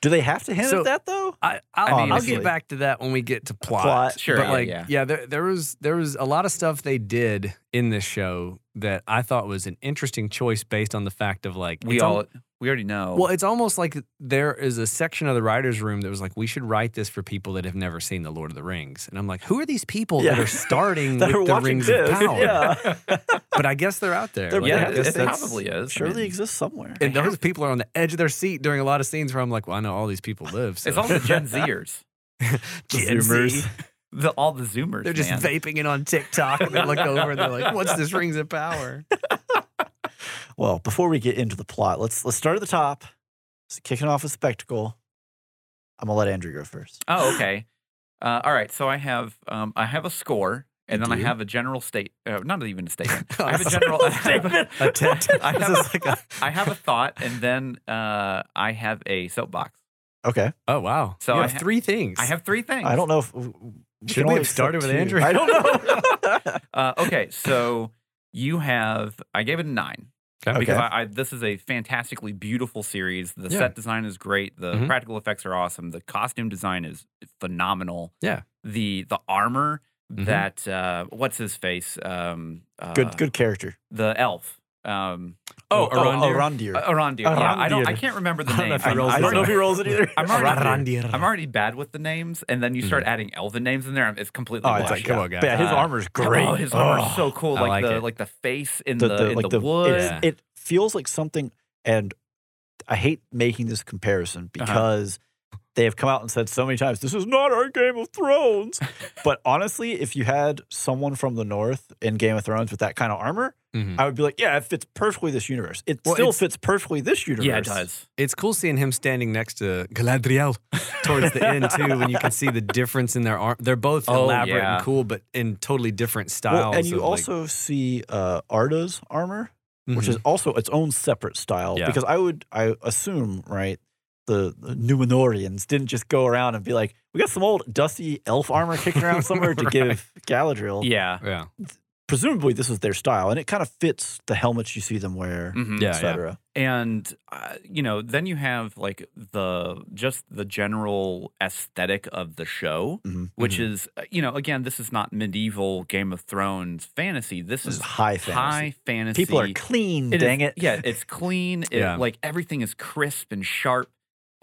Speaker 1: Do they have to hint
Speaker 2: So-
Speaker 1: at that though?
Speaker 2: I, I'll,
Speaker 1: mean,
Speaker 2: I'll
Speaker 1: honestly.
Speaker 2: get back to that when we get to plot.
Speaker 1: Plot.
Speaker 3: Sure,
Speaker 2: but
Speaker 3: yeah,
Speaker 2: like,
Speaker 3: yeah.
Speaker 2: there, there was there was a lot of stuff they did in this show that I thought was an interesting choice based on the fact of like
Speaker 3: We
Speaker 2: it's al-
Speaker 3: all we already
Speaker 1: Oh.
Speaker 3: know.
Speaker 2: well, it's almost like there is a section of the writers' room that was like, we should write this for people that have never seen the Lord of the Rings, and I'm like, who are these people that
Speaker 1: Yeah.
Speaker 2: are starting
Speaker 1: That
Speaker 2: Mm, with
Speaker 1: are
Speaker 2: the
Speaker 1: watching
Speaker 2: Rings
Speaker 1: this.
Speaker 2: of Power?
Speaker 1: Yeah,
Speaker 2: But I guess they're out there.
Speaker 1: They're-
Speaker 2: Like,
Speaker 3: yeah,
Speaker 1: I
Speaker 3: it,
Speaker 1: guess
Speaker 3: it
Speaker 1: that's-
Speaker 3: probably is. I
Speaker 1: surely
Speaker 3: mean,
Speaker 1: exists somewhere.
Speaker 2: and those people are on the edge of their seat during a lot of scenes where I'm like, well, I know all these people live. So
Speaker 3: it's all the Gen Zers,
Speaker 2: The
Speaker 1: Gen Z.
Speaker 2: Zoomers.
Speaker 3: the, all the Zoomers.
Speaker 2: They're just
Speaker 3: man.
Speaker 2: vaping it on TikTok and they look over and they're like, what's this Rings of Power?
Speaker 1: Well, before we get into the plot, let's let's start at the top. It's kicking off a spectacle. I'm gonna let Andrew go first.
Speaker 3: Oh, okay. Uh, all right. So I have um, I have a score, and
Speaker 2: You
Speaker 3: then
Speaker 2: do?
Speaker 3: I have a general state. Uh, not even a statement.
Speaker 2: Oh,
Speaker 3: I have a
Speaker 2: sorry.
Speaker 3: general. I have a,
Speaker 2: A tent.
Speaker 3: I
Speaker 2: This
Speaker 3: have
Speaker 2: is like a-
Speaker 3: I have a thought, and then uh, I have a soapbox.
Speaker 1: Okay,
Speaker 2: oh, wow.
Speaker 3: So
Speaker 2: you
Speaker 3: I
Speaker 2: have
Speaker 3: ha-
Speaker 2: three things.
Speaker 3: I have three things.
Speaker 1: I don't know if we
Speaker 2: Should
Speaker 1: can
Speaker 2: we
Speaker 1: only
Speaker 2: have started
Speaker 1: accept
Speaker 2: with
Speaker 1: two.
Speaker 2: Andrew?
Speaker 1: I don't know.
Speaker 3: Uh, okay, so you have I gave it a nine
Speaker 2: Okay.
Speaker 3: because I, I this is a fantastically beautiful series. The
Speaker 2: Yeah.
Speaker 3: set design is great. The
Speaker 2: Mhm.
Speaker 3: practical effects are awesome. The costume design is phenomenal.
Speaker 2: Yeah.
Speaker 3: The the armor
Speaker 2: Mhm.
Speaker 3: that uh, what's his face? Um, uh,
Speaker 1: good, good character.
Speaker 3: The elf. Um,
Speaker 2: Oh, Arondir?
Speaker 1: Arondir.
Speaker 3: uh, Arondir. Yeah, I don't. I
Speaker 1: Arondir.
Speaker 3: can't remember the
Speaker 2: I don't know
Speaker 3: name.
Speaker 2: if he
Speaker 1: I,
Speaker 3: I'm-
Speaker 2: rolls
Speaker 1: I
Speaker 3: I
Speaker 1: don't
Speaker 2: his
Speaker 3: don't
Speaker 1: know
Speaker 2: own.
Speaker 1: if he rolls it either.
Speaker 3: I'm already,
Speaker 2: Arondir.
Speaker 3: I'm already bad with the names, and then you start adding elven names in there. I'm- It's completely.
Speaker 1: Oh, it's
Speaker 3: washed
Speaker 1: like,
Speaker 2: come
Speaker 1: come
Speaker 2: on,
Speaker 1: on,
Speaker 2: guys.
Speaker 1: Yeah, his
Speaker 3: Uh,
Speaker 1: armor's great.
Speaker 3: Oh, his armor's
Speaker 1: Ugh.
Speaker 3: so cool.
Speaker 2: I
Speaker 3: Like,
Speaker 2: like
Speaker 3: the
Speaker 2: it.
Speaker 3: like the face in the, in the, wood.
Speaker 1: it's- It, feels like something, and I hate making this comparison because they have come out and said so many times, "This is not our Game of Thrones." but honestly, if you had someone from the North in Game of Thrones with that kind of armor,
Speaker 2: Mhm.
Speaker 1: I would be like, "Yeah, it fits perfectly this universe. It
Speaker 2: Well,
Speaker 1: still
Speaker 2: it's-
Speaker 1: fits perfectly this universe."
Speaker 3: Yeah, it does.
Speaker 2: It's cool seeing him standing next to Galadriel towards the end, too, when you can see the difference in their arm. They're both
Speaker 3: Oh,
Speaker 2: elaborate
Speaker 3: yeah.
Speaker 2: and cool, but in totally different styles.
Speaker 1: Well, and you
Speaker 2: of, like-
Speaker 1: also see uh, Arda's armor.
Speaker 2: Mhm.
Speaker 1: which is also its own separate style
Speaker 2: Yeah.
Speaker 1: because I would I assume right the, the Numenorians didn't just go around and be like, we got some old dusty elf armor kicking around somewhere to
Speaker 2: Right.
Speaker 1: give Galadriel.
Speaker 3: Yeah.
Speaker 2: Yeah.
Speaker 1: Presumably, this was their style, and it kind of fits the helmets you see them wear,
Speaker 3: Mhm.
Speaker 2: Yeah.
Speaker 1: etc.
Speaker 3: and uh, you know then you have like the just the general aesthetic of the show
Speaker 1: Mhm.
Speaker 3: which
Speaker 2: Mhm.
Speaker 3: is uh, you know again this is not medieval game of thrones fantasy this,
Speaker 1: This is
Speaker 3: is
Speaker 1: high fantasy.
Speaker 3: high fantasy
Speaker 1: People are clean,
Speaker 3: It is-
Speaker 1: dang it.
Speaker 3: yeah it's clean it,
Speaker 2: Yeah.
Speaker 3: like everything is crisp and sharp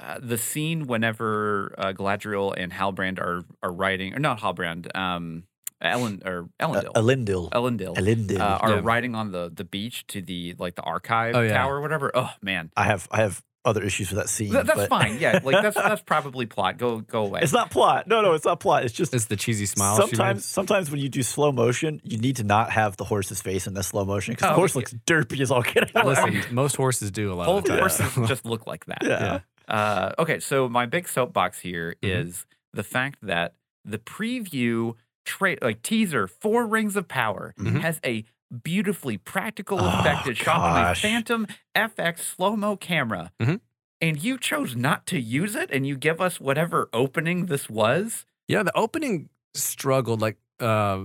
Speaker 3: uh, the scene whenever uh, Galadriel and Halbrand are are riding, or not Halbrand, um, Ellen or
Speaker 1: Uh,
Speaker 3: Elendil,
Speaker 1: Elendil.
Speaker 3: Elendil,
Speaker 1: Elendil.
Speaker 3: uh, are
Speaker 2: Yeah.
Speaker 3: riding on the the beach to the like the archive
Speaker 2: Oh, yeah.
Speaker 3: tower or whatever. Oh man,
Speaker 1: I have I have other issues with that scene.
Speaker 3: Th- that's
Speaker 1: but-
Speaker 3: fine. Yeah, like that's that's probably plot. Go go away.
Speaker 1: It's not plot. No, no, it's not plot. It's just
Speaker 2: It's the cheesy smile. she made.
Speaker 1: sometimes sometimes when you do slow motion, you need to not have the horse's face in the slow motion because
Speaker 3: Oh,
Speaker 1: the horse
Speaker 3: yeah.
Speaker 1: looks derpy as all get out.
Speaker 2: Listen, most horses do a lot
Speaker 3: Whole
Speaker 2: of the time.
Speaker 3: horses just look like that.
Speaker 1: Yeah.
Speaker 3: Uh, okay, so my big soapbox here is
Speaker 1: Mm-hmm.
Speaker 2: Mhm.
Speaker 3: the fact that the preview tra- like teaser for Rings of Power
Speaker 2: Mhm.
Speaker 3: has a beautifully practical
Speaker 1: Mm-hmm. Oh,
Speaker 3: effect that's shot on a
Speaker 1: gosh. Mm-hmm.
Speaker 3: Phantom FX slow mo camera.
Speaker 2: Mhm.
Speaker 3: And you chose not to use it, and you give us whatever opening this was.
Speaker 2: Yeah, the opening struggled. Like, uh,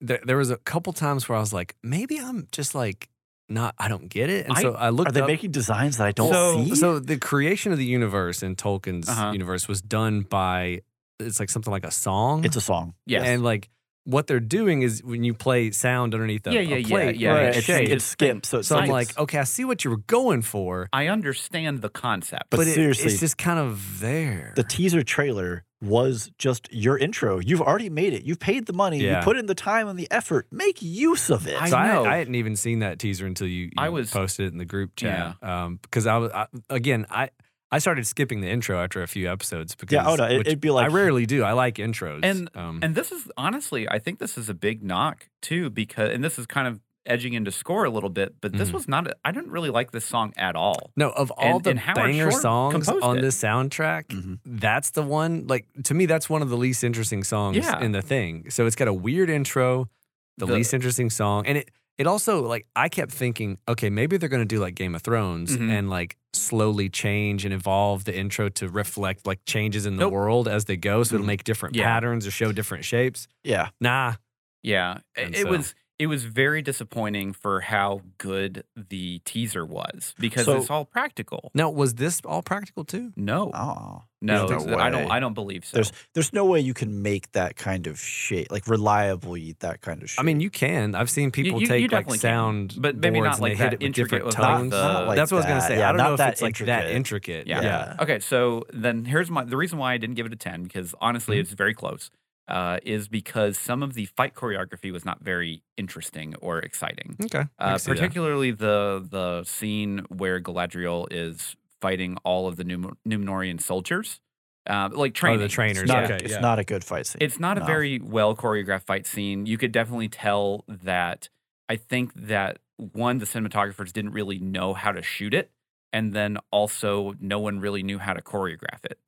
Speaker 2: there, there was a couple times where I was like, maybe I'm just like not. I don't get it. And
Speaker 3: I-
Speaker 2: so I
Speaker 1: Are
Speaker 2: looked.
Speaker 1: they
Speaker 2: up,
Speaker 1: making designs that I don't
Speaker 3: So-
Speaker 1: see?
Speaker 2: So the creation of the universe in Tolkien's
Speaker 3: Uh-huh.
Speaker 2: universe was done by. It's like something like a song.
Speaker 1: it's a song.
Speaker 3: Yes.
Speaker 2: And like what they're doing is when you play sound underneath a,
Speaker 3: Yeah,
Speaker 2: a
Speaker 3: yeah, yeah,
Speaker 2: plate,
Speaker 3: yeah,
Speaker 2: right,
Speaker 3: yeah.
Speaker 2: a
Speaker 1: it's,
Speaker 2: shape.
Speaker 1: it's skimp. So it's
Speaker 2: so I'm
Speaker 1: it's-
Speaker 2: like, oh, okay, I see what you were going for,
Speaker 3: I understand the concept.
Speaker 1: But
Speaker 2: it-
Speaker 1: seriously,
Speaker 2: it's just kind of there.
Speaker 1: the teaser trailer was just your intro. You've already made it. You've paid the money.
Speaker 2: Yeah.
Speaker 1: You put in the time and the effort. Make use of it.
Speaker 3: I
Speaker 2: so I,
Speaker 3: know.
Speaker 2: I, hadn't even seen that teaser until you, you
Speaker 3: I was-
Speaker 2: posted it in the group chat. Um, because I was I, again, I I started skipping the intro after a few episodes because
Speaker 1: yeah, oh no, it,
Speaker 2: which
Speaker 1: it'd be like
Speaker 2: I rarely do. I like intros.
Speaker 3: And-
Speaker 2: um,
Speaker 3: And this is honestly, I think this is a big knock too, because and this is kind of edging into score a little bit, but
Speaker 1: Mm-hmm.
Speaker 3: this
Speaker 2: Mhm.
Speaker 3: was not. I I didn't really like this song at all.
Speaker 2: no, of all
Speaker 3: and-
Speaker 2: the
Speaker 3: and Howard
Speaker 2: banger
Speaker 3: Shore
Speaker 2: songs
Speaker 3: composed
Speaker 2: on
Speaker 3: it.
Speaker 2: this soundtrack,
Speaker 1: Mhm.
Speaker 2: that's the one. Like to me, that's one of the least interesting songs
Speaker 3: Yeah.
Speaker 2: in the thing. So it's got a weird intro, the,
Speaker 3: The-
Speaker 2: least interesting song, and it it also like I kept thinking, okay, maybe they're gonna do like Game of Thrones
Speaker 3: Mhm.
Speaker 2: and like slowly change and evolve the intro to reflect like changes in the
Speaker 3: Nope.
Speaker 2: world as they go, so it'll make different
Speaker 3: Yeah.
Speaker 2: patterns or show different shapes.
Speaker 1: yeah.
Speaker 2: Nah,
Speaker 3: Yeah, i-
Speaker 2: And
Speaker 3: it
Speaker 2: so-
Speaker 3: was it was very disappointing for how good the teaser was because
Speaker 1: So-
Speaker 3: it's all practical.
Speaker 2: now was this all practical too?
Speaker 3: No,
Speaker 1: Oh.
Speaker 3: no,
Speaker 1: there's no
Speaker 3: I don't.
Speaker 1: way.
Speaker 3: I don't believe so.
Speaker 1: There's there's no way you can make that kind of shape like reliably that kind of shape.
Speaker 2: I mean, you can. I've seen
Speaker 3: You-
Speaker 2: people
Speaker 3: you- you
Speaker 2: take like
Speaker 3: definitely can,
Speaker 2: sound,
Speaker 3: but maybe
Speaker 2: boards
Speaker 3: not
Speaker 2: and
Speaker 3: like
Speaker 2: they
Speaker 3: that
Speaker 2: hit it with
Speaker 3: intricate
Speaker 2: different
Speaker 3: with
Speaker 1: Not-
Speaker 2: tones.
Speaker 1: not like
Speaker 2: That's what I was
Speaker 1: that.
Speaker 2: gonna say.
Speaker 1: Yeah,
Speaker 2: I don't
Speaker 1: not
Speaker 2: know if
Speaker 1: that
Speaker 2: it's like that
Speaker 1: intricate.
Speaker 2: intricate.
Speaker 3: Yeah.
Speaker 1: uh
Speaker 2: Oh,
Speaker 3: Okay, so then here's my the reason why I didn't give it a ten because honestly
Speaker 2: Mhm.
Speaker 3: it's very close. Uh, is because some of the fight choreography was not very interesting or exciting.
Speaker 2: Okay. Mm, I
Speaker 3: Uh,
Speaker 2: can see that.
Speaker 3: particularly the the scene where Galadriel is fighting all of the Num- Numenorian soldiers, uh, like training.
Speaker 2: trainers,
Speaker 1: it's not,
Speaker 2: okay,
Speaker 1: it's
Speaker 2: yeah.
Speaker 1: not a good fight scene.
Speaker 3: It's not a
Speaker 1: No.
Speaker 3: very well choreographed fight scene. You could definitely tell that. I think that one, the cinematographers didn't really know how to shoot it, and then also no one really knew how to choreograph it.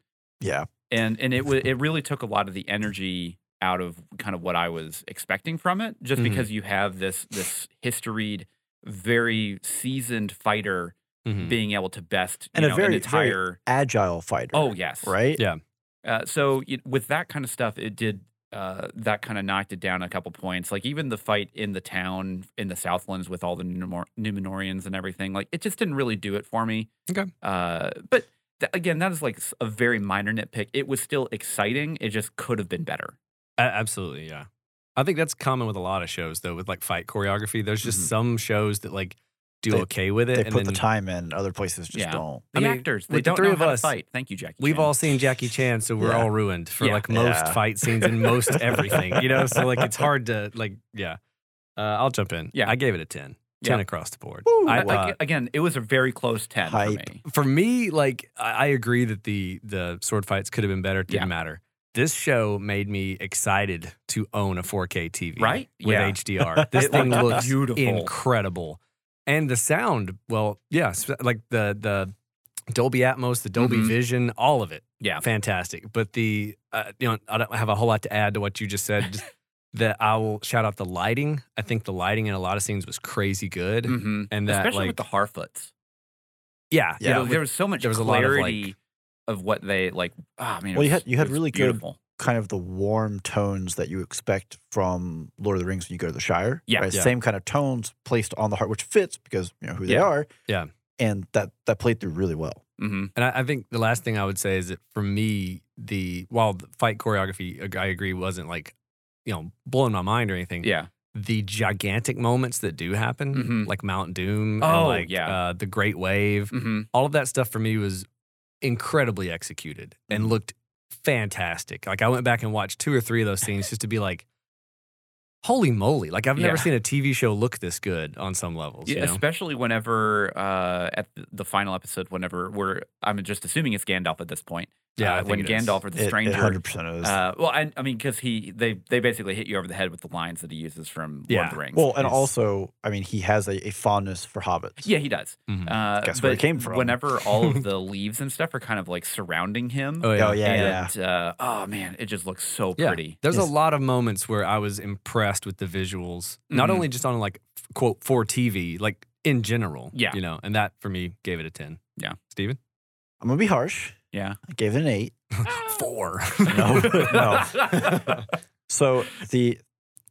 Speaker 1: yeah.
Speaker 3: And and it was it really took a lot of the energy out of kind of what I was expecting from it, just
Speaker 2: Mhm.
Speaker 1: Mm-hmm.
Speaker 3: because you have this this historied, very seasoned fighter
Speaker 2: Mhm.
Speaker 3: being able to best you
Speaker 1: Mm-hmm. And a
Speaker 3: know, an
Speaker 1: very- very-
Speaker 3: entire.
Speaker 1: Agile fighter.
Speaker 3: Oh yes,
Speaker 1: Right?
Speaker 2: Yeah.
Speaker 3: uh, so it, with that kind of stuff, it did uh, that kind of knocked it down a couple points. Like even the fight in the town in the Southlands with all the Numenor- Numenorians and everything, like it just didn't really do it for me.
Speaker 2: Okay.
Speaker 3: Uh, but th- again, that is like s- a very minor nitpick. It was still exciting. It just could have been better.
Speaker 2: A- absolutely, yeah. I think that's common with a lot of shows though, with like fight choreography. There's just
Speaker 3: Mhm.
Speaker 2: some shows that like do
Speaker 1: They-
Speaker 2: okay with it.
Speaker 1: They
Speaker 2: and
Speaker 1: put the
Speaker 2: then
Speaker 1: time in, other places just
Speaker 3: Yeah.
Speaker 1: don't.
Speaker 3: The
Speaker 2: I mean,
Speaker 3: actors, they
Speaker 2: with the
Speaker 3: don't
Speaker 2: three
Speaker 3: know
Speaker 2: of
Speaker 3: how
Speaker 2: us,
Speaker 3: to fight. Thank you, Jackie.
Speaker 2: We've
Speaker 3: Chan.
Speaker 2: all seen Jackie Chan, so we're
Speaker 1: Yeah.
Speaker 2: all ruined for
Speaker 3: Yeah.
Speaker 2: like most
Speaker 1: Yeah.
Speaker 2: fight scenes and most everything, you know? So like it's hard to like yeah. Uh, I'll jump in.
Speaker 3: Yeah.
Speaker 2: I gave it a 10. 10
Speaker 3: Yeah.
Speaker 2: across the board.
Speaker 1: Woo.
Speaker 2: I,
Speaker 3: I-
Speaker 2: uh,
Speaker 3: I- again, it was a very close ten for
Speaker 1: Hype.
Speaker 3: me.
Speaker 2: for me, like I I agree that the the sword fights could have been better. It didn't
Speaker 3: Yeah.
Speaker 2: matter. This show made me excited to own a 4K TV,
Speaker 3: Right?
Speaker 2: With
Speaker 3: Yeah.
Speaker 2: HDR, this
Speaker 3: It
Speaker 2: thing
Speaker 3: looked
Speaker 2: looks
Speaker 3: beautiful.
Speaker 2: incredible, and the sound. Well, yes, like the the Dolby Atmos, the Dolby
Speaker 3: Mhm.
Speaker 2: Vision, all of it,
Speaker 3: Yeah.
Speaker 2: fantastic. But the uh, you know, I don't have a whole lot to add to what you just said. Just that I will shout out the lighting. I think the lighting in a lot of scenes was crazy good,
Speaker 3: Mhm.
Speaker 2: and that like
Speaker 3: Especially with the Harfoots.
Speaker 2: yeah,
Speaker 1: Yeah.
Speaker 2: yeah,
Speaker 3: there was so much
Speaker 2: there was a lot of,
Speaker 3: clarity
Speaker 2: like-
Speaker 3: of what they like. Ah, I mean, it
Speaker 1: Well, you
Speaker 3: was-
Speaker 1: had- you had
Speaker 3: it was
Speaker 1: really good-
Speaker 3: beautiful.
Speaker 1: kind of the warm tones that you expect from Lord of the Rings when you go to the Shire.
Speaker 3: Yeah.
Speaker 1: right?
Speaker 2: Yeah.
Speaker 1: Same kind of tones placed on the heart, which fits because you know who they
Speaker 3: Yeah.
Speaker 1: are.
Speaker 2: Yeah.
Speaker 1: And that that played through really well.
Speaker 3: hmm
Speaker 2: And I, I think the last thing I would say is that for me, the while the fight choreography, ag- I agree, wasn't like, you know, blowing my mind or anything.
Speaker 3: Yeah.
Speaker 2: The gigantic moments that do happen,
Speaker 3: Mhm.
Speaker 2: like Mount Doom, and
Speaker 3: Oh,
Speaker 2: like
Speaker 3: yeah.
Speaker 2: uh, the Great Wave,
Speaker 3: hmm
Speaker 2: all of that stuff for me was incredibly executed and
Speaker 3: Mm-hmm.
Speaker 2: looked fantastic. Like I went back and watched two or three of those scenes just to be like, holy moly! Like I've never
Speaker 3: Yeah.
Speaker 2: seen a TV show look this good on some levels.
Speaker 3: Yeah,
Speaker 2: you know?
Speaker 3: especially whenever uh, at the- the final episode, whenever we're, I'm just assuming it's Gandalf at this point.
Speaker 2: Yeah, I
Speaker 3: uh,
Speaker 2: think
Speaker 3: when
Speaker 2: it is.
Speaker 3: Gandalf or the
Speaker 1: It- It,
Speaker 3: stranger
Speaker 1: 100% is.
Speaker 3: Uh, well, I, I mean, because he they they basically hit you over the head with the lines that he uses from Lord
Speaker 2: Yeah.
Speaker 3: of the Rings.
Speaker 1: well, and
Speaker 3: It's-
Speaker 1: also, I mean, he has a, a fondness for hobbits.
Speaker 3: yeah, he does.
Speaker 2: Mhm.
Speaker 3: Uh,
Speaker 1: Mm-hmm. Guess where it
Speaker 3: but
Speaker 1: came from.
Speaker 3: Whenever all of the leaves and stuff are kind of like surrounding him.
Speaker 2: Oh yeah.
Speaker 1: Oh, yeah, yeah.
Speaker 3: and, Uh, oh man, it just looks so
Speaker 2: Yeah.
Speaker 3: pretty.
Speaker 2: There's a
Speaker 1: Yes.
Speaker 2: lot of moments where I was impressed with the visuals, not
Speaker 3: Mhm.
Speaker 2: only just on like f- quote for TV, like in general.
Speaker 3: Yeah.
Speaker 2: You know, and that for me gave it a 10.
Speaker 3: Yeah.
Speaker 2: Steven?
Speaker 1: I'm going to be harsh.
Speaker 3: Yeah.
Speaker 1: I gave it an eight.
Speaker 2: Four.
Speaker 1: No, no. So the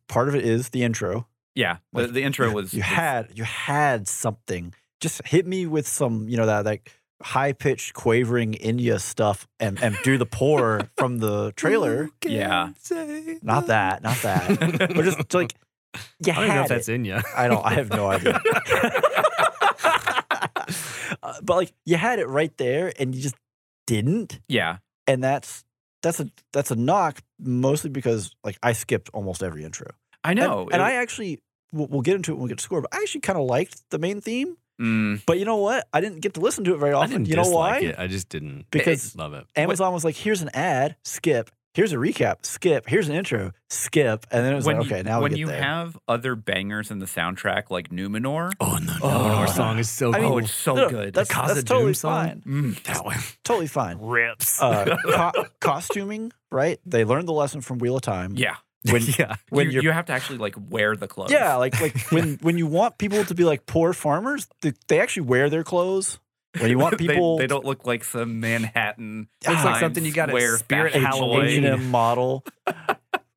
Speaker 1: part of it is the intro.
Speaker 3: yeah. The,
Speaker 1: Like,
Speaker 3: the intro was
Speaker 1: you
Speaker 3: was-
Speaker 1: had you had something. Just hit me with some, you know, that like high pitched quavering India stuff and and do the pour from the trailer.
Speaker 3: Yeah.
Speaker 1: Not that, not that. But just like you
Speaker 2: I don't even know
Speaker 1: had
Speaker 2: if that's
Speaker 1: it.
Speaker 2: in you.
Speaker 1: I don't I have no idea. Uh, but like you had it right there and you just didn't.
Speaker 3: yeah.
Speaker 1: And that's that's a that's a knock mostly because like I skipped almost every intro.
Speaker 3: I
Speaker 1: And-
Speaker 3: know.
Speaker 1: And, I actually, we'll, we'll get into it when we get to score, but I actually kind of liked the main theme.
Speaker 3: Mm,
Speaker 1: But you know what? I didn't get to listen to it very
Speaker 2: I
Speaker 1: often.
Speaker 2: didn't
Speaker 1: you know why?
Speaker 2: dislike it. I just didn't
Speaker 1: Because
Speaker 2: love it.
Speaker 1: Amazon was like, here's an ad, skip. Here's a recap, skip. Here's an intro, skip. And then it was
Speaker 3: when
Speaker 1: like,
Speaker 3: you-
Speaker 1: okay, now
Speaker 3: when
Speaker 1: we get
Speaker 3: you
Speaker 1: there.
Speaker 3: have other bangers in the soundtrack like Numenor,
Speaker 2: Oh, no.
Speaker 1: Oh.
Speaker 2: Our song is so
Speaker 1: I mean,
Speaker 3: oh,
Speaker 2: cool.
Speaker 3: it's so
Speaker 1: No,
Speaker 3: good.
Speaker 1: That's,
Speaker 2: Cause
Speaker 1: that's
Speaker 2: of Doom
Speaker 1: totally
Speaker 2: song?
Speaker 1: fine.
Speaker 3: Mm,
Speaker 2: that one
Speaker 1: Totally fine.
Speaker 2: rips.
Speaker 1: Uh, co- costuming, right? They learned the lesson from Wheel of Time.
Speaker 3: yeah.
Speaker 1: When,
Speaker 2: yeah.
Speaker 1: when
Speaker 3: you,
Speaker 1: you're
Speaker 3: you have to actually like wear the clothes.
Speaker 1: Yeah, like like when when you want people to be like poor farmers, they, they actually wear their clothes. When you want
Speaker 3: They-
Speaker 1: people,
Speaker 3: They, don't look like some Manhattan.
Speaker 1: Looks
Speaker 2: like something you got at
Speaker 3: where
Speaker 2: Spirit Halloween.
Speaker 1: H&M model.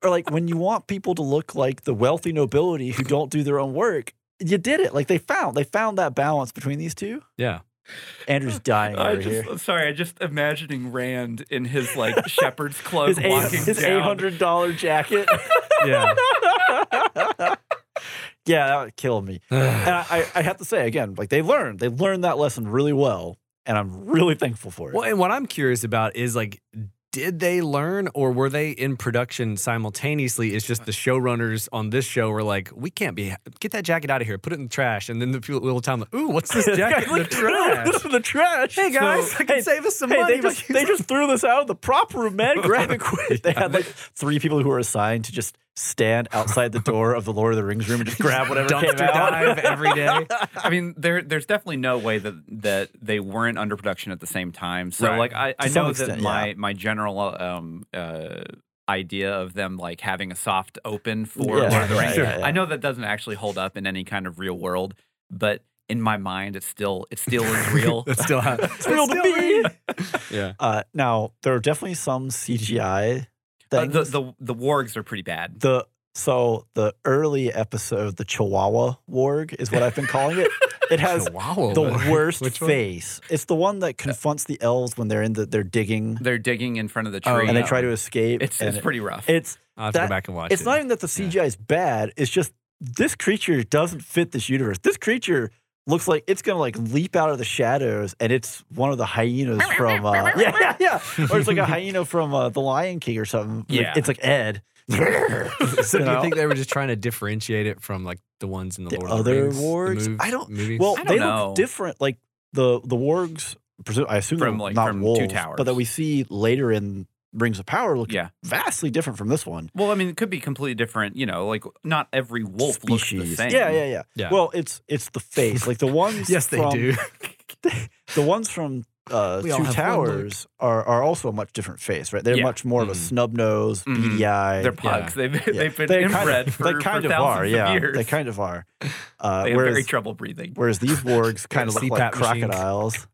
Speaker 1: or like when you want people to look like the wealthy nobility who don't do their own work, you did it. Like they found they found that balance between these two.
Speaker 2: Yeah.
Speaker 1: Andrew's dying
Speaker 3: I
Speaker 1: over
Speaker 3: just
Speaker 1: here.
Speaker 3: I'm sorry. I just imagining Rand in his like shepherd's cloak
Speaker 1: His, eight-
Speaker 3: walking
Speaker 1: his eight
Speaker 3: down.
Speaker 1: hundred dollar jacket.
Speaker 2: Yeah.
Speaker 1: yeah, that would kill me. And I, I, I have to say again, like they learned, they learned that lesson really well, and I'm really thankful for it.
Speaker 2: Well, and what I'm curious about is like, did they learn or were they in production simultaneously? It's just the showrunners on this show were like, we can't be, get that jacket out of here, put it in the trash. And then the people at Wheel of Time, like, ooh, what's this jacket in the trash?
Speaker 1: this is the trash.
Speaker 2: hey guys,
Speaker 1: So-
Speaker 2: I can
Speaker 1: Hey,
Speaker 2: save us some
Speaker 1: Hey,
Speaker 2: money.
Speaker 1: they just they just threw this out of the prop room, man. Grab it quick. They had like three people who were assigned to just stand outside the door of the Lord of the Rings room and just grab whatever came
Speaker 2: dumpster
Speaker 1: out.
Speaker 2: dive every day.
Speaker 3: I mean, there there's definitely no way that that they weren't under production at the same time. So
Speaker 2: Right.
Speaker 3: like I, I
Speaker 1: some
Speaker 3: know that
Speaker 1: extent,
Speaker 3: my my general um uh idea of them like having a soft open for
Speaker 1: Yeah,
Speaker 3: Lord of the
Speaker 1: right,
Speaker 3: Rings.
Speaker 1: yeah, yeah.
Speaker 3: I know that doesn't actually hold up in any kind of real world, but in my mind, it's still it still is real.
Speaker 2: That's still how
Speaker 1: It's real to me.
Speaker 2: Yeah.
Speaker 1: Uh, now there are definitely some CGI
Speaker 3: Uh,
Speaker 1: things.
Speaker 3: the, the the wargs are pretty bad.
Speaker 1: The- so the early episode, the Chihuahua warg, is what I've been calling it. It has
Speaker 2: Chihuahua.
Speaker 1: the worst
Speaker 2: Which one?
Speaker 1: face. It's the one that confronts the elves when they're in the they're digging
Speaker 3: They're digging in front of the tree.
Speaker 2: Oh,
Speaker 1: and they
Speaker 2: yeah.
Speaker 1: try to escape.
Speaker 3: it's
Speaker 1: and
Speaker 3: it's pretty rough.
Speaker 1: it's
Speaker 2: I'll have to
Speaker 1: that-
Speaker 2: go back and watch
Speaker 1: it's
Speaker 2: it.
Speaker 1: not even that the
Speaker 2: Yeah.
Speaker 1: CGI is bad. It's just this creature doesn't fit this universe. This creature looks like it's gonna like leap out of the shadows, and it's one of the hyenas from uh, yeah, yeah, yeah, or it's like a hyena from uh, the Lion King or something. Like,
Speaker 3: Yeah.
Speaker 1: it's like Ed.
Speaker 2: so
Speaker 1: You
Speaker 2: do you
Speaker 1: know?
Speaker 2: think they were just trying to differentiate it from like the ones in the,
Speaker 1: The
Speaker 2: Lord of the
Speaker 1: other
Speaker 2: Rings, the
Speaker 1: wargs?
Speaker 2: mov-
Speaker 1: I don't-
Speaker 2: movies?
Speaker 1: Well,
Speaker 3: I don't
Speaker 1: they
Speaker 3: know.
Speaker 1: look different. Like the the wargs, presu- I assume
Speaker 3: From,
Speaker 1: they're
Speaker 3: like,
Speaker 1: not
Speaker 3: from Two
Speaker 1: wolves,
Speaker 3: Towers.
Speaker 1: but that we see later in Rings of Power look
Speaker 3: yeah.
Speaker 1: vastly different from this one.
Speaker 3: Well, I mean, it could be completely different. You know, like not every wolf looks the
Speaker 1: Species.
Speaker 3: same.
Speaker 1: Yeah, yeah, yeah,
Speaker 2: Yeah.
Speaker 1: Well, it's it's the face, like the ones.
Speaker 2: yes, they
Speaker 1: from-
Speaker 2: do.
Speaker 1: the ones from uh,
Speaker 2: We all
Speaker 1: Two
Speaker 2: have one
Speaker 1: Towers are, are also a much different face, right? They're
Speaker 3: Yeah.
Speaker 1: much more of a
Speaker 2: Mhm.
Speaker 1: snub nose,
Speaker 3: Mhm.
Speaker 1: beady eye.
Speaker 3: They're pugs. They've,
Speaker 1: yeah.
Speaker 3: they've been
Speaker 1: They kind of-
Speaker 3: inbred for,
Speaker 1: they kind
Speaker 3: for
Speaker 1: of
Speaker 3: thousands
Speaker 1: are, yeah.
Speaker 3: of years.
Speaker 1: They kind of are. Uh,
Speaker 3: They have
Speaker 1: whereas,
Speaker 3: very trouble breathing.
Speaker 1: whereas these wargs kind of look like
Speaker 2: CPAP machine.
Speaker 1: crocodiles.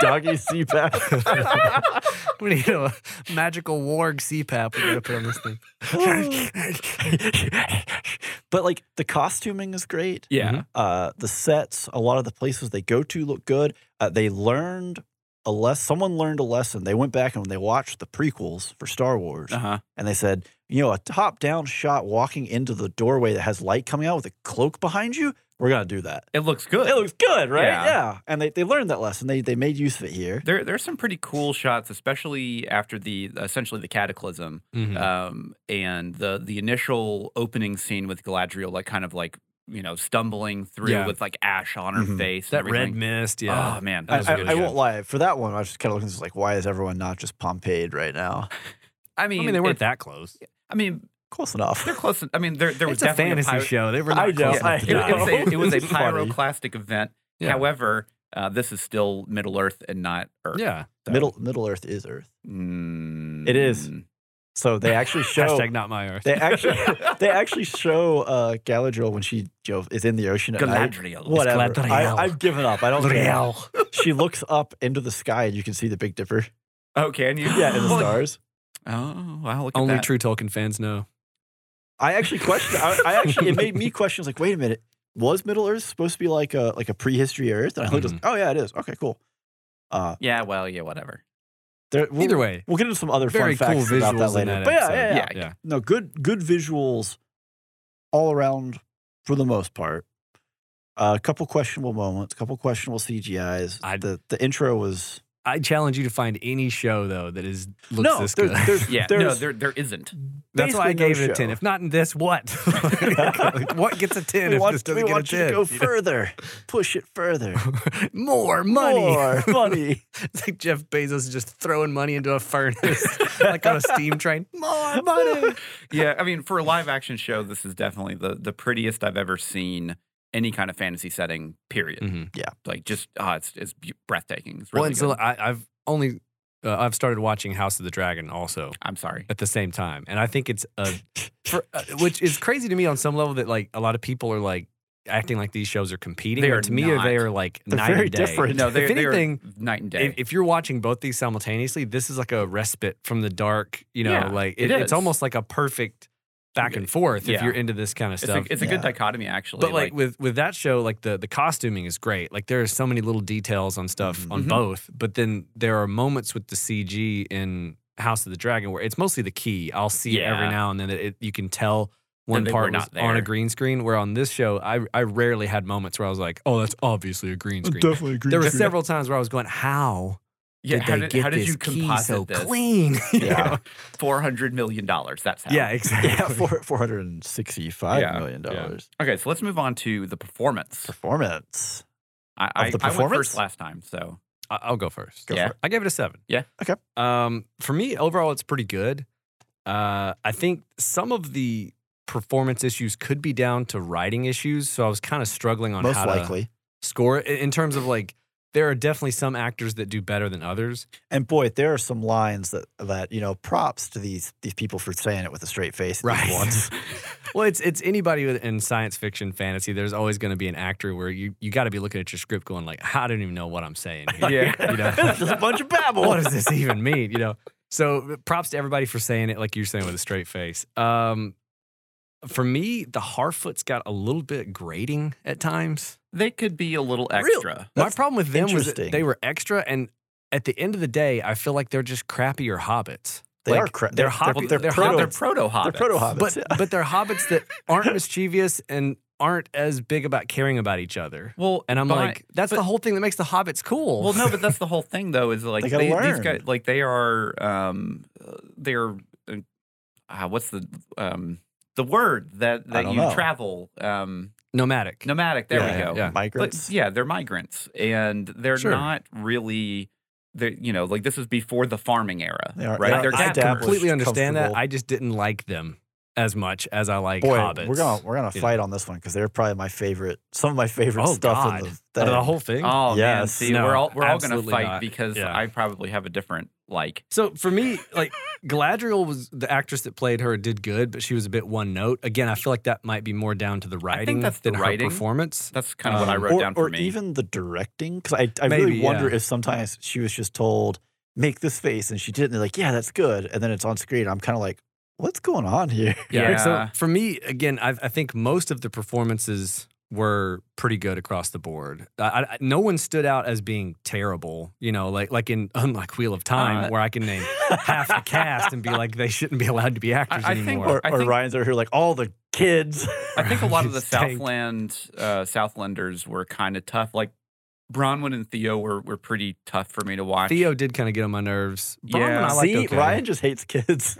Speaker 1: Doggy CPAP.
Speaker 2: we need a magical warg CPAP we gotta put on this thing.
Speaker 1: but like the costuming is great.
Speaker 3: Yeah.
Speaker 2: Mhm.
Speaker 1: Uh, the sets, a lot of the places they go to look good. Uh, they learned a less. Someone learned a lesson. They went back and they watched the prequels for Star Wars,
Speaker 3: Uh-huh.
Speaker 1: and they said, you know, a top-down shot walking into the doorway that has light coming out with a cloak behind you. We're gonna do that.
Speaker 3: It looks good.
Speaker 1: It looks good, right?
Speaker 3: Yeah.
Speaker 1: Yeah. And they, they learned that lesson. They they made use of it here.
Speaker 3: there, there's some pretty cool shots, especially after the essentially the cataclysm
Speaker 1: Uh,
Speaker 2: Mhm.
Speaker 3: um, and the the initial opening scene with Galadriel, like kind of like you know stumbling through
Speaker 2: Yeah.
Speaker 3: with like ash on her
Speaker 1: Mhm.
Speaker 3: face.
Speaker 2: that
Speaker 3: and
Speaker 2: red
Speaker 3: everything.
Speaker 2: mist, yeah.
Speaker 3: Oh man,
Speaker 2: That
Speaker 1: I,
Speaker 2: was
Speaker 1: I,
Speaker 2: really
Speaker 1: I
Speaker 2: good.
Speaker 1: won't lie. For that one, I was just kind of looking like, why is everyone not just Pompeii right now?
Speaker 3: I
Speaker 2: I
Speaker 3: mean,
Speaker 2: mean, they weren't
Speaker 3: it-
Speaker 2: that close.
Speaker 3: I mean,
Speaker 1: Close enough.
Speaker 3: they're close. I mean, there there
Speaker 2: it's
Speaker 3: was
Speaker 2: a
Speaker 3: definitely
Speaker 2: fantasy
Speaker 3: pirate-
Speaker 2: show. They were
Speaker 1: I
Speaker 2: not
Speaker 1: know,
Speaker 2: close
Speaker 1: I
Speaker 2: enough to
Speaker 3: It,
Speaker 1: know.
Speaker 2: die.
Speaker 3: it was a, it was a
Speaker 1: This is funny.
Speaker 3: pyroclastic event.
Speaker 2: Yeah.
Speaker 3: However, uh, this is still Middle Earth and not Earth.
Speaker 2: Yeah.
Speaker 3: So-
Speaker 1: Middle Middle Earth is Earth.
Speaker 3: Mm,
Speaker 1: It is. So they actually show
Speaker 2: Hashtag not my earth.
Speaker 1: they actually they actually show uh, Galadriel when she you know, is in the ocean at night.
Speaker 3: Galadriel.
Speaker 1: Whatever.
Speaker 2: Galadriel.
Speaker 1: I, I've given up. I don't. care. She looks up into the sky and you can see the Big Dipper.
Speaker 3: Okay, and you
Speaker 1: Yeah, in the
Speaker 3: Well,
Speaker 1: stars.
Speaker 3: Oh wow, look
Speaker 2: Only
Speaker 3: at that.
Speaker 2: true Tolkien fans know.
Speaker 1: I actually questioned. I, I actually it made me question. I was like, wait a minute, was Middle Earth supposed to be like a like a prehistory Earth? And I looked. I was
Speaker 2: Mm-hmm.
Speaker 1: like, oh yeah, it is. Okay, cool. Uh,
Speaker 3: Yeah, well, yeah, whatever.
Speaker 1: there, we'll,
Speaker 2: Either way,
Speaker 1: we'll get into some other
Speaker 2: very
Speaker 1: fun
Speaker 2: cool
Speaker 1: facts about that
Speaker 2: visuals in
Speaker 1: later.
Speaker 2: that
Speaker 1: but yeah,
Speaker 2: episode.
Speaker 1: yeah, yeah,
Speaker 3: Yeah.
Speaker 2: yeah.
Speaker 1: No, good good visuals all around for the most part. Uh, a couple questionable moments, a couple questionable CGIs.
Speaker 2: I-
Speaker 1: the the intro was
Speaker 2: I challenge you to find any show though that is looks
Speaker 1: no.
Speaker 2: this
Speaker 1: there-
Speaker 2: good.
Speaker 1: there's-
Speaker 3: Yeah, no,
Speaker 1: there's-
Speaker 3: there there isn't.
Speaker 2: That's why I
Speaker 1: basically no
Speaker 2: gave it a ten.
Speaker 1: show.
Speaker 2: If not in this, what? what gets a ten
Speaker 1: we
Speaker 2: if
Speaker 1: want,
Speaker 2: this
Speaker 1: we
Speaker 2: doesn't get a
Speaker 1: want you
Speaker 2: ten?
Speaker 1: to go
Speaker 2: You know?
Speaker 1: further, push it further,
Speaker 2: More money.
Speaker 1: more money.
Speaker 2: It's like Jeff Bezos is just throwing money into a furnace, like on a steam train. More money.
Speaker 3: Yeah, I mean, for a live action show, this is definitely the the prettiest I've ever seen any kind of fantasy setting. Period. Like, just ah, it's it's be- breathtaking. It's
Speaker 2: Mm. Well,
Speaker 3: really
Speaker 2: and so
Speaker 3: Mm-hmm. good.
Speaker 2: I, I've only uh, I've started watching House of the Dragon also
Speaker 3: I'm sorry.
Speaker 2: at the same time, and I think it's a, for, uh, which is crazy to me on some level that like a lot of people are like acting like these shows are competing.
Speaker 3: They
Speaker 2: or
Speaker 3: are
Speaker 2: to me,
Speaker 3: not.
Speaker 2: they are like
Speaker 1: They're
Speaker 2: night
Speaker 1: very
Speaker 2: and day.
Speaker 1: different.
Speaker 3: No,
Speaker 2: If
Speaker 3: they're, they're
Speaker 2: anything,
Speaker 3: night and day.
Speaker 2: If, if you're watching both these simultaneously, this is like a respite from the dark. You know,
Speaker 3: Yeah,
Speaker 2: like
Speaker 3: it
Speaker 2: it's
Speaker 3: is.
Speaker 2: almost like a perfect back and forth if
Speaker 3: Yeah.
Speaker 2: you're into this kind of
Speaker 3: it's
Speaker 2: stuff.
Speaker 3: a, it's a
Speaker 1: yeah.
Speaker 3: good dichotomy, actually.
Speaker 2: But like, with with that show, like the the costuming is great. Like there are so many little details on stuff
Speaker 1: Mhm.
Speaker 2: on
Speaker 3: Mhm.
Speaker 2: both. But then there are moments with the CG in House of the Dragon where it's mostly the key. I'll see it every
Speaker 3: Yeah.
Speaker 2: now and then that it, you can tell one
Speaker 3: they
Speaker 2: part
Speaker 3: were
Speaker 2: was
Speaker 3: not
Speaker 2: on a
Speaker 3: there.
Speaker 2: green screen. Where on this show, I I rarely had moments where I was like, oh, that's obviously a green screen.
Speaker 1: Definitely agree.
Speaker 2: There were several times where I was going, how
Speaker 3: yeah,
Speaker 2: did
Speaker 3: how
Speaker 2: they
Speaker 3: did,
Speaker 2: get
Speaker 3: how did
Speaker 2: this
Speaker 3: you
Speaker 2: key
Speaker 3: composite
Speaker 2: so
Speaker 3: this?
Speaker 2: clean?
Speaker 1: Yeah.
Speaker 3: Four hundred million dollars. That's how.
Speaker 2: yeah, exactly.
Speaker 1: Yeah, four four hundred and sixty-five
Speaker 3: Yeah,
Speaker 1: million dollars.
Speaker 3: Okay, so let's move on to the performance.
Speaker 1: Performance.
Speaker 3: I, I,
Speaker 1: Of the
Speaker 3: I went
Speaker 1: performance?
Speaker 3: first last time, so
Speaker 2: I- I'll go first.
Speaker 3: Go Yeah. for
Speaker 2: I gave it a seven.
Speaker 3: Yeah.
Speaker 1: Okay.
Speaker 2: Um, for me, overall, it's pretty good. Uh, I think some of the performance issues could be down to writing issues. So I was kind of struggling on
Speaker 1: Most
Speaker 2: how
Speaker 1: likely.
Speaker 2: to score it in in terms of like, there are definitely some actors that do better than others.
Speaker 1: And boy, there are some lines that that you know. Props to these these people for saying it with a straight face. at these ones.
Speaker 2: well, it's it's anybody with- in science fiction fantasy. There's always going to be an actor where you you got to be looking at your script going like, I don't even know what I'm saying. here."
Speaker 3: Yeah.
Speaker 2: You know?
Speaker 1: just a bunch of babble.
Speaker 2: what does this even mean? You know. So props to everybody for saying it like you're saying with a straight face. Um, for me, the Harfoot's got a little bit grating at times.
Speaker 3: they could be a little
Speaker 1: Real-
Speaker 3: extra.
Speaker 2: My
Speaker 1: That's
Speaker 2: problem with them was that
Speaker 1: interesting.
Speaker 2: they were extra, and at the end of the day, I feel like they're just crappier hobbits.
Speaker 1: They
Speaker 2: Like,
Speaker 1: are. Cra-
Speaker 2: they're hobbit- they're hobbits.
Speaker 3: They're proto hobbits.
Speaker 1: They're proto-hobbits.
Speaker 2: But
Speaker 1: yeah.
Speaker 2: but they're hobbits that aren't mischievous and aren't as big about caring about each other.
Speaker 3: Well,
Speaker 2: And I'm
Speaker 3: but-
Speaker 2: like, that's the
Speaker 3: but-
Speaker 2: whole thing that makes the hobbits cool.
Speaker 3: Well, no, but that's the whole thing, though. Is like
Speaker 1: They gotta
Speaker 3: these
Speaker 1: learn.
Speaker 3: guys, like they are, um, uh, they are. Uh, ah, what's the um the word that that
Speaker 1: don't
Speaker 3: you
Speaker 1: know.
Speaker 3: travel um
Speaker 2: nomadic.
Speaker 3: nomadic? There we
Speaker 2: Yeah,
Speaker 3: go.
Speaker 2: yeah.
Speaker 1: migrants.
Speaker 3: But yeah, they're migrants, and they're
Speaker 2: Sure.
Speaker 3: not really. They you know like this is before the farming era,
Speaker 1: They are-
Speaker 3: right?
Speaker 1: they are
Speaker 3: They're
Speaker 2: I
Speaker 1: adapters.
Speaker 3: captives.
Speaker 2: completely understand that.
Speaker 1: comfortable.
Speaker 2: I just didn't like them as much as I like
Speaker 1: Boy,
Speaker 2: Hobbits.
Speaker 1: we're gonna we're gonna
Speaker 2: you know.
Speaker 1: fight on this one because they're probably my favorite, some of my favorite
Speaker 2: Oh,
Speaker 1: stuff
Speaker 2: God.
Speaker 1: in the
Speaker 2: Out
Speaker 1: thing.
Speaker 2: of the whole thing.
Speaker 3: Oh man,
Speaker 1: Yes.
Speaker 3: see,
Speaker 2: No,
Speaker 3: we're all we're all gonna
Speaker 2: absolutely
Speaker 3: fight
Speaker 2: not.
Speaker 3: because
Speaker 2: Yeah.
Speaker 3: I probably have a different like.
Speaker 2: So for me, like Gladriel was the actress that played her did good, but she was a bit one note. Again, I feel like that might be more down to the writing
Speaker 3: that's the
Speaker 2: than
Speaker 3: writing.
Speaker 2: her performance.
Speaker 3: That's kind of what I
Speaker 2: Um,
Speaker 3: wrote
Speaker 1: or,
Speaker 3: down for
Speaker 1: or
Speaker 3: me.
Speaker 1: even the directing, because I, I
Speaker 2: Maybe,
Speaker 1: really wonder
Speaker 2: yeah.
Speaker 1: if sometimes she was just told make this face and she did, and they're like, yeah, that's good, and then it's on screen. I'm kind of like, what's going on here?
Speaker 3: Yeah.
Speaker 2: So for me, again, I, I think most of the performances were pretty good across the board. I, I, no one stood out as being terrible. You know, like like in unlike Wheel of Time,
Speaker 3: Uh,
Speaker 2: where I can name half the cast and be like, they shouldn't be allowed to be actors
Speaker 3: I think
Speaker 2: anymore.
Speaker 1: Or,
Speaker 3: I
Speaker 1: or
Speaker 3: think-
Speaker 1: Ryan's over here like all the kids.
Speaker 3: I think a lot of the
Speaker 2: Just tanked.
Speaker 3: Southland uh, Southlanders were kind of tough. Like Bronwyn and Theo were were pretty tough for me to watch.
Speaker 2: Theo did kind of get on my nerves. Bronwyn,
Speaker 3: Yeah.
Speaker 2: I liked
Speaker 1: See,
Speaker 2: okay.
Speaker 1: Ryan just hates kids.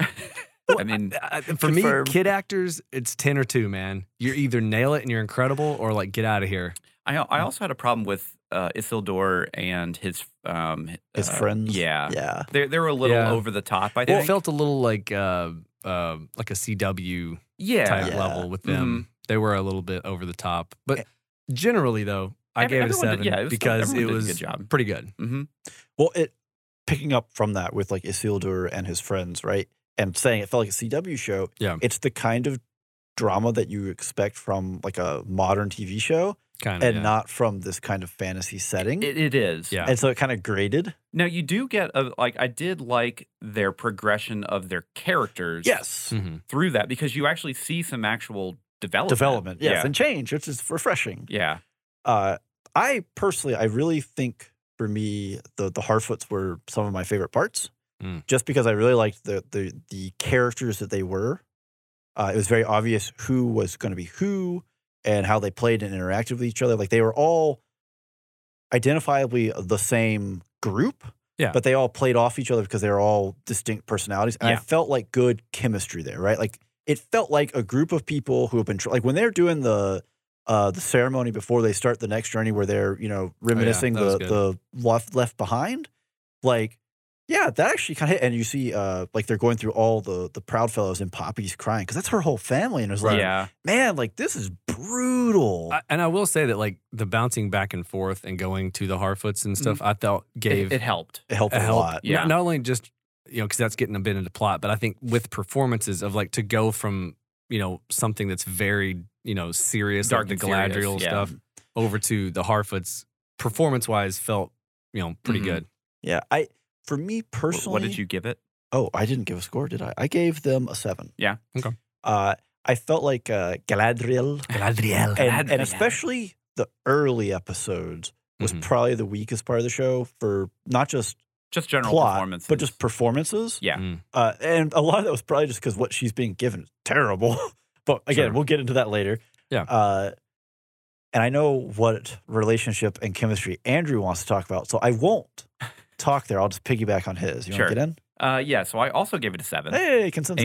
Speaker 3: I mean,
Speaker 2: I- uh, for
Speaker 1: Confirmed.
Speaker 2: me, kid actors, it's ten or two, man. You either nail it and you're incredible, or like get out of here.
Speaker 3: I I also had a problem with uh, Isildur and his um
Speaker 1: His
Speaker 3: uh,
Speaker 1: friends.
Speaker 3: Yeah,
Speaker 1: Yeah.
Speaker 3: they they were a little
Speaker 2: Yeah.
Speaker 3: over the top. I
Speaker 2: Well,
Speaker 3: think.
Speaker 2: it felt a little like uh, uh, like a CW
Speaker 3: yeah, Mm-hmm.
Speaker 2: type
Speaker 1: Yeah.
Speaker 2: level with them. They were a little bit over the top, but generally though, I
Speaker 3: Eh. Every-
Speaker 2: gave it a
Speaker 3: everyone
Speaker 2: seven
Speaker 3: did- yeah, it was-
Speaker 2: because
Speaker 3: everyone
Speaker 2: it
Speaker 3: did a
Speaker 2: was
Speaker 3: good job.
Speaker 2: pretty good.
Speaker 3: hmm
Speaker 1: Mm-hmm. Well, it picking up from that with like Isildur and his friends, right? And saying it felt like a CW show.
Speaker 2: Yeah.
Speaker 1: It's the kind of drama that you expect from like a modern TV show
Speaker 2: Kind of.
Speaker 1: and not from this kind of fantasy setting.
Speaker 3: It, it is.
Speaker 2: Yeah.
Speaker 1: and so it kind of graded.
Speaker 3: Now you do get a like I did like their progression of their characters.
Speaker 1: Yes.
Speaker 2: Mm-hmm.
Speaker 3: Through that because you actually see some actual development.
Speaker 1: Development. Yes.
Speaker 3: Yeah.
Speaker 1: And change, which is refreshing.
Speaker 3: yeah.
Speaker 1: uh, I personally, I really think for me, the the Harfoots were some of my favorite parts,
Speaker 2: Mm.
Speaker 1: just because I really liked the the the characters that they were. Uh, it was very obvious who was going to be who and how they played and interacted with each other. Like they were all identifiably the same group,
Speaker 2: Yeah.
Speaker 1: but they all played off each other because they were all distinct personalities. And
Speaker 2: Yeah.
Speaker 1: I felt like good chemistry there, right? Like it felt like a group of people who have been tr- like when they're doing the uh, the ceremony before they start the next journey where they're you know reminiscing
Speaker 2: Oh, that was
Speaker 1: the the left left behind like yeah that actually kind of hit and you see uh like they're going through all the the proud fellows and poppy's crying because that's her whole family and it's like
Speaker 3: Yeah.
Speaker 1: man like this is brutal
Speaker 2: I, and I will say that like the bouncing back and forth and going to the Harfoots and stuff, I thought gave
Speaker 3: Mm-hmm. It, it helped.
Speaker 1: it helped
Speaker 2: It
Speaker 1: a
Speaker 2: helped.
Speaker 1: lot
Speaker 3: Yeah.
Speaker 2: Not, not only just you know because that's getting a bit into plot, but I think with performances of like to go from you know something that's very you know serious,
Speaker 3: Dark
Speaker 2: like the
Speaker 3: and serious,
Speaker 2: Galadriel
Speaker 3: yeah.
Speaker 2: stuff, over to the Harfoots, performance wise felt you know pretty
Speaker 3: Mhm.
Speaker 2: good.
Speaker 1: yeah i for me
Speaker 3: Wh-
Speaker 1: personally
Speaker 3: What did you give it?
Speaker 1: Oh, I didn't give a score, did I? I gave them a seven.
Speaker 3: Yeah.
Speaker 2: Okay.
Speaker 1: Uh, I felt like uh, Galadriel,
Speaker 2: Galadriel.
Speaker 1: and,
Speaker 3: Galadriel. Mm-hmm.
Speaker 1: and especially the early episodes was
Speaker 2: Mhm.
Speaker 1: probably the weakest part of the show for not just
Speaker 3: Just general
Speaker 1: plot,
Speaker 3: performance.
Speaker 1: but just performances.
Speaker 3: Yeah.
Speaker 2: Mm.
Speaker 1: Uh, and a lot of that was probably just because what she's being given is terrible. but again,
Speaker 2: Sure.
Speaker 1: we'll get into that later.
Speaker 2: Yeah.
Speaker 1: Uh, and I know what relationship and chemistry Andrew wants to talk about, so I won't talk there. I'll just piggyback on his. You
Speaker 3: Sure.
Speaker 1: want to get
Speaker 3: uh, yeah. So I also gave it a
Speaker 1: in?
Speaker 3: seven.
Speaker 1: Hey, consensus.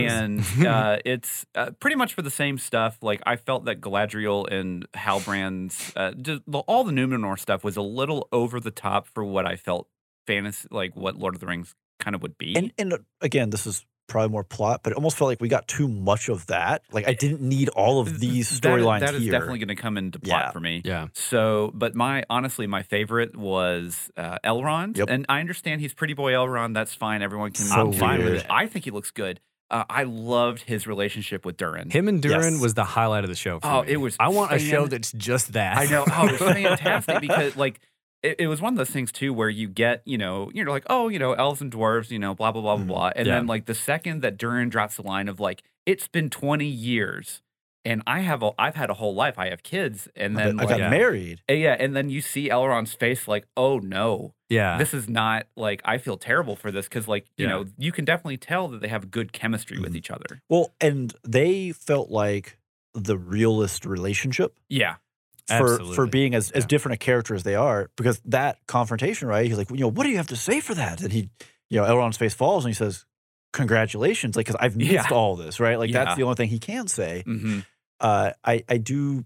Speaker 3: and uh, it's uh, pretty much for the same stuff. Like I felt that Galadriel and Halbrand's uh, just, the- all the Numenor stuff was a little over the top for what I felt fantasy like what Lord of the Rings kind of would be.
Speaker 1: And and uh, again, this is probably more plot, but it almost felt like we got too much of that. Like I didn't need all of these
Speaker 3: That-
Speaker 1: storylines
Speaker 3: that is
Speaker 1: here.
Speaker 3: definitely going to come into plot
Speaker 1: Yeah.
Speaker 3: for me.
Speaker 2: yeah,
Speaker 3: So, but my honestly, my favorite was uh, Elrond,
Speaker 1: Yep.
Speaker 3: and I understand he's pretty boy Elrond. That's fine. Everyone can.
Speaker 1: So
Speaker 3: I'm fine with
Speaker 1: weird.
Speaker 3: it. I think he looks good. Uh, I loved his relationship with Durin.
Speaker 2: him and Duran
Speaker 1: Yes.
Speaker 2: was the highlight of the show. For
Speaker 3: Oh,
Speaker 2: me.
Speaker 3: it was
Speaker 2: I want a
Speaker 3: fan-
Speaker 2: show that's just that.
Speaker 3: I know. Oh, it was fantastic because like it, it was one of those things too where you get, you know, you're like, oh, you know, elves and dwarves, you know, blah blah blah blah
Speaker 1: Mhm.
Speaker 3: blah. And
Speaker 2: Yeah.
Speaker 3: then like the second that Durin drops the line of like, it's been 20 years and I have a I've had a whole life. I have kids. And
Speaker 1: I
Speaker 3: then
Speaker 1: got- I
Speaker 3: like eh,
Speaker 1: got
Speaker 2: yeah.
Speaker 1: married.
Speaker 3: yeah. and then you see Elrond's face like, oh no,
Speaker 2: yeah.
Speaker 3: this is not like I feel terrible for this because like, you
Speaker 2: Yeah.
Speaker 3: know, you can definitely tell that they have good chemistry with
Speaker 1: Mhm.
Speaker 3: each other.
Speaker 1: Well, and they felt like the realist relationship
Speaker 3: Yeah.
Speaker 1: for, for
Speaker 2: Absolutely.
Speaker 1: being as, as
Speaker 2: Yeah.
Speaker 1: different a character as they are, because that confrontation, right? He's like, you know, what do you have to say for that? And he, you know, Elrond's face falls and he says, congratulations, like, because I've missed
Speaker 3: Yeah.
Speaker 1: all this, right? Like,
Speaker 3: Yeah.
Speaker 1: that's the only thing he can say.
Speaker 3: hmm
Speaker 1: uh, I I do,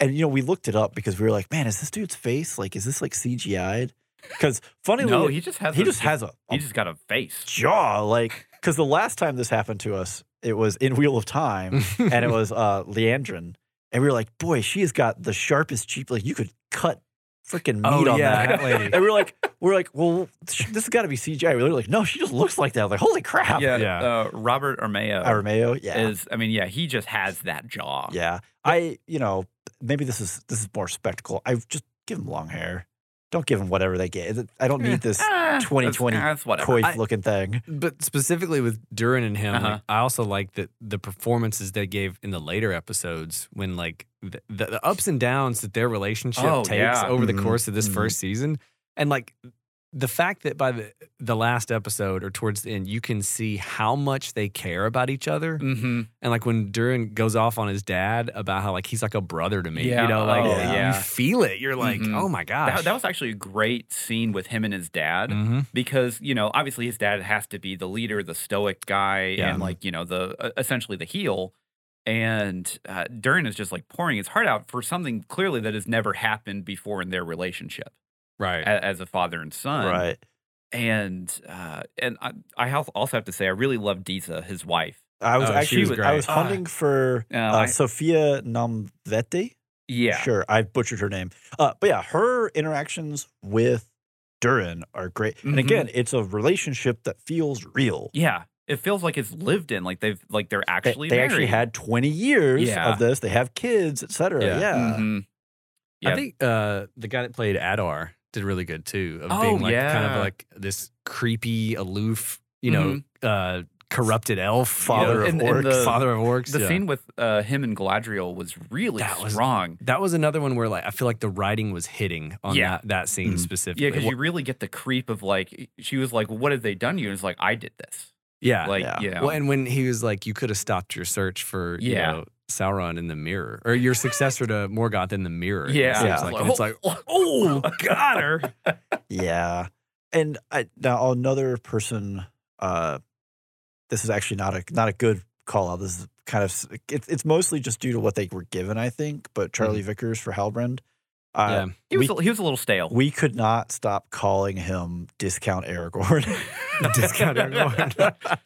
Speaker 1: and you know we looked it up because we were like, man, is this dude's face like is this like CGI'd? Because funnily,
Speaker 3: No,
Speaker 1: he,
Speaker 3: he just has a-
Speaker 1: just has a,
Speaker 3: he
Speaker 1: a
Speaker 3: just got a face.
Speaker 1: jaw like because the last time this happened to us, It was in Wheel of Time, and it was uh, Leandrin, and we were like, boy, she has got the sharpest cheap. Like you could cut freaking meat
Speaker 2: oh,
Speaker 1: on
Speaker 2: yeah,
Speaker 1: that.
Speaker 2: that lady.
Speaker 1: And we were like, we are like, well, sh- this has got to be CGI. We were like, no, she just looks like that. I was like, holy crap.
Speaker 2: Oh,
Speaker 3: yeah,
Speaker 2: Yeah.
Speaker 3: Uh, Robert Armeo
Speaker 1: Armeo, yeah,
Speaker 3: is. I mean, yeah, he just has that jaw.
Speaker 1: yeah. I, you know, maybe this is this is more spectacle. I just give him long hair. Don't give him whatever they get. I don't need this
Speaker 3: Ah, that's-
Speaker 1: 2020
Speaker 3: That's whatever.
Speaker 1: coif
Speaker 2: I-
Speaker 1: looking thing.
Speaker 2: But specifically with Duran and him,
Speaker 3: Uh-huh.
Speaker 2: like, I also like that the performances they gave in the later episodes when like the, the, the ups and downs that their relationship
Speaker 3: Oh,
Speaker 2: takes
Speaker 3: yeah.
Speaker 2: over
Speaker 1: Mhm.
Speaker 2: the course of this
Speaker 1: Mhm.
Speaker 2: first season, and like the fact that by the the last episode or towards the end, you can see how much they care about each other,
Speaker 3: Mm-hmm.
Speaker 2: and like when Duran goes off on his dad about how like he's like a brother to me,
Speaker 3: Yeah.
Speaker 2: you know, like
Speaker 1: Oh,
Speaker 3: yeah.
Speaker 2: you feel it. You're like,
Speaker 3: Mhm.
Speaker 2: oh my gosh,
Speaker 3: That, that was actually a great scene with him and his dad
Speaker 2: Mhm.
Speaker 3: because you know obviously his dad has to be the leader, the stoic guy,
Speaker 2: Yeah.
Speaker 3: and like you know the uh, essentially the heel. And uh, Duran is just like pouring his heart out for something clearly that has never happened before in their relationship
Speaker 2: right.
Speaker 3: a- as a father and son.
Speaker 1: Right.
Speaker 3: And uh, and I, I al- also have to say I really love Disa, his wife.
Speaker 1: I was
Speaker 2: Oh, she
Speaker 1: actually
Speaker 3: was
Speaker 1: I was
Speaker 3: great.
Speaker 1: hunting for
Speaker 3: Uh,
Speaker 1: uh,
Speaker 3: I-
Speaker 1: Sophia Namvete.
Speaker 3: yeah,
Speaker 1: Sure, I butchered her name. Uh, but yeah, her interactions with Durin are great. And
Speaker 3: Mhm.
Speaker 1: again, it's a relationship that feels real.
Speaker 3: yeah. It feels like it's lived in, like they've like they're
Speaker 1: They,
Speaker 3: actually
Speaker 1: they actually
Speaker 3: married.
Speaker 1: had 20 years
Speaker 3: Yeah.
Speaker 1: of this. They have kids, etc. Yeah.
Speaker 2: Yeah.
Speaker 3: Mhm. Yeah.
Speaker 2: I think uh, the guy that played Adar did really good too. Of
Speaker 3: Oh,
Speaker 2: being like kind
Speaker 3: yeah.
Speaker 2: of like this creepy, aloof, you know,
Speaker 3: Mm-hmm.
Speaker 2: uh, corrupted elf,
Speaker 1: Father
Speaker 2: you know,
Speaker 1: of
Speaker 2: and- and
Speaker 1: orcs.
Speaker 2: the- father of orcs.
Speaker 3: The
Speaker 2: yeah.
Speaker 3: scene with uh, him and Galadriel was really
Speaker 2: That was-
Speaker 3: strong.
Speaker 2: that was another one where like I feel like the writing was hitting on
Speaker 3: Yeah.
Speaker 2: that, that scene
Speaker 1: Mhm.
Speaker 2: specifically.
Speaker 3: Yeah, because you really get the creep of like she was like, "What have they done to you?" And it's like, "I did this."
Speaker 2: Uh, yeah.
Speaker 3: Like,
Speaker 1: Yeah.
Speaker 3: you know,
Speaker 2: well, and when he was like, "You could have stopped your search for you
Speaker 3: Yeah.
Speaker 2: know, Sauron in the mirror, or your successor to Morgoth in the mirror." it
Speaker 3: yeah,
Speaker 2: seems
Speaker 1: Yeah.
Speaker 2: like. And it's like,
Speaker 3: oh, got her.
Speaker 1: Yeah. And I, now another person. Uh, this is actually not a not a good call out. This is kind of s- it's it's mostly just due to what they were given, I think. But
Speaker 3: Mm-hmm.
Speaker 1: Charlie Vickers for Halbrand, uh,
Speaker 2: yeah.
Speaker 3: He was, a- he was a little stale.
Speaker 1: we could not stop calling him Discount Aragorn.
Speaker 2: Discount Aragorn.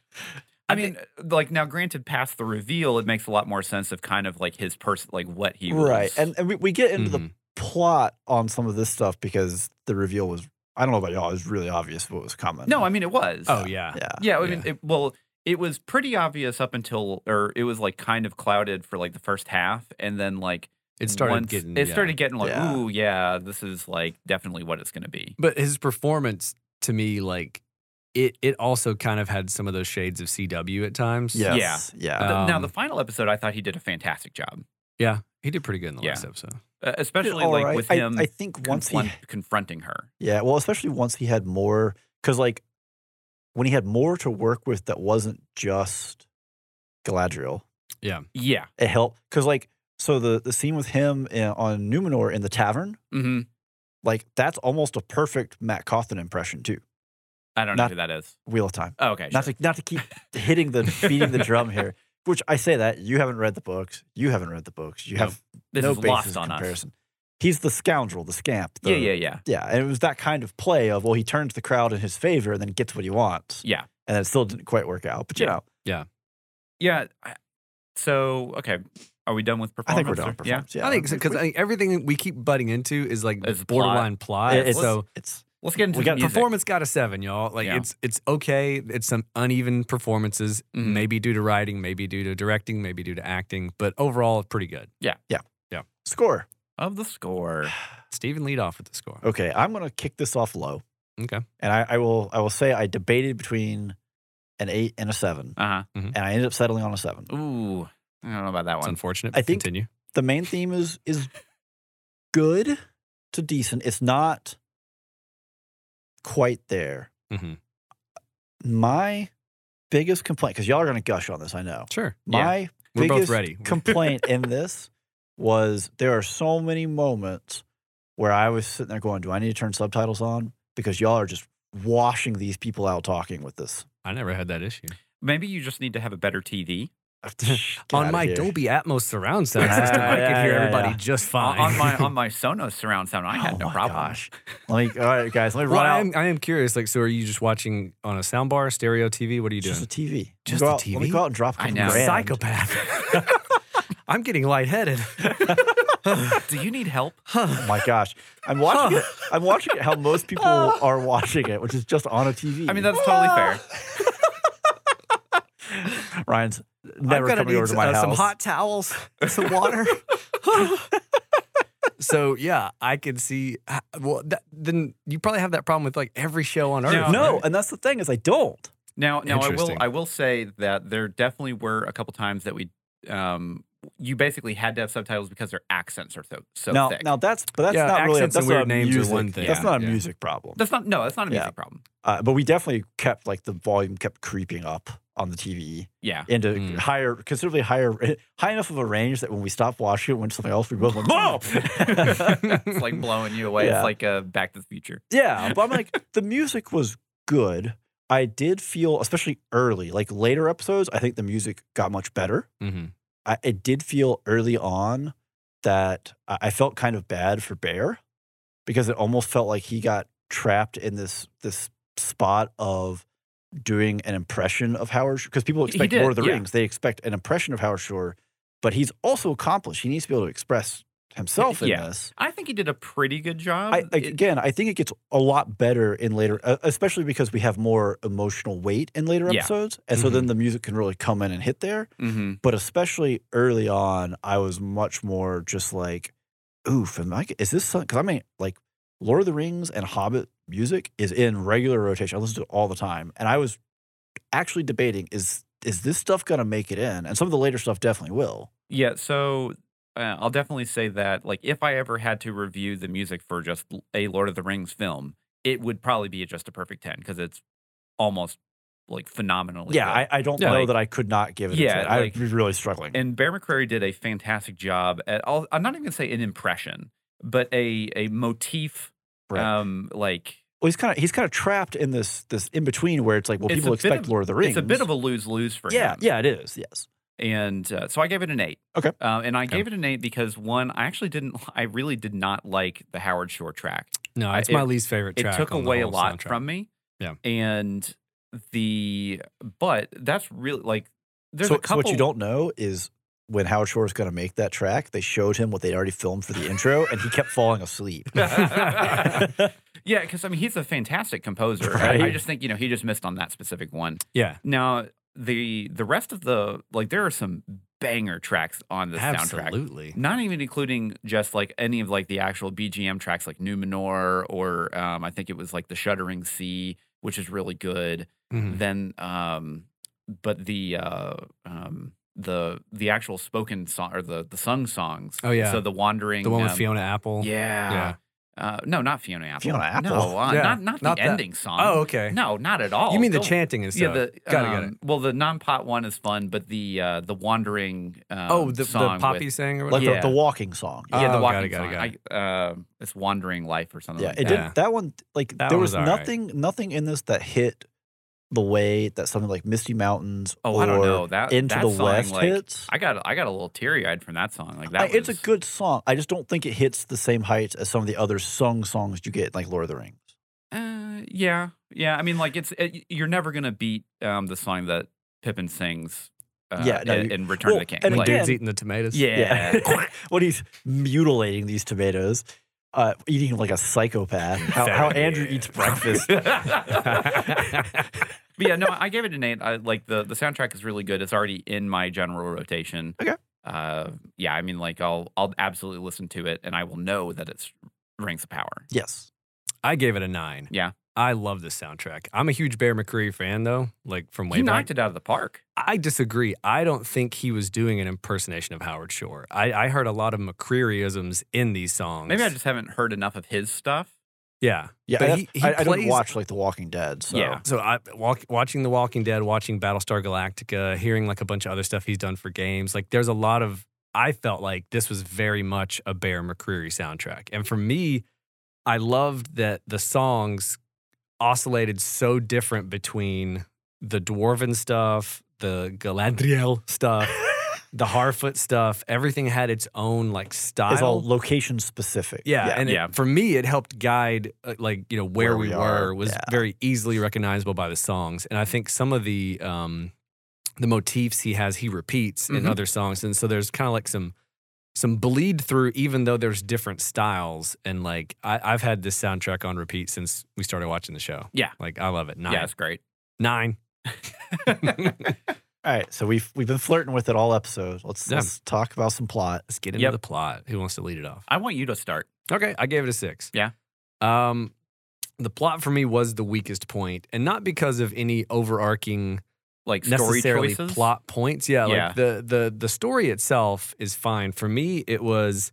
Speaker 3: I mean, like now, granted, past the reveal, it makes a lot more sense of kind of like his person, like what he was.
Speaker 1: right, and and we, we get into the
Speaker 2: Mhm.
Speaker 1: plot on some of this stuff because the reveal was I don't know about y'all, it was really obvious what was coming.
Speaker 3: no, I mean it was.
Speaker 2: Oh yeah.
Speaker 1: yeah,
Speaker 3: yeah. I mean,
Speaker 2: yeah.
Speaker 3: It, well, it was pretty obvious up until, or it was like kind of clouded for like the first half, and then like
Speaker 2: It started
Speaker 3: once-
Speaker 2: getting.
Speaker 3: it
Speaker 2: yeah.
Speaker 3: started getting like,
Speaker 1: Yeah.
Speaker 3: ooh, yeah, this is like definitely what it's going to be.
Speaker 2: But his performance to me, like it, it also kind of had some of those shades of CW at times.
Speaker 1: yes, yeah,
Speaker 3: The- now
Speaker 2: Um,
Speaker 3: the final episode, I thought he did a fantastic job,
Speaker 2: yeah, he did pretty good in the
Speaker 3: Yeah.
Speaker 2: last episode.
Speaker 3: uh, especially
Speaker 1: All
Speaker 3: like
Speaker 1: right.
Speaker 3: with
Speaker 1: I-
Speaker 3: him
Speaker 1: I, think once he
Speaker 3: confront- confronting her.
Speaker 1: Yeah, well, especially once he had more, because like when he had more to work with that wasn't just Galadriel,
Speaker 3: Yeah.
Speaker 1: it helped. Because like, so the the scene with him in, on Numenor in the tavern,
Speaker 3: hmm
Speaker 1: like that's almost a perfect Matt Cawthon impression too.
Speaker 3: I don't know
Speaker 1: Not-
Speaker 3: who that is.
Speaker 1: Wheel of Time.
Speaker 3: Oh, okay.
Speaker 1: Not
Speaker 3: sure.
Speaker 1: to not to keep hitting the beating the drum here. Which I say that you haven't read the books, you haven't read the books, you
Speaker 2: Nope.
Speaker 1: have
Speaker 3: this
Speaker 1: no
Speaker 3: is
Speaker 1: basis
Speaker 3: lost on
Speaker 1: comparison. He's the scoundrel, the scamp.
Speaker 3: us.
Speaker 1: The,
Speaker 3: Yeah, yeah, yeah.
Speaker 1: Yeah, and it was that kind of play of well, he turns the crowd in his favor and then gets what he wants.
Speaker 3: Yeah.
Speaker 1: and it still didn't quite work out. But you
Speaker 3: Yeah.
Speaker 1: know,
Speaker 3: Yeah. I- So, okay. Are we done with
Speaker 1: I
Speaker 3: performance?
Speaker 1: think we're done.
Speaker 3: or-
Speaker 1: with performance. Yeah,
Speaker 2: I think because
Speaker 1: We-
Speaker 2: I think everything we keep butting into is like
Speaker 3: It's
Speaker 2: borderline plot.
Speaker 1: we- it- it's,
Speaker 2: so
Speaker 1: it's
Speaker 3: Let's get into
Speaker 1: We
Speaker 3: the
Speaker 1: got
Speaker 3: music.
Speaker 2: performance got a seven, y'all. Like
Speaker 3: Yeah.
Speaker 2: it's it's okay. It's some uneven performances,
Speaker 3: Mhm.
Speaker 2: maybe due to writing, maybe due to directing, maybe due to acting, but overall pretty good.
Speaker 1: score.
Speaker 3: of the score.
Speaker 2: Steven lead off with the score.
Speaker 1: Okay, I'm gonna kick this off low,
Speaker 2: Okay.
Speaker 1: and I, I will I will say I debated between an eight and a seven,
Speaker 3: Uh
Speaker 1: and I ended up settling on a seven.
Speaker 3: huh. Ooh. I don't know about that
Speaker 2: It's
Speaker 3: one.
Speaker 2: unfortunate.
Speaker 1: I
Speaker 2: but
Speaker 1: think-
Speaker 2: continue.
Speaker 1: The main theme is is good to decent. It's not quite there.
Speaker 2: Mhm.
Speaker 1: My biggest complaint, because y'all are gonna gush on this, I know.
Speaker 2: Sure.
Speaker 3: Yeah.
Speaker 1: My
Speaker 2: We're both
Speaker 1: biggest
Speaker 2: ready.
Speaker 1: complaint in this was there are so many moments where I was sitting there going, "Do I need to turn subtitles on?" Because y'all are just washing these people out talking with this.
Speaker 2: I never had that issue.
Speaker 3: Maybe you just need to have a better TV.
Speaker 1: Get
Speaker 2: on
Speaker 1: outta
Speaker 2: my
Speaker 1: here.
Speaker 2: Dolby Atmos surround sound
Speaker 1: Yeah,
Speaker 2: system, I
Speaker 1: yeah,
Speaker 2: can hear
Speaker 1: yeah,
Speaker 2: everybody
Speaker 1: yeah.
Speaker 2: just
Speaker 3: on
Speaker 2: fine.
Speaker 3: on my on my Sonos surround sound, I had
Speaker 1: Oh
Speaker 3: no
Speaker 1: my
Speaker 3: problem.
Speaker 1: gosh. Let me, all right, guys, let me
Speaker 2: well,
Speaker 1: run
Speaker 2: I
Speaker 1: out.
Speaker 2: am, I am curious. Like, so are you just watching on a soundbar, stereo TV? What are you
Speaker 1: It's
Speaker 2: doing?
Speaker 1: Just a TV.
Speaker 2: Just
Speaker 1: Let me
Speaker 2: a
Speaker 1: go out- Let me
Speaker 2: TV?
Speaker 1: go out and drop. a
Speaker 3: I know.
Speaker 1: grand.
Speaker 2: Psychopath. I'm getting lightheaded.
Speaker 3: Do you need help?
Speaker 1: Oh my gosh, I'm watching it. I'm watching it how most people
Speaker 2: Oh.
Speaker 1: are watching it, which is just on a TV.
Speaker 3: I mean, that's totally fair.
Speaker 1: Ryan's never
Speaker 2: I'm gonna
Speaker 1: coming
Speaker 2: need
Speaker 1: over to my
Speaker 2: uh,
Speaker 1: house.
Speaker 2: Some hot towels, some water. so yeah, I could see. uh, Well, that, then you probably have that problem with like every show on earth.
Speaker 3: No.
Speaker 1: no, and that's the thing is I don't.
Speaker 3: Now, now I will
Speaker 2: Interesting.
Speaker 3: I will say that there definitely were a couple times that we, um, you basically had to have subtitles because their accents are so so
Speaker 1: now,
Speaker 3: thick.
Speaker 1: now that's but that's
Speaker 2: Yeah,
Speaker 1: not really.
Speaker 2: accents
Speaker 1: That's
Speaker 2: and
Speaker 1: not
Speaker 2: weird
Speaker 1: a
Speaker 2: names are
Speaker 1: music.
Speaker 2: one thing.
Speaker 1: That's
Speaker 2: Yeah,
Speaker 1: not a
Speaker 2: yeah.
Speaker 1: music problem.
Speaker 3: that's not no, that's not a
Speaker 1: Yeah.
Speaker 3: music problem.
Speaker 1: Uh, but we definitely kept like the volume kept creeping up on the TV
Speaker 3: Yeah,
Speaker 1: into
Speaker 2: Mm.
Speaker 1: higher, considerably higher, high enough of a range that when we stopped watching it, went to something else. We both went, "Whoa!"
Speaker 3: it's like blowing you away.
Speaker 1: Yeah.
Speaker 3: It's like uh, Back to the Future.
Speaker 1: Yeah, but I'm like the music was good. I did feel, especially early, like later episodes, I think the music got much better.
Speaker 3: Mm-hmm.
Speaker 2: hmm
Speaker 1: I, I did feel early on that I, I felt kind of bad for Bear because it almost felt like he got trapped in this this spot of doing an impression of Howard because people
Speaker 3: He
Speaker 1: expect
Speaker 3: did,
Speaker 1: Lord of the
Speaker 3: yeah.
Speaker 1: Rings, they expect an impression of Howard Shore, but he's also accomplished. He needs to be able to express himself in
Speaker 3: Yeah.
Speaker 1: this.
Speaker 3: I think he did a pretty good job.
Speaker 1: I,
Speaker 3: It-
Speaker 1: again, I think Um, it gets a lot better in later, uh, especially because we have more emotional weight in later
Speaker 3: Yeah.
Speaker 1: episodes, and so then the music can really come in and hit there.
Speaker 3: Mhm.
Speaker 1: But especially early on, I was much more just like, "Oof, am I? Is this because I mean, like, Lord of the Rings and Hobbit music is in regular rotation. I listen to it all the time, and I was actually debating is is this stuff gonna make it in? And some of the later stuff definitely will.
Speaker 3: Yeah, so uh, I'll definitely say that like if I ever had to review the music for just l- a Lord of the Rings film, it would probably be just a perfect 10 cuz it's almost like phenomenally
Speaker 1: Yeah,
Speaker 3: good.
Speaker 1: I, I don't
Speaker 2: Yeah,
Speaker 1: know
Speaker 3: like-
Speaker 1: that I could not give it.
Speaker 3: Yeah,
Speaker 1: Yeah, I'd
Speaker 3: like-
Speaker 1: be really struggling.
Speaker 3: and Bear McCreary did a fantastic job at all I'm not even going to say an impression, but a a motif
Speaker 1: Right.
Speaker 3: um like
Speaker 1: Well, he's kind of he's kind of trapped in this this in between where it's like, well,
Speaker 3: It's
Speaker 1: people
Speaker 3: a bit
Speaker 1: expect
Speaker 3: of-
Speaker 1: Lord of the Rings.
Speaker 3: it's a bit of a lose-lose for
Speaker 1: yeah,
Speaker 3: him.
Speaker 1: yeah, it is. Yes,
Speaker 3: and uh, so I gave it an eight.
Speaker 1: Okay.
Speaker 3: Uh, and I
Speaker 2: Okay.
Speaker 3: gave it an eight because one, I actually didn't, I really did not like the Howard Shore track.
Speaker 2: No,
Speaker 3: I-
Speaker 2: it's my
Speaker 3: it-
Speaker 2: least favorite
Speaker 3: It
Speaker 2: track.
Speaker 3: took
Speaker 2: on the
Speaker 3: away a
Speaker 2: whole
Speaker 3: lot
Speaker 2: soundtrack.
Speaker 3: from me.
Speaker 2: Yeah.
Speaker 3: And the, but that's really like, there's
Speaker 1: so,
Speaker 3: a
Speaker 1: so
Speaker 3: couple.
Speaker 1: what you don't know is when Howard Shore is going to make that track. They showed him what they already filmed for the intro, and he kept falling asleep.
Speaker 3: yeah, because I mean, he's a fantastic composer.
Speaker 1: Right.
Speaker 3: I, I just think, you know, he just missed on that specific one.
Speaker 2: Yeah,
Speaker 3: Now, the, the rest of the, like, there are some banger tracks on this soundtrack.
Speaker 2: absolutely.
Speaker 3: not even including just like any of like the actual BGM tracks like Numenor or um, I think it was like the Shuddering Sea, which is really good.
Speaker 2: Mhm.
Speaker 3: Then, um, but the uh, um, the the actual spoken song or the the sung songs.
Speaker 2: Oh, yeah.
Speaker 3: So the wandering,
Speaker 2: The one with
Speaker 3: um,
Speaker 2: Fiona Apple.
Speaker 3: Yeah. Uh, no, not Fiona Apple.
Speaker 1: Fiona Apple?
Speaker 3: No, uh,
Speaker 2: Yeah,
Speaker 3: not not the
Speaker 2: not that.
Speaker 3: ending song.
Speaker 2: Oh, okay.
Speaker 3: No, not at all.
Speaker 2: you mean the
Speaker 3: Don't-
Speaker 2: chanting and
Speaker 3: Oh, Yeah,
Speaker 2: stuff?
Speaker 3: the
Speaker 2: Got it, got it.
Speaker 3: um, well, the non-pot one is fun, but the uh, the wandering um,
Speaker 2: oh, the, the
Speaker 3: song with-
Speaker 2: poppy sang or
Speaker 1: like
Speaker 2: whatever.
Speaker 3: Yeah.
Speaker 1: the, the walking song.
Speaker 2: Oh,
Speaker 3: yeah, the
Speaker 2: got
Speaker 3: walking
Speaker 2: it, got it,
Speaker 3: song.
Speaker 2: got
Speaker 3: I, uh, it's wandering life or something.
Speaker 1: yeah,
Speaker 3: like
Speaker 1: it
Speaker 3: that.
Speaker 2: Yeah.
Speaker 1: didn't. That one, like
Speaker 2: That
Speaker 1: there
Speaker 2: one
Speaker 1: was
Speaker 2: was all right.
Speaker 1: nothing, nothing in this that hit the way that something like Misty Mountains
Speaker 3: Oh,
Speaker 1: or
Speaker 3: I don't know that.
Speaker 1: Into
Speaker 3: that
Speaker 1: the
Speaker 3: song,
Speaker 1: West
Speaker 3: like,
Speaker 1: hits.
Speaker 3: I got I got a little teary eyed from that song. Like that,
Speaker 1: I- it's a
Speaker 3: was-
Speaker 1: good song. I just don't think it hits the same heights as some of the other sung songs you get, like Lord of the Rings.
Speaker 3: Uh, yeah, yeah. I mean, like it's it, you're never gonna beat um, the song that Pippin sings. Uh,
Speaker 1: Yeah, no,
Speaker 3: in,
Speaker 1: you-
Speaker 3: in Return
Speaker 1: well,
Speaker 3: of the King.
Speaker 1: and
Speaker 2: When
Speaker 3: like,
Speaker 1: again-
Speaker 2: dude's eating the tomatoes.
Speaker 3: yeah,
Speaker 1: when he's mutilating these tomatoes, uh, eating like a psychopath. How, how Andrew eats breakfast.
Speaker 3: but yeah, no, I gave it an eight. I, like the the soundtrack is really good. It's already in my general rotation.
Speaker 1: Okay.
Speaker 3: Uh, yeah, I mean, like I'll I'll absolutely listen to it, and I will know that it's Rings of Power.
Speaker 1: Yes.
Speaker 2: I gave it a nine.
Speaker 3: Yeah.
Speaker 2: I love this soundtrack. I'm a huge Bear McCreary fan though, like from way
Speaker 3: He
Speaker 2: back.
Speaker 3: knocked it out of the park.
Speaker 2: I disagree. I don't think he was doing an impersonation of Howard Shore. I, I heard a lot of McCrearyisms in these songs.
Speaker 3: Maybe I just haven't heard enough of his stuff.
Speaker 2: yeah.
Speaker 1: Yeah.
Speaker 2: But
Speaker 1: I,
Speaker 2: he- he
Speaker 1: I, I don't
Speaker 2: plays-
Speaker 1: watch like The Walking Dead. So.
Speaker 3: Yeah.
Speaker 2: So I walk, watching The Walking Dead, watching Battlestar Galactica, hearing like a bunch of other stuff he's done for games. Like there's a lot of I felt like this was very much a Bear McCreary soundtrack. And for me, I loved that the songs oscillated so different between the dwarven stuff, the Galadriel stuff, the Harfoot stuff, everything had its own like style.
Speaker 1: It's all location specific.
Speaker 2: yeah, and it-
Speaker 3: Yeah.
Speaker 2: for me, it helped guide uh, like you know where,
Speaker 1: Where
Speaker 2: we,
Speaker 1: we
Speaker 2: were
Speaker 1: are,
Speaker 2: was
Speaker 1: yeah.
Speaker 2: very easily recognizable by the songs, and I think some of the um, the motifs he has he repeats in
Speaker 3: Mhm.
Speaker 2: other songs, and so there's kind of like some some bleed through, even though there's different styles, and like I, I've had this soundtrack on repeat since we started watching the show.
Speaker 3: Yeah.
Speaker 2: like I love it. Nine,
Speaker 3: Yeah, it's great.
Speaker 2: nine. Let's
Speaker 1: All right, so we've we've been flirting with it all episode. Let's
Speaker 2: Yeah.
Speaker 1: let's talk about some plot.
Speaker 2: get into
Speaker 3: Yep.
Speaker 2: the plot. Who wants to lead it off?
Speaker 3: I want you to start.
Speaker 2: Okay, I gave it a six.
Speaker 3: Yeah.
Speaker 2: Um, the plot for me was the weakest point, and not because of any overarching
Speaker 3: Like story
Speaker 2: necessarily
Speaker 3: choices.
Speaker 2: plot points. Yeah,
Speaker 3: Yeah.
Speaker 2: like the the the story itself is fine. For me, it was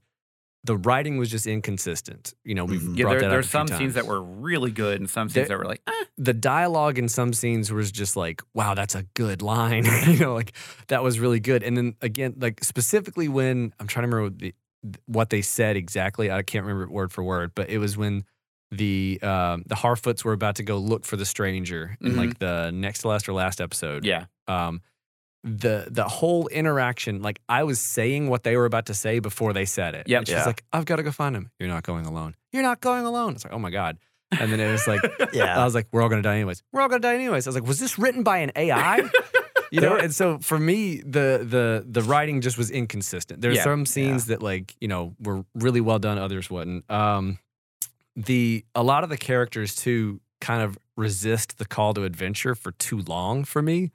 Speaker 2: the writing was just inconsistent. You know, we've
Speaker 1: Mhm.
Speaker 2: brought
Speaker 3: Mm-hmm. Yeah, there,
Speaker 2: that up
Speaker 3: there's
Speaker 2: a few
Speaker 3: some scenes that
Speaker 2: times.
Speaker 3: were really good and some scenes
Speaker 2: There-
Speaker 3: that were like, eh.
Speaker 2: the dialogue in some scenes was just like, wow, that's a good line. you know, like that was really good. And then again, like specifically when I'm trying to remember the, what they said exactly. I can't remember it word for word, but it was when the um, the Harfoots were about to go look for the stranger in
Speaker 3: Mhm.
Speaker 2: like the next to last or last episode
Speaker 3: yeah,
Speaker 2: um, the the whole interaction, like I was saying what they were about to say before they said it.
Speaker 3: Yep.
Speaker 2: And she's
Speaker 1: Yeah.
Speaker 2: like, "I've got to go find him. You're not going alone. You're not going alone." It's like, "Oh my god!" And then it Um, was like,
Speaker 1: Yeah.
Speaker 2: I was like, "We're all gonna die anyways. We're all gonna die anyways." I was like, "Was this written by an AI?" you know. And so for me, the the the writing just was inconsistent. There's
Speaker 3: Yeah.
Speaker 2: some scenes that like you know were really well done, others wasn't. Um, the a lot of the characters too kind of resist the call to adventure for too long for me.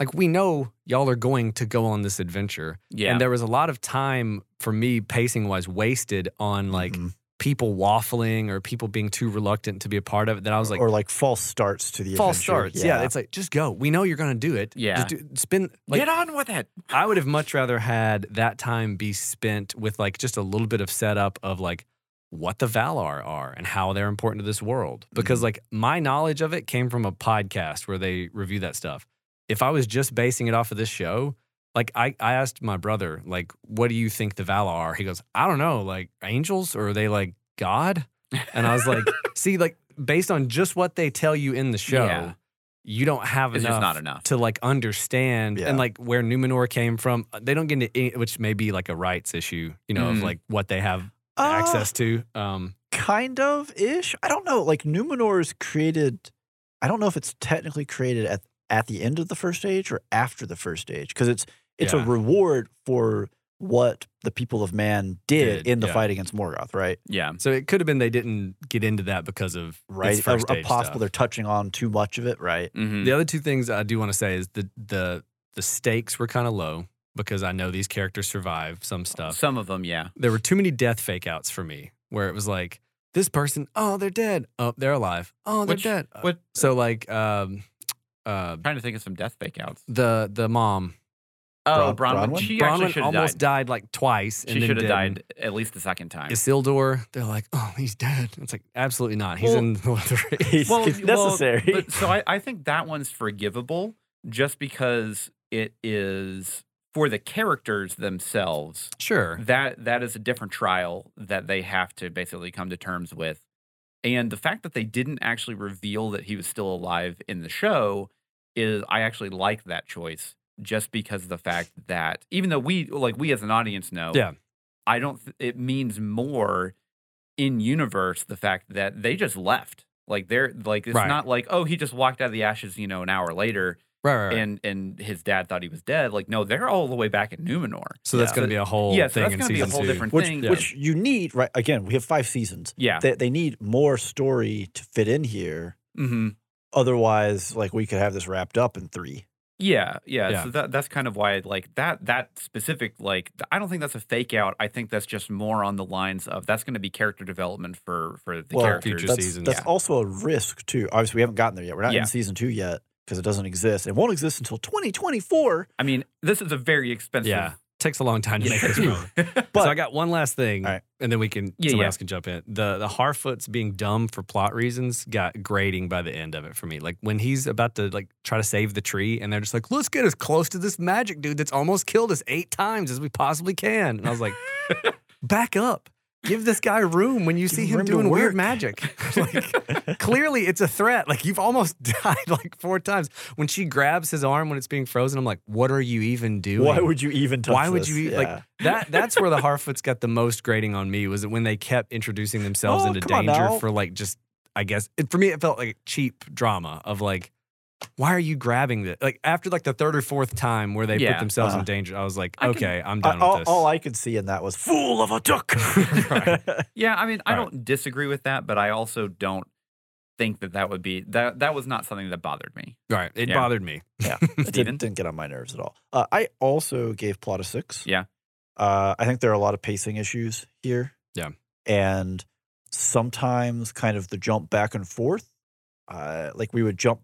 Speaker 2: Like we know y'all are going to go on this adventure,
Speaker 3: yeah.
Speaker 2: and there was a lot of time for me pacing wise wasted on like
Speaker 3: Mm-hmm.
Speaker 1: Mhm.
Speaker 2: people waffling or people being too reluctant to be a part of it. That I was like
Speaker 1: or like false starts to the
Speaker 2: false
Speaker 1: adventure.
Speaker 2: starts. Yeah. it's like just go. We know you're gonna do it.
Speaker 3: Yeah.
Speaker 2: just do, spend. Like,
Speaker 3: Get on with it.
Speaker 2: I would have much rather had that time be spent with like just a little bit of setup of like what the Valar are and how they're important to this world. Because
Speaker 3: Mm-hmm.
Speaker 2: like my knowledge of it came from a podcast where they review that stuff. If I was just basing it off of this show. Like I, I asked my brother, like, what do you think the Valar are? He goes, I don't know, like angels or are they like God? And I was like, see, like based on just what they tell you in the show,
Speaker 3: Yeah.
Speaker 2: you don't have
Speaker 3: It's
Speaker 2: enough,
Speaker 3: just not enough.
Speaker 2: to like understand
Speaker 1: Yeah.
Speaker 2: and like where Numenor came from. uh, They don't get into any, which may be like a rights issue, you know,
Speaker 3: Mm.
Speaker 2: of like what they have
Speaker 1: Uh,
Speaker 2: access to. Um,
Speaker 1: kind of ish. I don't know. Like Numenor is created. I don't know if it's technically created at at the end of the first age or after the first age because it's it's a
Speaker 2: Yeah.
Speaker 1: reward for what the people of man did,
Speaker 2: Did,
Speaker 1: in the
Speaker 2: yeah.
Speaker 1: fight against Morgoth, right?
Speaker 3: Yeah.
Speaker 2: so it could have been they didn't get into that because of
Speaker 1: Right.
Speaker 2: Its
Speaker 1: A-
Speaker 2: first
Speaker 1: a,
Speaker 2: age
Speaker 1: possible
Speaker 2: stuff.
Speaker 1: they're touching on too much of it, right?
Speaker 3: Mm-hmm.
Speaker 2: The other two things I do want to say is the the the stakes were kind of low because I know these characters survive some stuff.
Speaker 3: Some of them, yeah.
Speaker 2: there were too many death fake outs for me where it was like this person oh they're dead oh they're alive oh they're
Speaker 3: Which-
Speaker 2: dead Uh,
Speaker 3: What?
Speaker 2: so like um uh
Speaker 3: trying to think of some death fake outs.
Speaker 2: the the mom
Speaker 1: Bron-
Speaker 3: Oh, Bronwyn.
Speaker 1: Bronwyn?
Speaker 3: She actually
Speaker 2: Bronwyn
Speaker 3: should have
Speaker 2: almost
Speaker 3: died.
Speaker 2: died. like twice and
Speaker 3: She
Speaker 2: then
Speaker 3: should have
Speaker 2: didn't.
Speaker 3: died at least the second time.
Speaker 2: Isildur they're like oh he's dead it's like absolutely not he's
Speaker 3: Well-
Speaker 2: in the Lord of the Rings.
Speaker 1: It's,
Speaker 3: Well,
Speaker 1: it's
Speaker 3: well,
Speaker 1: necessary.
Speaker 3: but so I, I think that one's forgivable just because it is for the characters themselves.
Speaker 2: sure
Speaker 3: That that is a different trial that they have to basically come to terms with. And the fact that they didn't actually reveal that he was still alive in the show is I actually like that choice just because of the fact that even though we like we as an audience know
Speaker 2: Yeah.
Speaker 3: I don't th- it means more in universe the fact that they just left. Like they're like it's
Speaker 2: Right.
Speaker 3: not like oh he just walked out of the ashes you know an hour later
Speaker 2: right, right, right.
Speaker 3: and and his dad thought he was dead. Like no they're all the way back in Numenor.
Speaker 2: so that's
Speaker 1: yeah.
Speaker 2: going to be a whole
Speaker 3: yeah, so
Speaker 2: thing
Speaker 3: that's
Speaker 2: in
Speaker 3: gonna be a
Speaker 2: season
Speaker 3: whole
Speaker 2: two
Speaker 3: different
Speaker 1: which
Speaker 3: thing.
Speaker 1: which you need, right? Again, we have five seasons.
Speaker 3: yeah.
Speaker 1: They they need more story to fit in here.
Speaker 3: hmm
Speaker 1: Otherwise, like we could have this wrapped up in three.
Speaker 3: Yeah, yeah.
Speaker 2: Yeah.
Speaker 3: So that that's kind of why I like that that specific like th- I don't think that's a fake out. I think that's just more on the lines of that's going to be character development for for the
Speaker 1: Well,
Speaker 3: characters.
Speaker 2: Future
Speaker 1: that's,
Speaker 2: seasons.
Speaker 1: That's
Speaker 2: Yeah.
Speaker 1: also a risk too. Obviously, we haven't gotten there yet. We're not
Speaker 3: Yeah.
Speaker 1: in season two yet because it doesn't exist. It won't exist until 2024.
Speaker 3: I mean, this is a very expensive.
Speaker 2: yeah takes a long time to
Speaker 3: Yeah.
Speaker 2: make this movie
Speaker 1: But
Speaker 2: so I got one last thing,
Speaker 1: All right.
Speaker 2: and then we can
Speaker 3: Yeah,
Speaker 2: someone
Speaker 3: yeah.
Speaker 2: else can jump in. The the Harfoots being dumb for plot reasons got grating by the end of it for me. Like when he's about to like try to save the tree, and they're just like, "Let's get as close to this magic dude that's almost killed us eight times as we possibly can," and I was like, "Back up." Give this guy room when you see
Speaker 1: him
Speaker 2: him
Speaker 1: room to
Speaker 2: doing weird
Speaker 1: work.
Speaker 2: magic. like, clearly, it's a threat. Like, you've almost died like four times. When she grabs his arm when it's being frozen, I'm like, what are you even doing?
Speaker 1: Why would you even touch
Speaker 2: Why would
Speaker 1: this?
Speaker 2: you eat, like,
Speaker 1: Yeah.
Speaker 2: that that's where the Harfoots got the most grating on me was that when they kept introducing themselves
Speaker 1: Oh,
Speaker 2: into
Speaker 1: come on now.
Speaker 2: danger for like just I guess it, for me it felt like cheap drama of like why are you grabbing this? Like after like the third or fourth time where they
Speaker 3: Yeah.
Speaker 2: put themselves
Speaker 1: Uh-huh.
Speaker 2: in danger, I was like,
Speaker 3: I can-
Speaker 2: okay, I'm
Speaker 1: I-
Speaker 2: done
Speaker 1: all,
Speaker 2: with this.
Speaker 1: all I could see in that was fool of a duck.
Speaker 2: Right.
Speaker 3: Yeah, I mean, I
Speaker 2: All right.
Speaker 3: don't disagree with that, but I also don't think that that would be that. That was not something that bothered me.
Speaker 2: right, it
Speaker 3: Yeah.
Speaker 2: bothered me.
Speaker 1: It
Speaker 3: Steven?
Speaker 1: didn't, didn't get on my nerves at all. Uh, I also gave plot a six.
Speaker 3: Yeah.
Speaker 1: Uh, I think there are a lot of pacing issues here.
Speaker 2: Yeah.
Speaker 1: And sometimes kind of the jump back and forth, uh, like we would jump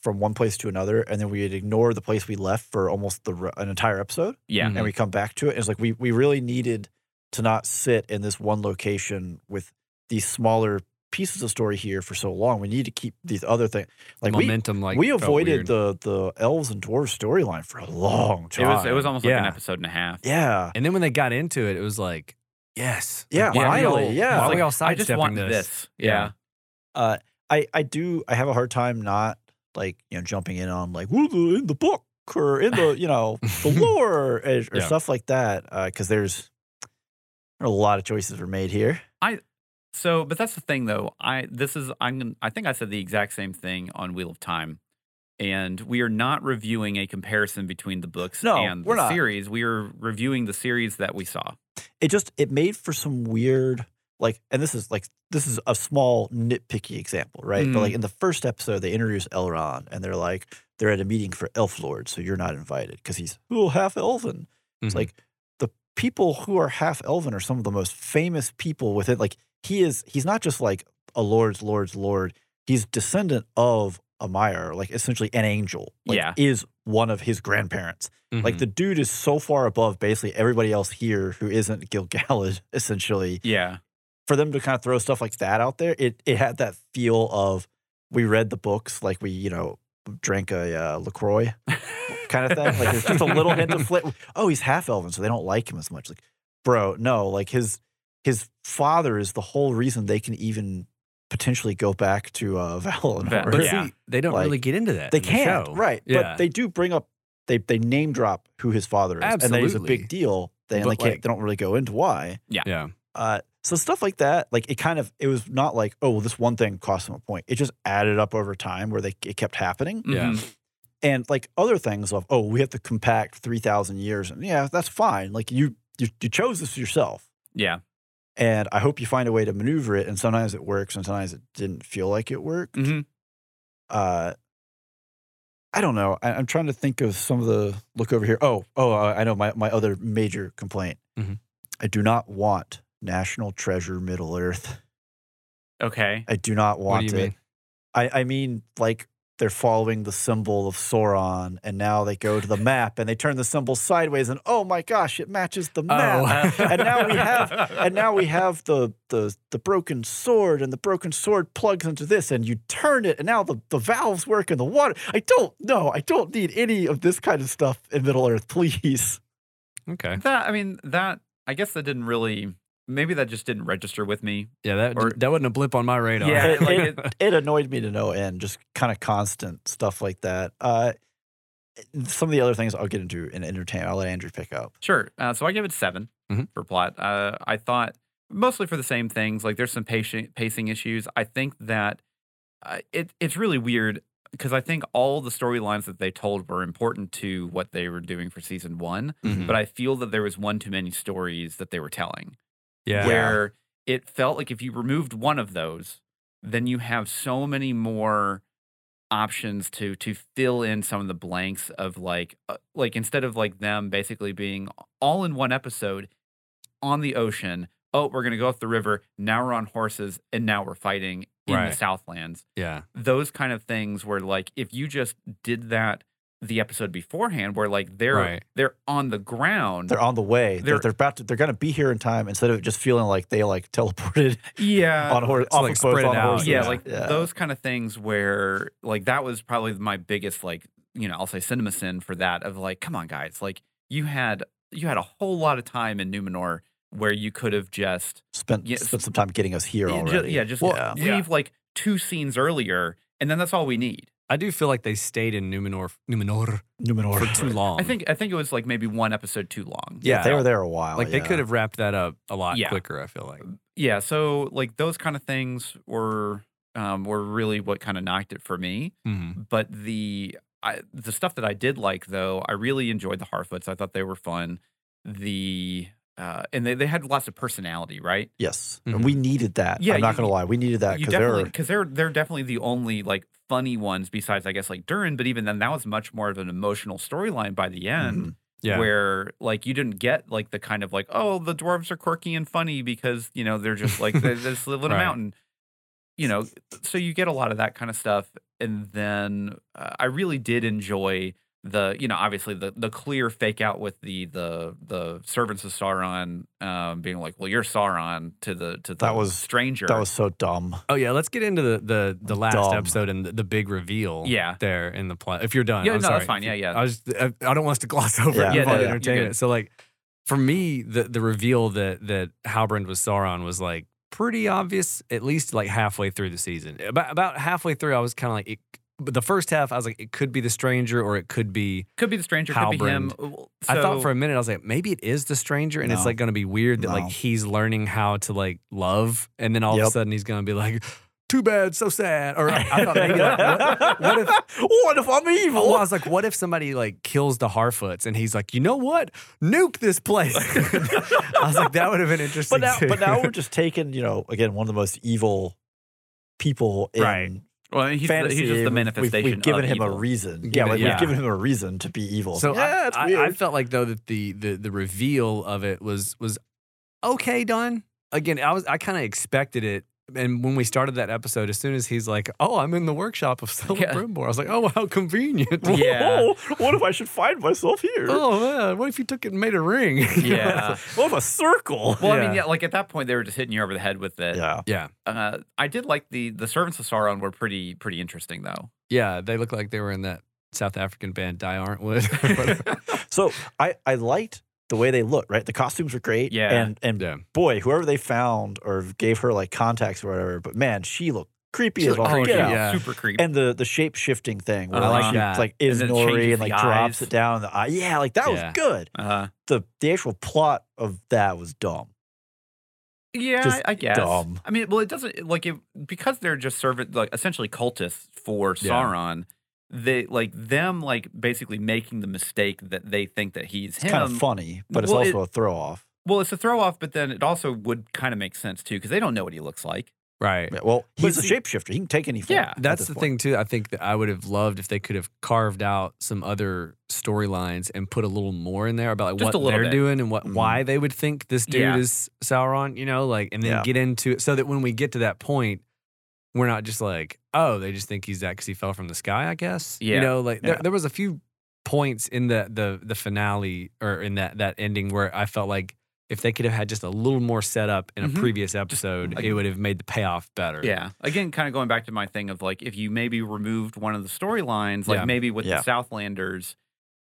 Speaker 1: from one place to another and then we'd ignore the place we left for almost the, re- an entire episode
Speaker 3: Yeah,
Speaker 2: Mhm.
Speaker 1: and we come back to it. And it's like we, we really needed to not sit in this one location with these smaller pieces of story here for so long. We need to keep these other things. Like we,
Speaker 2: Momentum, like
Speaker 1: we
Speaker 2: felt
Speaker 1: avoided
Speaker 2: weird.
Speaker 1: the the elves and dwarves storyline for a long
Speaker 3: it
Speaker 1: time.
Speaker 3: was. It was almost like an
Speaker 2: Yeah.
Speaker 3: episode and a half.
Speaker 1: yeah,
Speaker 2: and then when they got into it, it was like, yes,
Speaker 1: yeah.
Speaker 2: Why are we
Speaker 1: finally,
Speaker 2: all-
Speaker 1: yeah.
Speaker 2: why are we all
Speaker 3: I just
Speaker 2: sidestepping
Speaker 3: want this.
Speaker 2: this?
Speaker 3: Yeah.
Speaker 1: uh, I I do. I have a hard time not like you know jumping in on like "Well, the- in the book or in the you know the lore or, or
Speaker 2: Yeah.
Speaker 1: stuff like that because there's a lot of choices were made here.
Speaker 3: So, but that's the thing, though. I this is I'm. gonna- I think I said the exact same thing on Wheel of Time, and we are not reviewing a comparison between the books
Speaker 1: No,
Speaker 3: and
Speaker 1: we're
Speaker 3: the
Speaker 1: not.
Speaker 3: series. We are reviewing the series that we saw.
Speaker 1: It just it made for some weird like and this is like this is a small nitpicky example, right? But
Speaker 3: Mm.
Speaker 1: like in the first episode, they introduce Elrond and they're like they're at a meeting for Elf Lord, so you're not invited because he's oh half elven. It's
Speaker 3: Mm-hmm.
Speaker 2: Mhm.
Speaker 1: like the people who are half elven are some of the most famous people within. Like he is, he's not just like a lord's lord's lord. He's descendant of a Mire, like essentially an angel. Like,
Speaker 3: Yeah.
Speaker 1: is one of his grandparents. Like
Speaker 2: Mhm.
Speaker 1: the dude is so far above basically everybody else here who isn't Gilgalad. Essentially,
Speaker 3: Yeah.
Speaker 1: for them to kind of throw stuff like that out there, it it had that feel of we read the books, like we you know drank a uh, Lacroix kind of thing. Like there's just a little hint of flip. Oh, he's half elven, so they don't like him as much. Like, bro, no, like his his father is the whole reason they can even potentially go back to uh Valinor.
Speaker 3: Val-
Speaker 2: But
Speaker 3: Yeah.
Speaker 2: see, they don't
Speaker 1: Like,
Speaker 2: really get into that.
Speaker 1: They
Speaker 2: in the
Speaker 1: can't,
Speaker 2: show.
Speaker 1: right?
Speaker 2: Yeah.
Speaker 1: But they do bring up they they name drop who his father is, and that is a
Speaker 2: Absolutely.
Speaker 1: big deal. They, and they
Speaker 2: But,
Speaker 1: can't
Speaker 2: like-
Speaker 1: they don't really go into why.
Speaker 2: yeah.
Speaker 1: Uh, so stuff like that, like it kind of it was not like oh well, this one thing cost him a point. It just added up over time where they it kept happening
Speaker 2: Yeah.
Speaker 3: Mhm.
Speaker 1: and like other things of oh we have to compact 3000 years and yeah that's fine like you, you you chose this yourself
Speaker 3: Yeah.
Speaker 1: and i hope you find a way to maneuver it and sometimes it works and sometimes it didn't feel like it worked
Speaker 2: Mm-hmm.
Speaker 3: Mhm.
Speaker 1: uh i don't know I, i'm trying to think of some of the look over here oh oh i I know my, my other major complaint
Speaker 2: Mhm.
Speaker 1: i do not want national treasure middle earth
Speaker 3: Okay.
Speaker 1: i do not
Speaker 2: What
Speaker 1: want
Speaker 2: do you
Speaker 1: it
Speaker 2: mean?
Speaker 1: I, I mean, like they're following the symbol of Sauron, and now they go to the map and they turn the symbol sideways, and oh my gosh, it matches the map. and now
Speaker 2: Oh.
Speaker 1: we have- And now we have the, the the broken sword, and the broken sword plugs into this, and you turn it, and now the, the valves work in the water. I don't know. I don't need any of this kind of stuff in Middle Earth, please.
Speaker 2: Okay.
Speaker 3: that. I mean, that. I guess that didn't really. Maybe that just didn't register with me.
Speaker 2: Yeah, that
Speaker 3: Or-
Speaker 2: that wasn't a blip on my radar.
Speaker 3: Yeah,
Speaker 1: It-
Speaker 3: like
Speaker 1: it, it annoyed me to no end, just kind of constant stuff like that. Uh, some of the other things I'll get into in entertainment. I'll let Andrew pick up.
Speaker 3: Sure. Uh, so I give it 7
Speaker 2: Mhm.
Speaker 3: for plot. Uh, I thought mostly for the same things. Like there's some patient, pacing issues. I think that uh, it it's really weird because I think all the storylines that they told were important to what they were doing for season one.
Speaker 2: Mhm.
Speaker 3: But I feel that there was one too many stories that they were telling,
Speaker 2: yeah.
Speaker 3: where it felt like if you removed one of those, then you have so many more options to to fill in some of the blanks of like uh, like instead of like them basically being all in one episode on the ocean oh we're going to go up the river now we're on horses and now we're fighting in
Speaker 2: Right.
Speaker 3: the southlands
Speaker 2: yeah.
Speaker 3: those kind of things where like if you just did that the episode beforehand where like they're
Speaker 2: Right.
Speaker 3: they're on the ground
Speaker 1: They're on the way. They're,
Speaker 3: They're-
Speaker 1: they're, about to. They're gonna be here in time instead of just feeling like they like teleported
Speaker 3: yeah
Speaker 1: on horse.
Speaker 2: so,
Speaker 1: off
Speaker 2: like,
Speaker 1: of boats
Speaker 2: spread
Speaker 1: on
Speaker 2: it out,
Speaker 1: horses.
Speaker 3: yeah,
Speaker 2: Yeah.
Speaker 3: like those kind of things where like that was probably my biggest like you know I'll say cinema sin for that of like come on guys like you had you had a whole lot of time in Numenor where you could have just
Speaker 1: Spent
Speaker 3: Yeah,
Speaker 1: spent some time getting us here
Speaker 3: yeah, ju-
Speaker 1: already.
Speaker 3: yeah, just
Speaker 1: Well,
Speaker 3: leave
Speaker 2: yeah.
Speaker 3: like two scenes earlier, and then that's all we need.
Speaker 2: I do feel like they stayed in Numenor, Numenor
Speaker 1: Numenor.
Speaker 2: for too long.
Speaker 3: I think I think it was like maybe one episode too long.
Speaker 2: Um Yeah.
Speaker 1: they were there a while.
Speaker 2: like they
Speaker 1: yeah.
Speaker 2: could have wrapped that up a lot
Speaker 3: Yeah.
Speaker 2: quicker. I feel like
Speaker 3: yeah. So like those kind of things were um, were really what kind of knocked it for me.
Speaker 1: Mm-hmm.
Speaker 2: Mhm.
Speaker 3: but the I, the stuff that I did like though, I really enjoyed the Harfoots. I thought they were fun. The uh, and they, they had lots of personality, right?
Speaker 1: Yes,
Speaker 2: Mhm.
Speaker 1: and we needed that.
Speaker 3: Mm-hmm. Yeah,
Speaker 1: I'm not
Speaker 3: you-
Speaker 1: gonna lie, we needed that
Speaker 3: you
Speaker 1: because there
Speaker 3: definitely
Speaker 1: are
Speaker 3: because they're they're definitely the only like funny ones besides I guess like Durin, but even then that was much more of an emotional storyline by the end
Speaker 1: Mhm.
Speaker 2: yeah,
Speaker 3: where like you didn't get like the kind of like oh the dwarves are quirky and funny because you know they're just like they, they just live on a
Speaker 2: Right.
Speaker 3: mountain you know so you get a lot of that kind of stuff and then uh, i really did enjoy the you know obviously the the clear fake out with the the the servants of sauron um being like well you're sauron to the to the
Speaker 1: That was-
Speaker 3: stranger
Speaker 1: that was so dumb.
Speaker 2: Oh yeah, let's get into the the, the last
Speaker 1: Dumb.
Speaker 2: episode and the, the big reveal.
Speaker 3: Yeah.
Speaker 2: there in the plot. If you're done,
Speaker 3: Yeah,
Speaker 2: I'm
Speaker 3: no,
Speaker 2: sorry.
Speaker 3: that's fine. Yeah, yeah.
Speaker 2: I was I, I don't want us to gloss over
Speaker 1: Yeah.
Speaker 2: it.
Speaker 1: Yeah,
Speaker 2: Yeah,
Speaker 1: no, yeah. You're
Speaker 2: entertainment.
Speaker 3: good.
Speaker 2: So like for me, the the reveal that that Halbrand was Sauron was like pretty obvious. At least like halfway through the season, about about halfway through, I was kind of like it. But the first half, I was like, it could be the stranger or it could be.
Speaker 3: could be the stranger could be him Well,
Speaker 2: I
Speaker 3: so-
Speaker 2: thought for a minute, I was like, maybe it is the stranger, and it's
Speaker 1: No.
Speaker 2: like going to be weird that
Speaker 1: No.
Speaker 2: like he's learning how to like love, and then all of a
Speaker 1: Yep.
Speaker 2: sudden he's going to be like, too bad, so sad. Or I, I thought maybe like, what, what if
Speaker 1: what if I'm evil?
Speaker 2: well, I was like, what if somebody like kills the Harfoots and he's like, you know what? Nuke this place. I was like, that would have been interesting.
Speaker 1: but now,
Speaker 2: too.
Speaker 1: but now we're just taking you know again one of the most evil people in
Speaker 2: Right.
Speaker 3: well, he's, the,
Speaker 1: fantasy.
Speaker 3: he's just the
Speaker 1: We've-
Speaker 3: manifestation
Speaker 1: We've, we've given
Speaker 3: of
Speaker 1: him a
Speaker 3: evil.
Speaker 1: reason. yeah,
Speaker 2: Given-
Speaker 1: like
Speaker 2: yeah.
Speaker 1: we've given him a reason to be evil.
Speaker 2: so
Speaker 1: yeah, it's
Speaker 2: I,
Speaker 1: weird.
Speaker 2: I, I felt like though that the, the the reveal of it was was okay done. Again, I was I kind of expected it. And when we started that episode, as soon as he's like, "Oh, I'm in the workshop of Stella
Speaker 3: Yeah.
Speaker 2: Brimbor," I was like, "Oh, how convenient!"
Speaker 3: Yeah.
Speaker 1: Whoa, what if I should find myself here?
Speaker 2: oh man, what if you took it and made a ring?
Speaker 3: yeah
Speaker 1: What if a circle?
Speaker 3: Well, I mean,
Speaker 2: Yeah.
Speaker 3: yeah, like at that point they were just hitting you over the head with it.
Speaker 1: Yeah.
Speaker 3: Uh, I did like the the servants of Sauron were pretty pretty interesting though.
Speaker 2: yeah, they look like they were in that South African band Die Aren't Wood.
Speaker 1: So I I liked the way they looked. Right, the costumes were great.
Speaker 3: Yeah.
Speaker 1: and and
Speaker 2: yeah.
Speaker 1: boy, whoever they found or gave her like contacts or whatever, but man, she looked creepy
Speaker 3: She
Speaker 1: as all
Speaker 3: looked
Speaker 1: get
Speaker 2: creepy,
Speaker 1: out.
Speaker 2: yeah.
Speaker 3: Super creepy.
Speaker 1: Oh, And the the shape shifting thing where
Speaker 3: I
Speaker 1: like
Speaker 3: like
Speaker 1: she
Speaker 2: that.
Speaker 1: like
Speaker 3: And
Speaker 1: is
Speaker 3: then it
Speaker 1: Nori
Speaker 3: changes
Speaker 1: and like
Speaker 3: the
Speaker 1: drops
Speaker 3: eyes.
Speaker 1: it down the eye. Yeah, like that
Speaker 2: Yeah.
Speaker 1: was good.
Speaker 3: uh,
Speaker 1: The the actual plot of that was dumb.
Speaker 3: yeah,
Speaker 1: just
Speaker 3: I guess.
Speaker 1: dumb.
Speaker 3: I mean, well, it doesn't like it because they're just servant like essentially cultists for
Speaker 2: Yeah.
Speaker 3: Sauron. They like them like basically making the mistake that they think that he's
Speaker 1: It's
Speaker 3: him.
Speaker 1: kind of funny, but it's
Speaker 3: Well,
Speaker 1: also a throw off.
Speaker 3: Well, it's a throw off, but then it also would kind of make sense too because they don't know what he looks like.
Speaker 2: Right.
Speaker 1: Well,
Speaker 2: But
Speaker 1: he's a
Speaker 2: see-
Speaker 1: shapeshifter. He can take any form.
Speaker 3: Yeah,
Speaker 1: at
Speaker 2: That's
Speaker 1: this
Speaker 2: the
Speaker 1: point.
Speaker 2: thing too. I think that I would have loved if they could have carved out some other storylines and put a little more in there about like
Speaker 3: Just a
Speaker 2: what
Speaker 3: little
Speaker 2: they're
Speaker 3: bit. Mm-hmm.
Speaker 2: doing and what
Speaker 1: Mhm.
Speaker 2: why they would think this dude
Speaker 3: Yeah.
Speaker 2: is Sauron. You know, like and then
Speaker 1: Yeah.
Speaker 2: get into it so that when we get to that point, we're not just like, oh, they just think he's that because he fell from the sky. I guess.
Speaker 3: Yeah.
Speaker 2: You know, like
Speaker 1: Yeah.
Speaker 2: there, there was a few points in the the the finale or in that that ending where I felt like. If they could have had just a little more setup in a
Speaker 3: Mhm.
Speaker 2: previous episode,
Speaker 3: like-
Speaker 2: it would have made the payoff better.
Speaker 3: Yeah. Again, kind of going back to my thing of like, if you maybe removed one of the storylines, like
Speaker 2: Yeah.
Speaker 3: maybe with
Speaker 1: Yeah.
Speaker 3: the Southlanders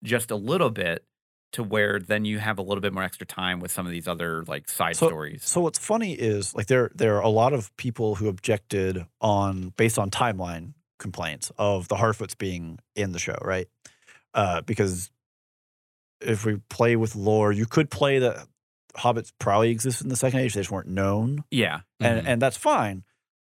Speaker 3: just a little bit to where then you have a little bit more extra time with some of these other like side stories.
Speaker 1: So what's funny is like there there are a lot of people who objected on based on timeline complaints of the Harfoots being in the show, right? Uh, because if we play with lore, you could play that hobbits probably existed in the Second Age; they just weren't known,
Speaker 3: Yeah.
Speaker 2: Mm-hmm.
Speaker 1: and and that's fine.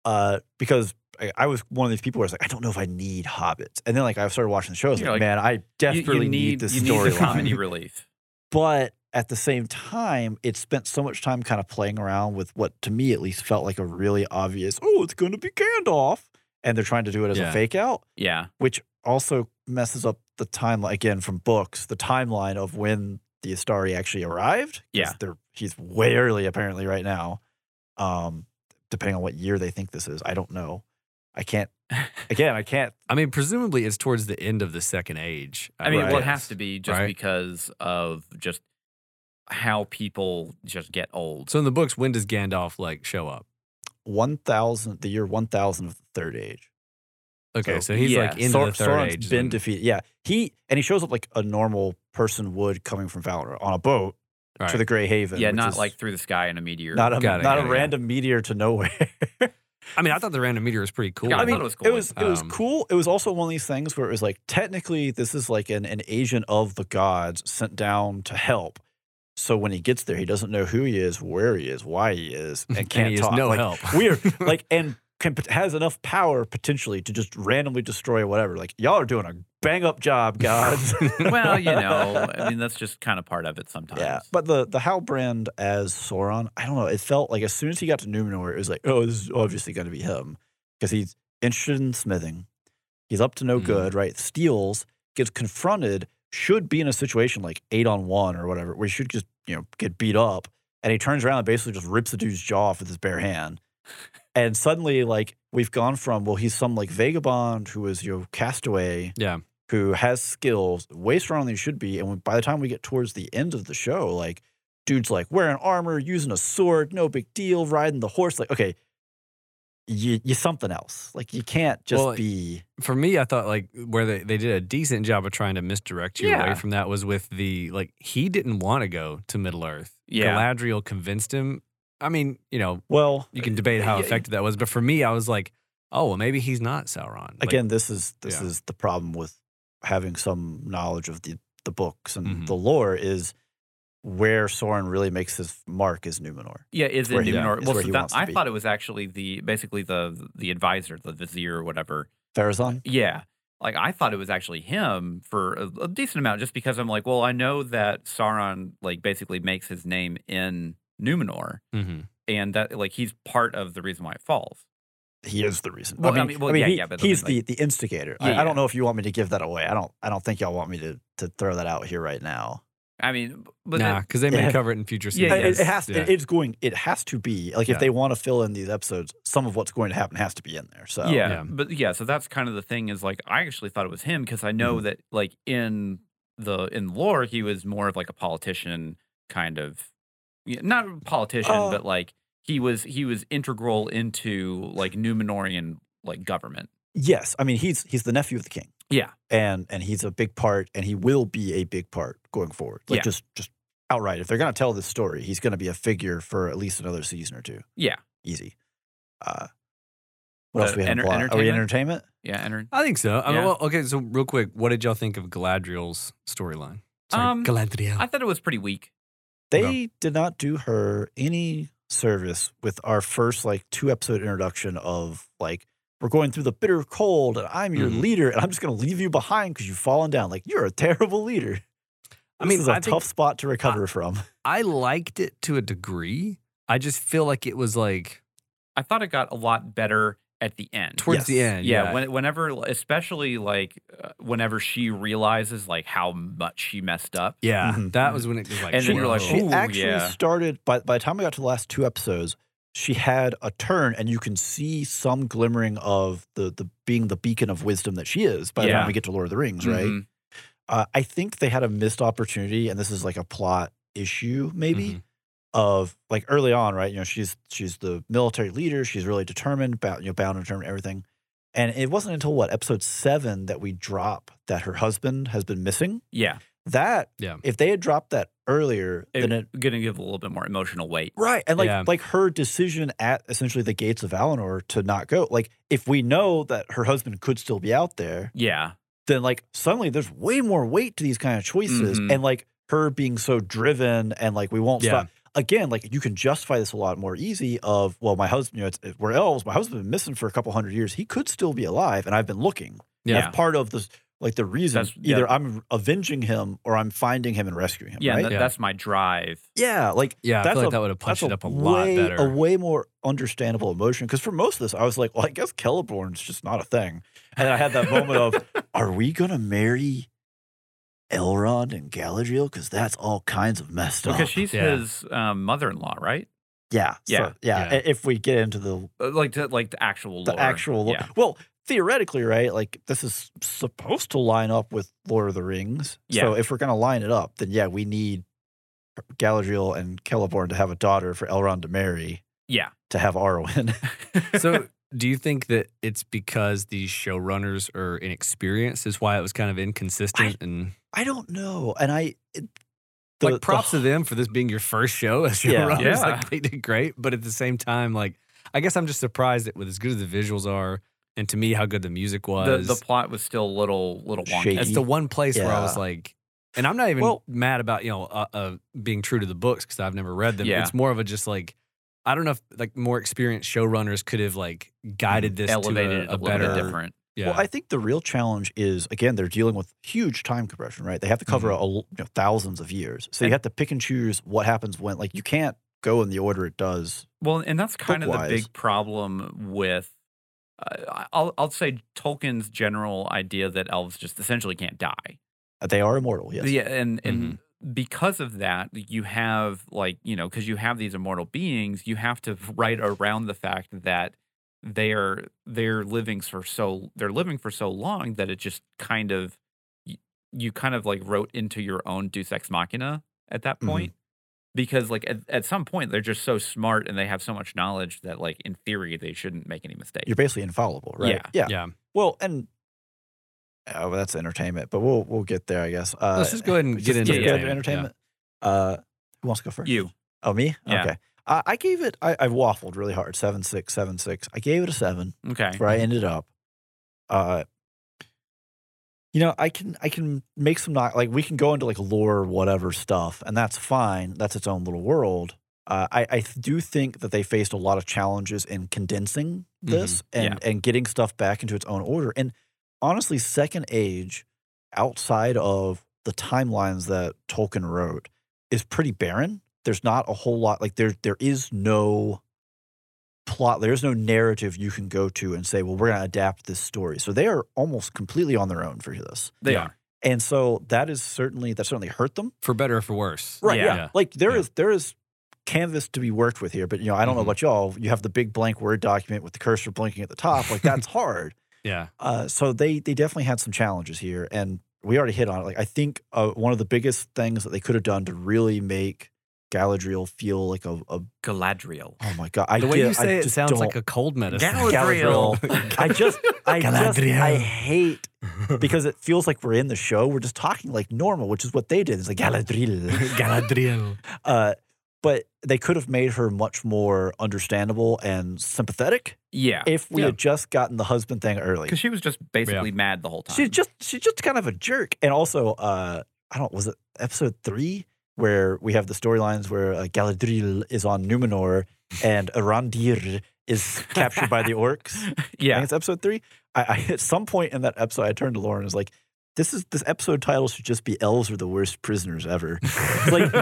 Speaker 1: Uh, because I, I was one of these people where I was like, I don't know if I need hobbits, and then like I started watching the show, I was
Speaker 3: You're
Speaker 1: like,
Speaker 3: like,
Speaker 1: man, I
Speaker 3: You-
Speaker 1: desperately
Speaker 3: you,
Speaker 1: need,
Speaker 3: need,
Speaker 1: this
Speaker 3: you need the
Speaker 1: storyline
Speaker 3: comedy relief.
Speaker 1: but at the same time, it spent so much time kind of playing around with what to me at least felt like a really obvious, oh, it's going to be Gandalf. And they're trying to do it as
Speaker 2: Yeah.
Speaker 1: a fake out,
Speaker 3: Yeah.
Speaker 1: which also messes up the timeline again from books, the timeline of when the Astari actually arrived. 'cause
Speaker 3: Yeah.
Speaker 1: They're, he's way early apparently right now. Um, depending on what year they think this is, I don't know. I can't, again, I can't.
Speaker 2: I mean, presumably it's towards the end of the second age.
Speaker 3: I mean, well,
Speaker 1: Right.
Speaker 3: it has to be just
Speaker 2: Right.
Speaker 3: because of just how people just get old.
Speaker 2: So in the books, when does Gandalf like show up?
Speaker 1: 1000, the year 1000 of the Third Age.
Speaker 2: Okay, so,
Speaker 1: So,
Speaker 2: he's
Speaker 3: yeah,
Speaker 2: like into
Speaker 1: Sor-
Speaker 2: the third
Speaker 1: Sauron's
Speaker 2: age.
Speaker 1: been
Speaker 2: then.
Speaker 1: defeated. Yeah, he and he shows up like a normal person would coming from Valinor on a boat to
Speaker 2: All right.
Speaker 1: the Grey Haven.
Speaker 3: yeah,
Speaker 1: which
Speaker 3: not
Speaker 1: is
Speaker 3: like through the sky in a meteor.
Speaker 1: not a
Speaker 2: Got it,
Speaker 1: not
Speaker 2: got
Speaker 1: a
Speaker 2: it, yeah.
Speaker 1: random meteor to nowhere.
Speaker 2: I mean, I thought the random meteor was pretty cool.
Speaker 3: Yeah, I
Speaker 1: I mean,
Speaker 3: thought it was
Speaker 1: It
Speaker 3: cool.
Speaker 1: was it was
Speaker 2: Um,
Speaker 1: cool. It was also one of these things where it was like technically this is like an, an agent of the gods sent down to help. So when he gets there, he doesn't know who he is, where he is, why he is, and can't
Speaker 2: he is
Speaker 1: talk.
Speaker 2: no
Speaker 1: like,
Speaker 2: help.
Speaker 1: weird. Like and can, pot- has enough power potentially to just randomly destroy whatever. Like y'all are doing a bang up job, gods.
Speaker 3: well, you know, I mean, that's just kind of part of it sometimes.
Speaker 1: Yeah, but the the Halbrand as Sauron, I don't know. It felt like as soon as he got to Numenor, it was like, oh, this is obviously going to be him because he's interested in smithing. He's up to no
Speaker 2: Mm.
Speaker 1: good, right? Steals, gets confronted, should be in a situation like eight on one or whatever, where he should just you know get beat up, and he turns around and basically just rips the dude's jaw off with his bare hand. And suddenly, like we've gone from well, he's some like vagabond who is you know castaway,
Speaker 2: Yeah.
Speaker 1: who has skills way stronger than he should be. And when, by the time we get towards the end of the show, like, dude's like wearing armor, using a sword, no big deal, riding the horse. Like, okay, you, you something else. Like, you can't just
Speaker 2: Well,
Speaker 1: be.
Speaker 2: for me, I thought like where they, they did a decent job of trying to misdirect you
Speaker 3: Yeah.
Speaker 2: away from that was with the like he didn't want to go to Middle Earth.
Speaker 3: Yeah.
Speaker 2: Galadriel convinced him. I mean, you know,
Speaker 1: Well,
Speaker 2: you can debate how
Speaker 3: Yeah.
Speaker 2: effective that was, but for me, I was like, oh well, maybe he's not Sauron. Like,
Speaker 1: again, this is this
Speaker 2: yeah.
Speaker 1: is the problem with having some knowledge of the the books and
Speaker 2: Mhm.
Speaker 1: the lore is where Sauron really makes his mark is Numenor.
Speaker 3: Yeah, is in
Speaker 1: where he-
Speaker 3: Numenor.
Speaker 1: it's
Speaker 3: well,
Speaker 1: where
Speaker 3: so
Speaker 1: he
Speaker 3: that-
Speaker 1: wants to
Speaker 3: I
Speaker 1: be.
Speaker 3: thought it was actually the basically the the advisor, the vizier, or whatever.
Speaker 1: Farazan.
Speaker 3: Yeah, like I thought it was actually him for a, a decent amount, just because I'm like, well, I know that Sauron like basically makes his name in Numenor,
Speaker 2: mhm.
Speaker 3: and that like he's part of the reason why it falls.
Speaker 1: he is the reason.
Speaker 3: Well,
Speaker 1: I mean,
Speaker 3: I mean, well,
Speaker 1: I mean,
Speaker 3: yeah,
Speaker 1: he-
Speaker 3: yeah, but I
Speaker 1: he's
Speaker 3: mean,
Speaker 1: the, the instigator. I,
Speaker 3: Yeah,
Speaker 1: I
Speaker 3: yeah.
Speaker 1: don't know if you want me to give that away. I don't. I don't think y'all want me to to throw that out here right now.
Speaker 3: I mean, but
Speaker 2: nah,
Speaker 3: then
Speaker 2: because they may
Speaker 1: Yeah.
Speaker 2: cover it in future seasons.
Speaker 3: Yeah, yeah.
Speaker 1: It- it,
Speaker 3: yes,
Speaker 1: has.
Speaker 2: Yeah.
Speaker 1: It, it's going. It has to be like
Speaker 2: Yeah.
Speaker 1: if they want to fill in these episodes, some of what's going to happen has to be in there. So
Speaker 3: yeah,
Speaker 2: Yeah.
Speaker 3: but yeah, so that's kind of the thing is like I actually thought it was him because I know that like in the in lore he was more of like a politician kind of yeah, not a politician
Speaker 1: Uh,
Speaker 3: but like he was he was integral into like Numenorian like government.
Speaker 1: Yes, I mean he's he's the nephew of the king.
Speaker 3: Yeah.
Speaker 1: and and he's a big part, and he will be a big part going forward. Like
Speaker 3: Yeah.
Speaker 1: just just outright, if they're gonna tell this story, he's gonna be a figure for at least another season or two.
Speaker 3: Yeah.
Speaker 1: easy. Uh, what else
Speaker 3: Uh,
Speaker 1: we have? in
Speaker 3: enter-
Speaker 1: plot? Are we in entertainment?
Speaker 3: entertainment? Yeah, and er,
Speaker 2: I think so. I mean,
Speaker 3: Yeah.
Speaker 2: well, okay, so real quick, what did y'all think of Galadriel's storyline? Sorry,
Speaker 3: Um,
Speaker 2: Galadriel.
Speaker 3: I thought it was pretty weak.
Speaker 1: They
Speaker 2: No.
Speaker 1: did not do her any service with our first like two episode introduction of like we're going through the bitter cold and I'm your
Speaker 2: Mhm.
Speaker 1: leader and I'm just going to leave you behind because you've fallen down. Like you're a terrible leader.
Speaker 2: I
Speaker 1: This
Speaker 2: mean,
Speaker 1: is a
Speaker 2: I think-
Speaker 1: tough spot to recover from.
Speaker 2: I liked it to a degree. I just feel like it was like
Speaker 3: I thought it got a lot better at the end.
Speaker 2: towards the
Speaker 1: Yes.
Speaker 2: end.
Speaker 3: yeah, when, whenever especially like uh, whenever she realizes like how much she messed up.
Speaker 2: Yeah,
Speaker 1: Mhm.
Speaker 2: that was when it was like,
Speaker 3: And then you're like,
Speaker 2: whoa.
Speaker 1: She
Speaker 3: Ooh,
Speaker 1: actually
Speaker 3: yeah.
Speaker 1: started by by the time we got to the last two episodes, she had a turn and you can see some glimmering of the the being the beacon of wisdom that she is by the
Speaker 3: Yeah.
Speaker 1: time we get to Lord of the Rings, right?
Speaker 3: Mhm.
Speaker 1: Uh, I think they had a missed opportunity, and this is like a plot issue, maybe
Speaker 2: Mhm.
Speaker 1: of like early on, right? You know, she's she's the military leader. She's really determined, bound, you know, bound and determined, everything. And it wasn't until what episode seven that we drop that her husband has been missing.
Speaker 3: Yeah.
Speaker 1: That
Speaker 2: Yeah.
Speaker 1: if they had dropped that earlier,
Speaker 3: It,
Speaker 1: then it
Speaker 3: gonna give a little bit more emotional weight.
Speaker 1: right and like
Speaker 2: Yeah.
Speaker 1: like her decision at essentially the gates of Valinor to not go. Like if we know that her husband could still be out there,
Speaker 3: Yeah.
Speaker 1: then like suddenly there's way more weight to these kind of choices
Speaker 3: Mhm.
Speaker 1: and like her being so driven and like we won't
Speaker 2: Yeah.
Speaker 1: stop again like you can justify this a lot more easy of well my husband you know it's, it- we're elves my husband's been missing for a couple hundred years he could still be alive and i've been looking
Speaker 2: Yeah.
Speaker 1: that's part of this like the reason
Speaker 3: That's- yeah.
Speaker 1: either i'm avenging him or i'm finding him and rescuing him
Speaker 3: Yeah, and
Speaker 1: right
Speaker 3: that-
Speaker 2: Yeah.
Speaker 3: that's my drive.
Speaker 1: yeah like
Speaker 2: yeah, I
Speaker 1: that's
Speaker 2: feel like
Speaker 1: a-
Speaker 2: that would have punched
Speaker 1: that's
Speaker 2: it up a lot
Speaker 1: way,
Speaker 2: better.
Speaker 1: a way more understandable emotion because for most of this i was like well i guess celeborn's just not a thing and I had that moment of, are we gonna marry Elrond and Galadriel? Because that's all kinds of messed up.
Speaker 3: because she's
Speaker 2: Yeah.
Speaker 3: his um, mother-in-law, right?
Speaker 1: yeah,
Speaker 3: Yeah,
Speaker 1: so- yeah,
Speaker 2: yeah.
Speaker 1: i- If we get into the
Speaker 3: Uh, Like the, like the actual
Speaker 1: the
Speaker 3: lore.
Speaker 1: actual, lore-
Speaker 3: Yeah.
Speaker 1: well, theoretically, right? Like this is supposed to line up with Lord of the Rings. So
Speaker 3: Yeah.
Speaker 1: if we're gonna line it up, then yeah, we need Galadriel and Celeborn to have a daughter for Elrond to marry
Speaker 3: Yeah.
Speaker 1: to have Arwen.
Speaker 2: so, do you think that it's because these showrunners are inexperienced, is why it was kind of inconsistent? and
Speaker 1: I don't know, and I. It, The-
Speaker 2: like props
Speaker 1: the-
Speaker 2: to them for this being your first show as
Speaker 1: Yeah.
Speaker 2: showrunners.
Speaker 3: Yeah.
Speaker 2: Like they did great, but at the same time, like I guess I'm just surprised that with as good as the visuals are, and to me how good the music
Speaker 3: The,
Speaker 2: was.
Speaker 3: the plot was still a little little wonky.
Speaker 1: Shaky.
Speaker 2: it's the one place where I was
Speaker 1: Yeah.
Speaker 2: like, and I'm not even
Speaker 1: Well-
Speaker 2: mad about you know uh, uh, being true to the books because I've never read them.
Speaker 3: Yeah.
Speaker 2: It's more of a just like I don't know if like more experienced showrunners could have like guided this
Speaker 3: Mm, elevated
Speaker 2: to
Speaker 3: it
Speaker 2: a, a
Speaker 3: little
Speaker 2: better
Speaker 3: bit different.
Speaker 2: Yeah,
Speaker 1: Well, I think the real challenge is again they're dealing with huge time compression, right? They have to cover
Speaker 2: Mm-hmm.
Speaker 1: a, l- you know, thousands of years, so you
Speaker 3: And-
Speaker 1: have to pick and choose what happens when. Like you can't go in the order it does.
Speaker 3: Well, and that's kind of the
Speaker 1: Book-wise.
Speaker 3: big problem with. Uh, I'll I'll say Tolkien's general idea that elves just essentially can't die.
Speaker 1: Uh, They are immortal, yes. Mm-hmm.
Speaker 3: Yeah, and and because of that, you have like you know because you have these immortal beings, you have to write around the fact that they are they're living for so they're living for so long that it just kind of you, you kind of like wrote into your own Deus Ex Machina at that
Speaker 1: Mhm.
Speaker 3: point. Because like at, at some point they're just so smart and they have so much knowledge that like in theory they shouldn't make any mistakes.
Speaker 1: You're basically infallible, right? yeah.
Speaker 3: Yeah.
Speaker 2: yeah.
Speaker 1: Well, and oh, well, that's entertainment, but we'll we'll get there, I guess. Uh,
Speaker 2: Let's just go ahead and
Speaker 1: just-
Speaker 2: get into
Speaker 1: just
Speaker 3: yeah,
Speaker 1: go
Speaker 2: it.
Speaker 1: into entertainment. Uh, who wants to go first?
Speaker 3: You
Speaker 1: Oh, me?
Speaker 3: Yeah.
Speaker 1: Okay. I, I gave it. I, I waffled really hard. Seven, six, seven, six. I gave it a seven.
Speaker 3: okay?
Speaker 1: where I ended up. Uh, you know, I can I can make some not like we can go into like lore whatever stuff, and that's fine. That's its own little world. Uh, I I do think that they faced a lot of challenges in condensing this and and getting stuff back into its own order. And honestly, Second Age, outside of the timelines that Tolkien wrote, is pretty barren. There's not a whole lot like there there is no plot. There is no narrative you can go to and say, well, we're going to adapt this story. So they are almost completely on their own for this.
Speaker 3: They
Speaker 2: Yeah.
Speaker 3: are.
Speaker 1: And so that is certainly that certainly hurt them.
Speaker 2: for better or for worse.
Speaker 1: Right.
Speaker 3: Yeah.
Speaker 1: Yeah.
Speaker 2: Yeah.
Speaker 1: Like there is
Speaker 2: Yeah.
Speaker 1: there is canvas to be worked with here, but you know, I don't
Speaker 2: Mhm.
Speaker 1: know about y'all. You have the big blank word document with the cursor blinking at the top. Like that's hard.
Speaker 2: Yeah.
Speaker 1: Uh, so they they definitely had some challenges here, and we already hit on it. Like I think uh, one of the biggest things that they could have done to really make Galadriel feel like a, a
Speaker 3: Galadriel.
Speaker 1: oh my god, I
Speaker 2: the way you
Speaker 1: get- I
Speaker 2: say it
Speaker 1: just
Speaker 2: sounds like
Speaker 1: don't-
Speaker 2: a cold medicine.
Speaker 1: Galadriel. I just, I just, I
Speaker 2: Galadriel.
Speaker 1: hate because it feels like we're in the show. We're just talking like normal, which is what they did. It's like Galadriel.
Speaker 2: Galadriel.
Speaker 1: Uh, but they could have made her much more understandable and sympathetic
Speaker 3: Yeah,
Speaker 1: if we
Speaker 2: Yeah.
Speaker 1: had just gotten the husband thing early.
Speaker 3: because she was just basically mad the whole time.
Speaker 1: She's just, she's just kind of a jerk. And also, uh, I don't, was it episode three where we have the storylines where uh, Galadriel is on Numenor and Arandir is captured by the orcs? I think
Speaker 3: yeah.
Speaker 1: it's episode three. I, I at some point in that episode, I turned to Lauren and was like, "This is this episode title should just be elves are the worst prisoners ever." It's like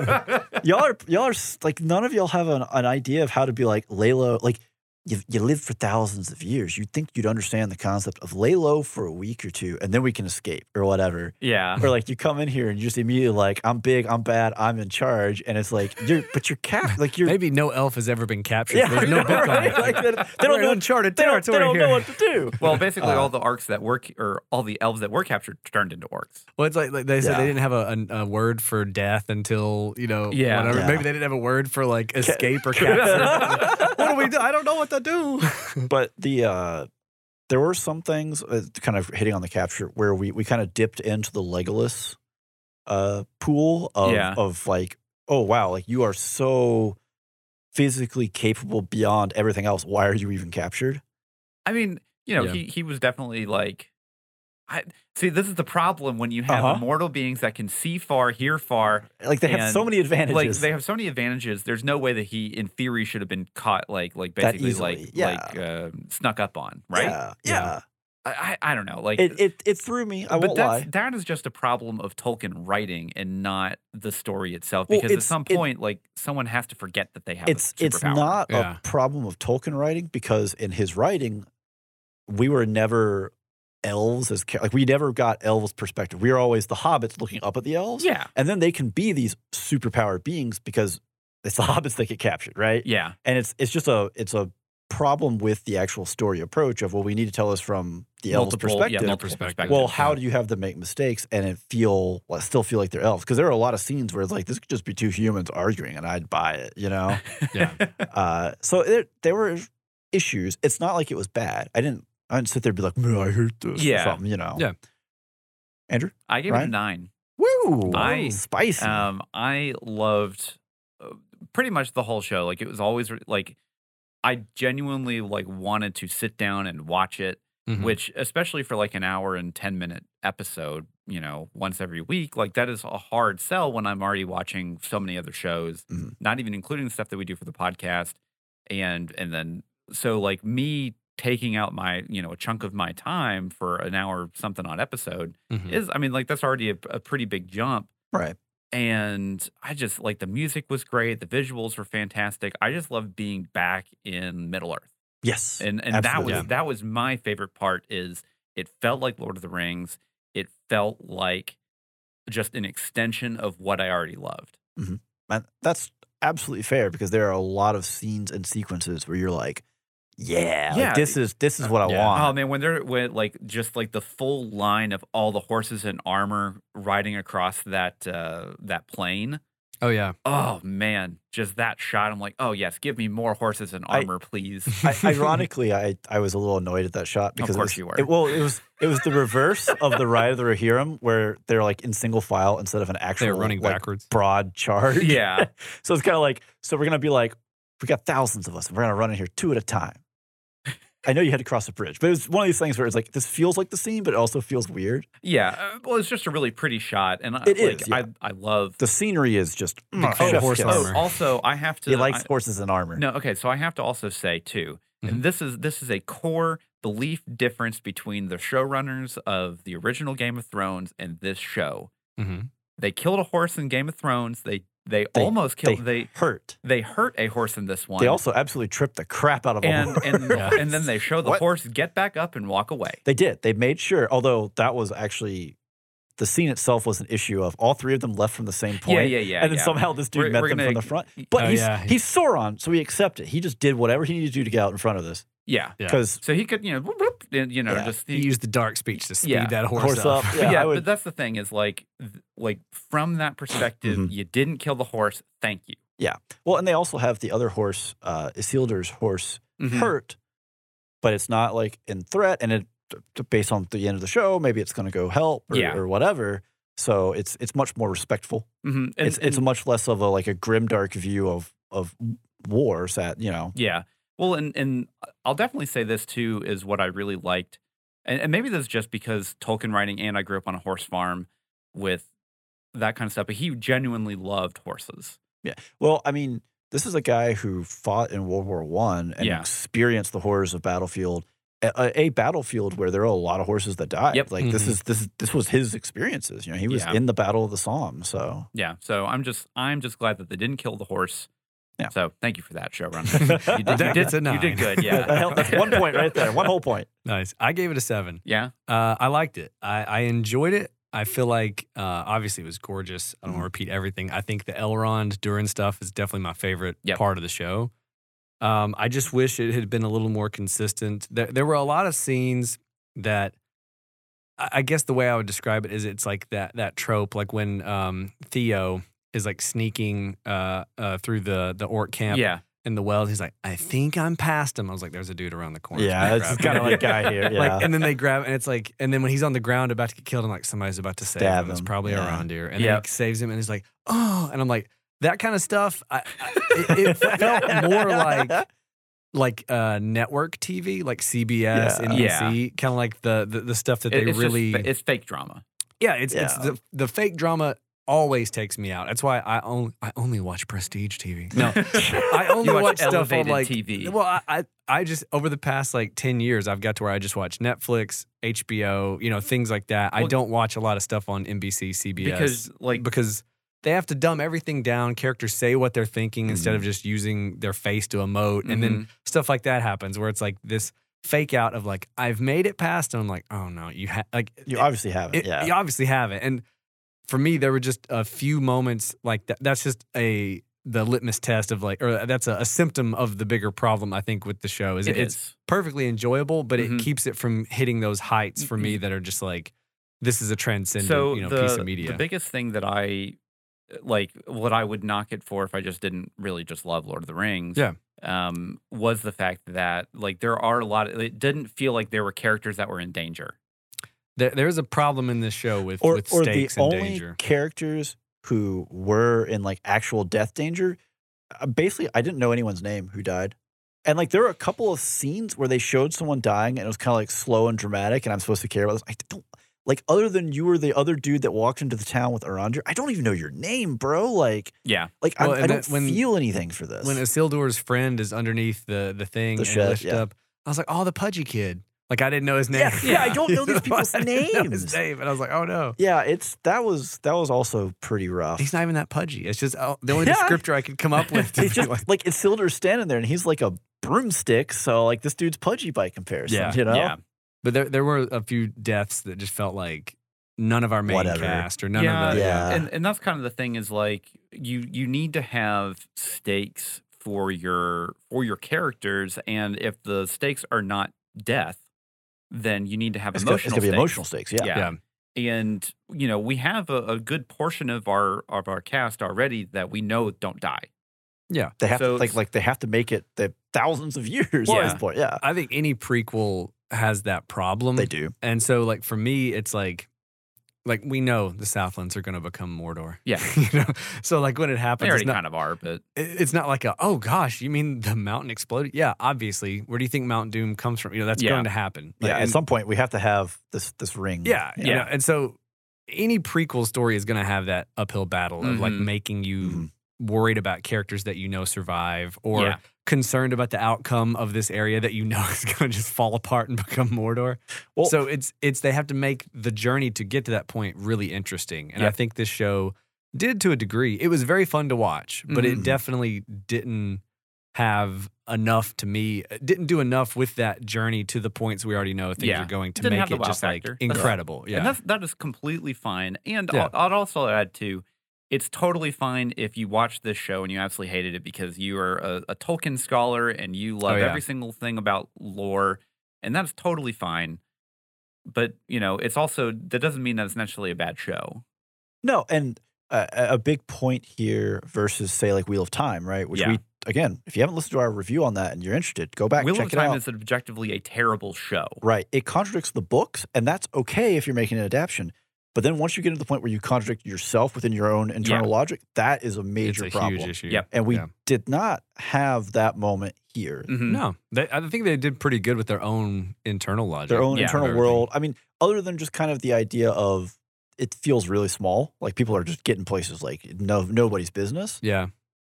Speaker 1: y'all are y'all are s- like none of y'all have an, an idea of how to be like lay low. Like you you lived for thousands of years. You'd think you'd understand the concept of lay low for a week or two, and then we can escape or whatever.
Speaker 3: Yeah.
Speaker 1: Or like you come in here and you just immediately like I'm big, I'm bad, I'm in charge, and it's like you're but you're cap like you're
Speaker 2: Maybe no elf has ever been captured.
Speaker 1: Yeah,
Speaker 2: There's no book on
Speaker 1: right?
Speaker 2: it.
Speaker 1: Like, they- they
Speaker 2: We're
Speaker 1: don't
Speaker 2: in
Speaker 1: know-
Speaker 2: uncharted
Speaker 1: they don't,
Speaker 2: territory
Speaker 1: they don't
Speaker 2: here.
Speaker 1: know what to do.
Speaker 3: Well, basically,
Speaker 1: Uh,
Speaker 3: all the orcs that work, or all the elves that were captured, turned into orcs.
Speaker 2: Well, it's like, like they said
Speaker 1: Yeah.
Speaker 2: they didn't have a, a, a word for death until you know
Speaker 3: Yeah.
Speaker 2: whatever.
Speaker 1: Yeah.
Speaker 2: Maybe they didn't have a word for like escape or capture. what do we do? I don't know what to do.
Speaker 1: but the uh there were some things uh, kind of hitting on the capture where we we kind of dipped into the Legolas uh pool of
Speaker 3: Yeah.
Speaker 1: of like oh wow like you are so physically capable beyond everything else why are you even captured
Speaker 3: I mean, you know,
Speaker 2: Yeah.
Speaker 3: he he was definitely like. I, see, this is the problem when you have
Speaker 1: Uh-huh.
Speaker 3: immortal beings that can see far, hear far.
Speaker 1: like they have so
Speaker 3: And,
Speaker 1: many advantages
Speaker 3: Like they have so many advantages. There's no way that he, in theory, should have been caught. Like, like
Speaker 1: That
Speaker 3: basically, like,
Speaker 1: easily, yeah.
Speaker 3: like uh, snuck up on. Right?
Speaker 1: yeah,
Speaker 2: Yeah.
Speaker 1: yeah.
Speaker 3: I, I, I don't know. Like, uh,
Speaker 1: it, it it threw me i
Speaker 3: but
Speaker 1: won't
Speaker 3: that's,
Speaker 1: lie
Speaker 3: that is just a problem of Tolkien writing and not the story itself.
Speaker 1: Well,
Speaker 3: Because at
Speaker 1: it's-
Speaker 3: some
Speaker 1: it-
Speaker 3: point, like, someone has to forget that they have. a
Speaker 1: it's it's
Speaker 3: superpower.
Speaker 1: not
Speaker 2: Yeah.
Speaker 1: a problem of Tolkien writing because in his writing, we were never elves as cha- like we never got elves' perspective. We were always the hobbits looking up at the elves,
Speaker 3: Yeah.
Speaker 1: and then they can be these superpowered beings because it's the hobbits that get captured, right?
Speaker 3: Yeah.
Speaker 1: And it's it's just a it's a problem with the actual story approach of well, we need to tell this from the elves'
Speaker 3: yeah,
Speaker 1: perspective.
Speaker 3: multiple
Speaker 2: Perspective.
Speaker 3: perspectives.
Speaker 1: well,
Speaker 2: yeah.
Speaker 1: how do you have them make mistakes and it feel well, still feel like they're elves? Because there are a lot of scenes where it's like this could just be two humans arguing, and I'd buy it, you know.
Speaker 2: Yeah.
Speaker 1: Uh, so there, there were issues. It's not like it was bad. I didn't. I didn't sit there and be like, "Man, I hate this." or
Speaker 3: Yeah.
Speaker 1: something, you know.
Speaker 2: Yeah.
Speaker 1: Andrew,
Speaker 3: I gave it a
Speaker 1: Ryan?
Speaker 3: nine.
Speaker 1: Woo!
Speaker 3: I-
Speaker 1: Spicy.
Speaker 3: Um, I loved uh, pretty much the whole show. Like it was always like I genuinely like wanted to sit down and watch it,
Speaker 2: Mhm.
Speaker 3: which especially for like an hour and 10 minute episode, you know, once every week, like that is a hard sell when I'm already watching so many other shows,
Speaker 1: Mhm.
Speaker 3: not even including the stuff that we do for the podcast and and then so like me taking out my, you know, a chunk of my time for an hour something on episode
Speaker 2: Mhm.
Speaker 3: is I mean like that's already a, a pretty big jump
Speaker 1: right.
Speaker 3: and I just like the music was great, the visuals were fantastic. I just love being back in Middle Earth,
Speaker 1: Yes.
Speaker 3: and and
Speaker 1: Absolutely.
Speaker 3: that
Speaker 1: Yeah.
Speaker 3: was that was my favorite part. Is it felt like Lord of the Rings? It felt like just an extension of what I already loved.
Speaker 1: Man, that's absolutely fair because there are a lot of scenes and sequences where you're like, yeah, like,
Speaker 3: Yeah.
Speaker 1: this is this is what I
Speaker 2: Yeah.
Speaker 1: want.
Speaker 3: Oh man, when they're when like just like the full line of all the horses in armor riding across that uh, that plain.
Speaker 2: Oh yeah.
Speaker 3: Oh man, just that shot. I'm like, oh yes, give me more horses in
Speaker 1: I-
Speaker 3: armor, please.
Speaker 1: I, ironically, I, I was a little annoyed at that shot because it
Speaker 3: course
Speaker 1: was,
Speaker 3: you were.
Speaker 1: it- well, it was it was the reverse of the Ride of the Rohirrim, where they're like in single file instead of an actual
Speaker 2: They're running
Speaker 1: like,
Speaker 2: backwards.
Speaker 1: broad charge.
Speaker 3: yeah.
Speaker 1: So it's kind of like so we're gonna be like we got thousands of us and we're gonna run in here two at a time. I know you had to cross a bridge, but it was one of these things where it's like this feels like the scene, but it also feels weird.
Speaker 3: Yeah, uh, well, it's just a really pretty shot, and I,
Speaker 1: It
Speaker 3: like,
Speaker 1: is, yeah.
Speaker 3: I I love.
Speaker 1: The scenery is just
Speaker 2: The
Speaker 1: mm,
Speaker 2: cool
Speaker 1: chef's
Speaker 2: horse
Speaker 1: kiss.
Speaker 2: armor.
Speaker 3: Oh, also, I have to.
Speaker 1: He likes
Speaker 3: I-
Speaker 1: horses and armor.
Speaker 3: no, okay, so I have to also say
Speaker 2: Mhm.
Speaker 3: too,
Speaker 1: Mm-hmm.
Speaker 3: and this is this is a core belief difference between the showrunners of the original Game of Thrones and this show.
Speaker 2: Mhm.
Speaker 3: They killed a horse in Game of Thrones. They they,
Speaker 1: They-
Speaker 3: almost killed. They, they
Speaker 1: Hurt.
Speaker 3: hurt a horse in this one.
Speaker 1: They also absolutely tripped the crap out of him.
Speaker 3: and and
Speaker 2: Yeah.
Speaker 3: and then they show the
Speaker 1: What?
Speaker 3: horse get back up and walk away.
Speaker 1: They did. They made sure, although that was actually the scene itself was an issue of all three of them left from the same point.
Speaker 3: Yeah, yeah, yeah.
Speaker 1: And then
Speaker 3: yeah.
Speaker 1: somehow this dude
Speaker 3: We're-
Speaker 1: met
Speaker 3: we're
Speaker 1: them
Speaker 3: gonna-
Speaker 1: from the front. But
Speaker 2: Oh,
Speaker 1: he's,
Speaker 2: yeah.
Speaker 1: he's Sauron, so we accept it. He just did whatever he needed to do to get out in front of this.
Speaker 3: yeah.
Speaker 2: Yeah.
Speaker 1: Because
Speaker 3: So he could you know whoop, whoop, and, you know
Speaker 1: Yeah.
Speaker 3: just
Speaker 2: He used the dark speech to speed
Speaker 3: Yeah.
Speaker 2: that horse,
Speaker 1: horse
Speaker 2: up.
Speaker 1: up. Yeah,
Speaker 3: yeah,
Speaker 1: I
Speaker 3: but
Speaker 1: would,
Speaker 3: that's the thing is like th- like from that perspective
Speaker 1: Mhm.
Speaker 3: you didn't kill the horse thank you
Speaker 1: well, and they also have the other horse, uh, Isildur's horse,
Speaker 3: Mm-hmm.
Speaker 1: hurt, but it's not like in threat. And it, t- based on the end of the show, maybe it's going to go help or,
Speaker 3: Yeah.
Speaker 1: or whatever. So it's it's much more respectful.
Speaker 3: Mhm. And-
Speaker 1: it's it's
Speaker 3: and-
Speaker 1: much less of a like a grimdark view of of war. That you know,
Speaker 3: yeah well and and uh, i'll definitely say this too is what i really liked and, and maybe this is just because tolkien writing and i grew up on a horse farm with that kind of stuff but he genuinely loved horses
Speaker 1: Well, I mean, this is a guy who fought in World War One and
Speaker 3: Yeah.
Speaker 1: experienced the horrors of battlefield, a, a- a battlefield where there are a lot of horses that died.
Speaker 3: Yep. Mm-hmm.
Speaker 1: Like this
Speaker 2: Mhm.
Speaker 1: is this is- this was his experiences. You know, he was
Speaker 3: Yeah.
Speaker 1: in the Battle of the Somme. So
Speaker 3: yeah so i'm just i'm just glad that they didn't kill the horse
Speaker 1: Yeah.
Speaker 3: so thank you for that showrunner you did, you
Speaker 1: That-
Speaker 2: That
Speaker 3: did,
Speaker 2: gets a
Speaker 3: you
Speaker 2: nine.
Speaker 3: did good yeah
Speaker 1: that helped. That's one point right there. One whole point.
Speaker 2: Nice. I gave it a seven.
Speaker 3: yeah
Speaker 2: Uh, I liked it. I, I enjoyed it. I feel like uh, obviously it was gorgeous. I don't
Speaker 1: Mm-hmm.
Speaker 2: want to repeat everything. I think the Elrond Durin stuff is definitely my favorite
Speaker 3: Yep.
Speaker 2: part of the show. Um, I just wish it had been a little more consistent. There, there were a lot of scenes that I I guess the way I would describe it is it's like that that trope, like when um, Theo is like sneaking uh, uh, through the the orc camp
Speaker 3: yeah
Speaker 2: in the wells. He's like, I think I'm past him. I was like, there's a dude around the corner.
Speaker 1: Yeah,
Speaker 2: Grab
Speaker 1: it's
Speaker 2: him.
Speaker 1: kind of like guy here. Yeah.
Speaker 2: Like, and then they grab, and it's like, and then when he's on the ground about to get killed, I'm like, somebody's about to save
Speaker 1: Stab
Speaker 2: him. It's
Speaker 1: him.
Speaker 2: probably
Speaker 1: Yeah.
Speaker 2: a reindeer. And then
Speaker 3: Yep.
Speaker 2: he saves him, and he's like, oh, and I'm like, that kind of stuff. I, I, it, it felt more like like uh, network TV, like CBS,
Speaker 1: Yeah.
Speaker 2: NBC, kind of like the, the the stuff that
Speaker 3: It-
Speaker 2: they
Speaker 3: it's just
Speaker 2: really.
Speaker 3: fa- it's fake drama
Speaker 2: yeah, it's it's
Speaker 1: Yeah.
Speaker 2: the the fake drama always takes me out. That's why I only I only watch prestige TV. No, I only
Speaker 3: You watch
Speaker 2: watch, stuff on
Speaker 3: elevated
Speaker 2: like
Speaker 3: TV.
Speaker 2: Well, I, I I just over the past like ten years, I've got to where I just watch Netflix, HBO, you know, things like that. I
Speaker 3: Well-
Speaker 2: don't watch a lot of stuff on NBC, CBS
Speaker 3: because like
Speaker 2: because they have to dumb everything down. Characters say what they're thinking instead
Speaker 1: Mhm.
Speaker 3: Mm-hmm.
Speaker 2: of just using their face to emote, and then stuff like that happens where it's like this fake out of like I've made it past, and I'm like, oh no, you ha-, like
Speaker 1: you obviously haven't.
Speaker 2: it-
Speaker 1: yeah.
Speaker 2: You obviously have it. And for me, there were just a few moments like that. That's just a the litmus test of like, or that's a, a symptom of the bigger problem. I think with the show is
Speaker 3: it
Speaker 2: it's
Speaker 3: is.
Speaker 2: perfectly enjoyable, but
Speaker 1: Mm-hmm.
Speaker 3: Mhm.
Speaker 2: it keeps it from hitting those heights for me that are just like this is a transcendent
Speaker 3: so
Speaker 2: you know
Speaker 3: the,
Speaker 2: piece of media.
Speaker 3: the biggest thing that I uh, like, what I would knock it for if I just didn't really just love Lord of the Rings,
Speaker 2: Yeah.
Speaker 3: um, was the fact that like there are a lot. Of, it didn't feel like there were characters that were in danger.
Speaker 2: There, there's a problem in this show with,
Speaker 1: or,
Speaker 2: with
Speaker 1: or the
Speaker 2: stakes and
Speaker 1: only
Speaker 2: danger.
Speaker 1: characters who were in like actual death danger. uh, Basically, I didn't know anyone's name who died. And like there were a couple of scenes where they showed someone dying and it was kind of like slow and dramatic and I'm supposed to care about this. I don't like other than you were the other dude that walked into the town with Aranger, I don't even know your name, bro. Like
Speaker 3: Yeah.
Speaker 1: like
Speaker 2: Well,
Speaker 1: I, I
Speaker 2: and
Speaker 1: don't
Speaker 2: that- when-
Speaker 1: feel anything for this.
Speaker 2: When Isildur's friend is underneath the, the thing
Speaker 1: The
Speaker 2: and
Speaker 1: shed,
Speaker 2: lifts
Speaker 1: yeah.
Speaker 2: up, I was like, oh, the pudgy kid. Like, I didn't know his name.
Speaker 1: Yeah,
Speaker 3: yeah, I
Speaker 1: don't know these people's
Speaker 2: I didn't know
Speaker 1: names.
Speaker 2: His name. And I was like, oh, no.
Speaker 1: yeah, it's that was that was also pretty rough.
Speaker 2: He's not even that pudgy. It's just oh, the only
Speaker 1: Yeah.
Speaker 2: descriptor I could come up with. to
Speaker 1: He's
Speaker 2: be
Speaker 1: just
Speaker 2: like-
Speaker 1: like Isildur's standing there and he's like a broomstick, so like this dude's pudgy by comparison.
Speaker 2: Yeah,
Speaker 1: you know?
Speaker 3: Yeah.
Speaker 2: but there, there were a few deaths that just felt like none of our main
Speaker 1: Whatever.
Speaker 2: cast or none
Speaker 3: yeah,
Speaker 2: of the.
Speaker 1: Yeah.
Speaker 3: and and that's kind of the thing is like you you need to have stakes for your for your characters, and if the stakes are not death, then you need to have
Speaker 1: It's gonna, it's
Speaker 3: emotional.
Speaker 1: gonna be
Speaker 3: stakes.
Speaker 1: emotional stakes, yeah.
Speaker 3: yeah. and you know we have a, a good portion of our of our cast already that we know don't die.
Speaker 1: They have to,
Speaker 3: So
Speaker 1: like
Speaker 3: it's-
Speaker 1: like they have to make it the thousands of years at
Speaker 3: Yeah.
Speaker 1: this point. Yeah.
Speaker 2: I think any prequel has that problem.
Speaker 1: They do.
Speaker 3: Mm-hmm.
Speaker 2: And so, like for me, it's like, like we know the Southlands are going to become Mordor.
Speaker 3: Yeah.
Speaker 2: you know. So like when it
Speaker 3: They
Speaker 2: happens,
Speaker 3: already
Speaker 2: it's not,
Speaker 3: kind of are, but
Speaker 2: it- it's not like a oh gosh, you mean the mountain exploded? Yeah, obviously. Where do you think Mount Doom comes from? You know, that's
Speaker 3: Yeah.
Speaker 2: going to happen. Like,
Speaker 1: yeah. At
Speaker 2: and-
Speaker 1: some point we have to have this this ring.
Speaker 2: Yeah, yeah.
Speaker 3: Yeah.
Speaker 2: And so any prequel story is going to have that uphill battle of like
Speaker 3: Mhm.
Speaker 2: making you
Speaker 1: Mhm.
Speaker 2: worried about characters that you know survive or
Speaker 3: Yeah.
Speaker 2: concerned about the outcome of this area that you know is going to just fall apart and become Mordor.
Speaker 1: Well-
Speaker 2: so it's it's they have to make the journey to get to that point really interesting. And I
Speaker 3: Yep.
Speaker 2: think this show did to a degree. It was very fun to watch, but it
Speaker 3: Mm-hmm.
Speaker 1: Mhm.
Speaker 2: definitely didn't have enough to me it didn't do enough with that journey to the points we already know things
Speaker 3: Yeah.
Speaker 2: are going to
Speaker 3: Didn't
Speaker 2: make
Speaker 3: have the
Speaker 2: it
Speaker 3: wow
Speaker 2: just
Speaker 3: factor.
Speaker 2: like
Speaker 3: That's-
Speaker 2: incredible yeah
Speaker 3: and that's, that is completely fine. And
Speaker 2: Yeah.
Speaker 3: I'll, I'd also add to, it's totally fine if you watch this show and you absolutely hated it because you are a, a Tolkien scholar and you love
Speaker 2: Oh, yeah.
Speaker 3: every single thing about lore, and that's totally fine. But you know, it's also that doesn't mean that it's necessarily a bad show.
Speaker 1: No, and uh, a a big point here versus say like Wheel of Time, right? Which
Speaker 3: Yeah.
Speaker 1: we again, if you haven't listened to our review on that and you're interested, go back
Speaker 3: Wheel
Speaker 1: check
Speaker 3: of
Speaker 1: it
Speaker 3: Time
Speaker 1: out.
Speaker 3: is objectively a terrible show.
Speaker 1: right. It contradicts the books, and that's okay if you're making an adaptation. But then once you get to the point where you contradict yourself within your own internal logic, that is a
Speaker 2: it's
Speaker 1: major
Speaker 2: a
Speaker 1: problem.
Speaker 2: huge issue
Speaker 3: Yep.
Speaker 1: And we
Speaker 2: Yeah. Mm-hmm.
Speaker 1: did not have that moment here.
Speaker 3: Mhm.
Speaker 2: no they, i think they did pretty good with their own internal logic
Speaker 1: their own
Speaker 3: Yeah.
Speaker 1: internal
Speaker 2: Everything.
Speaker 1: world. I mean, other than just kind of the idea of it feels really small, like people are just getting places like no nobody's business,
Speaker 2: yeah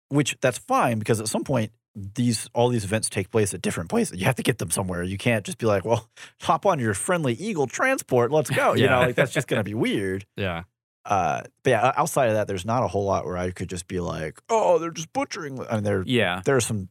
Speaker 1: which that's fine because at some point these all these events take place at different places. You have to get them somewhere. You can't just be like, well, hop on your friendly eagle transport, let's go. You
Speaker 2: Yeah.
Speaker 1: know, like that's just gonna be weird.
Speaker 2: yeah
Speaker 1: Uh, but yeah, o- outside of that, there's not a whole lot where I could just be like, oh, they're just butchering. I mean, there
Speaker 3: Yeah,
Speaker 1: there are some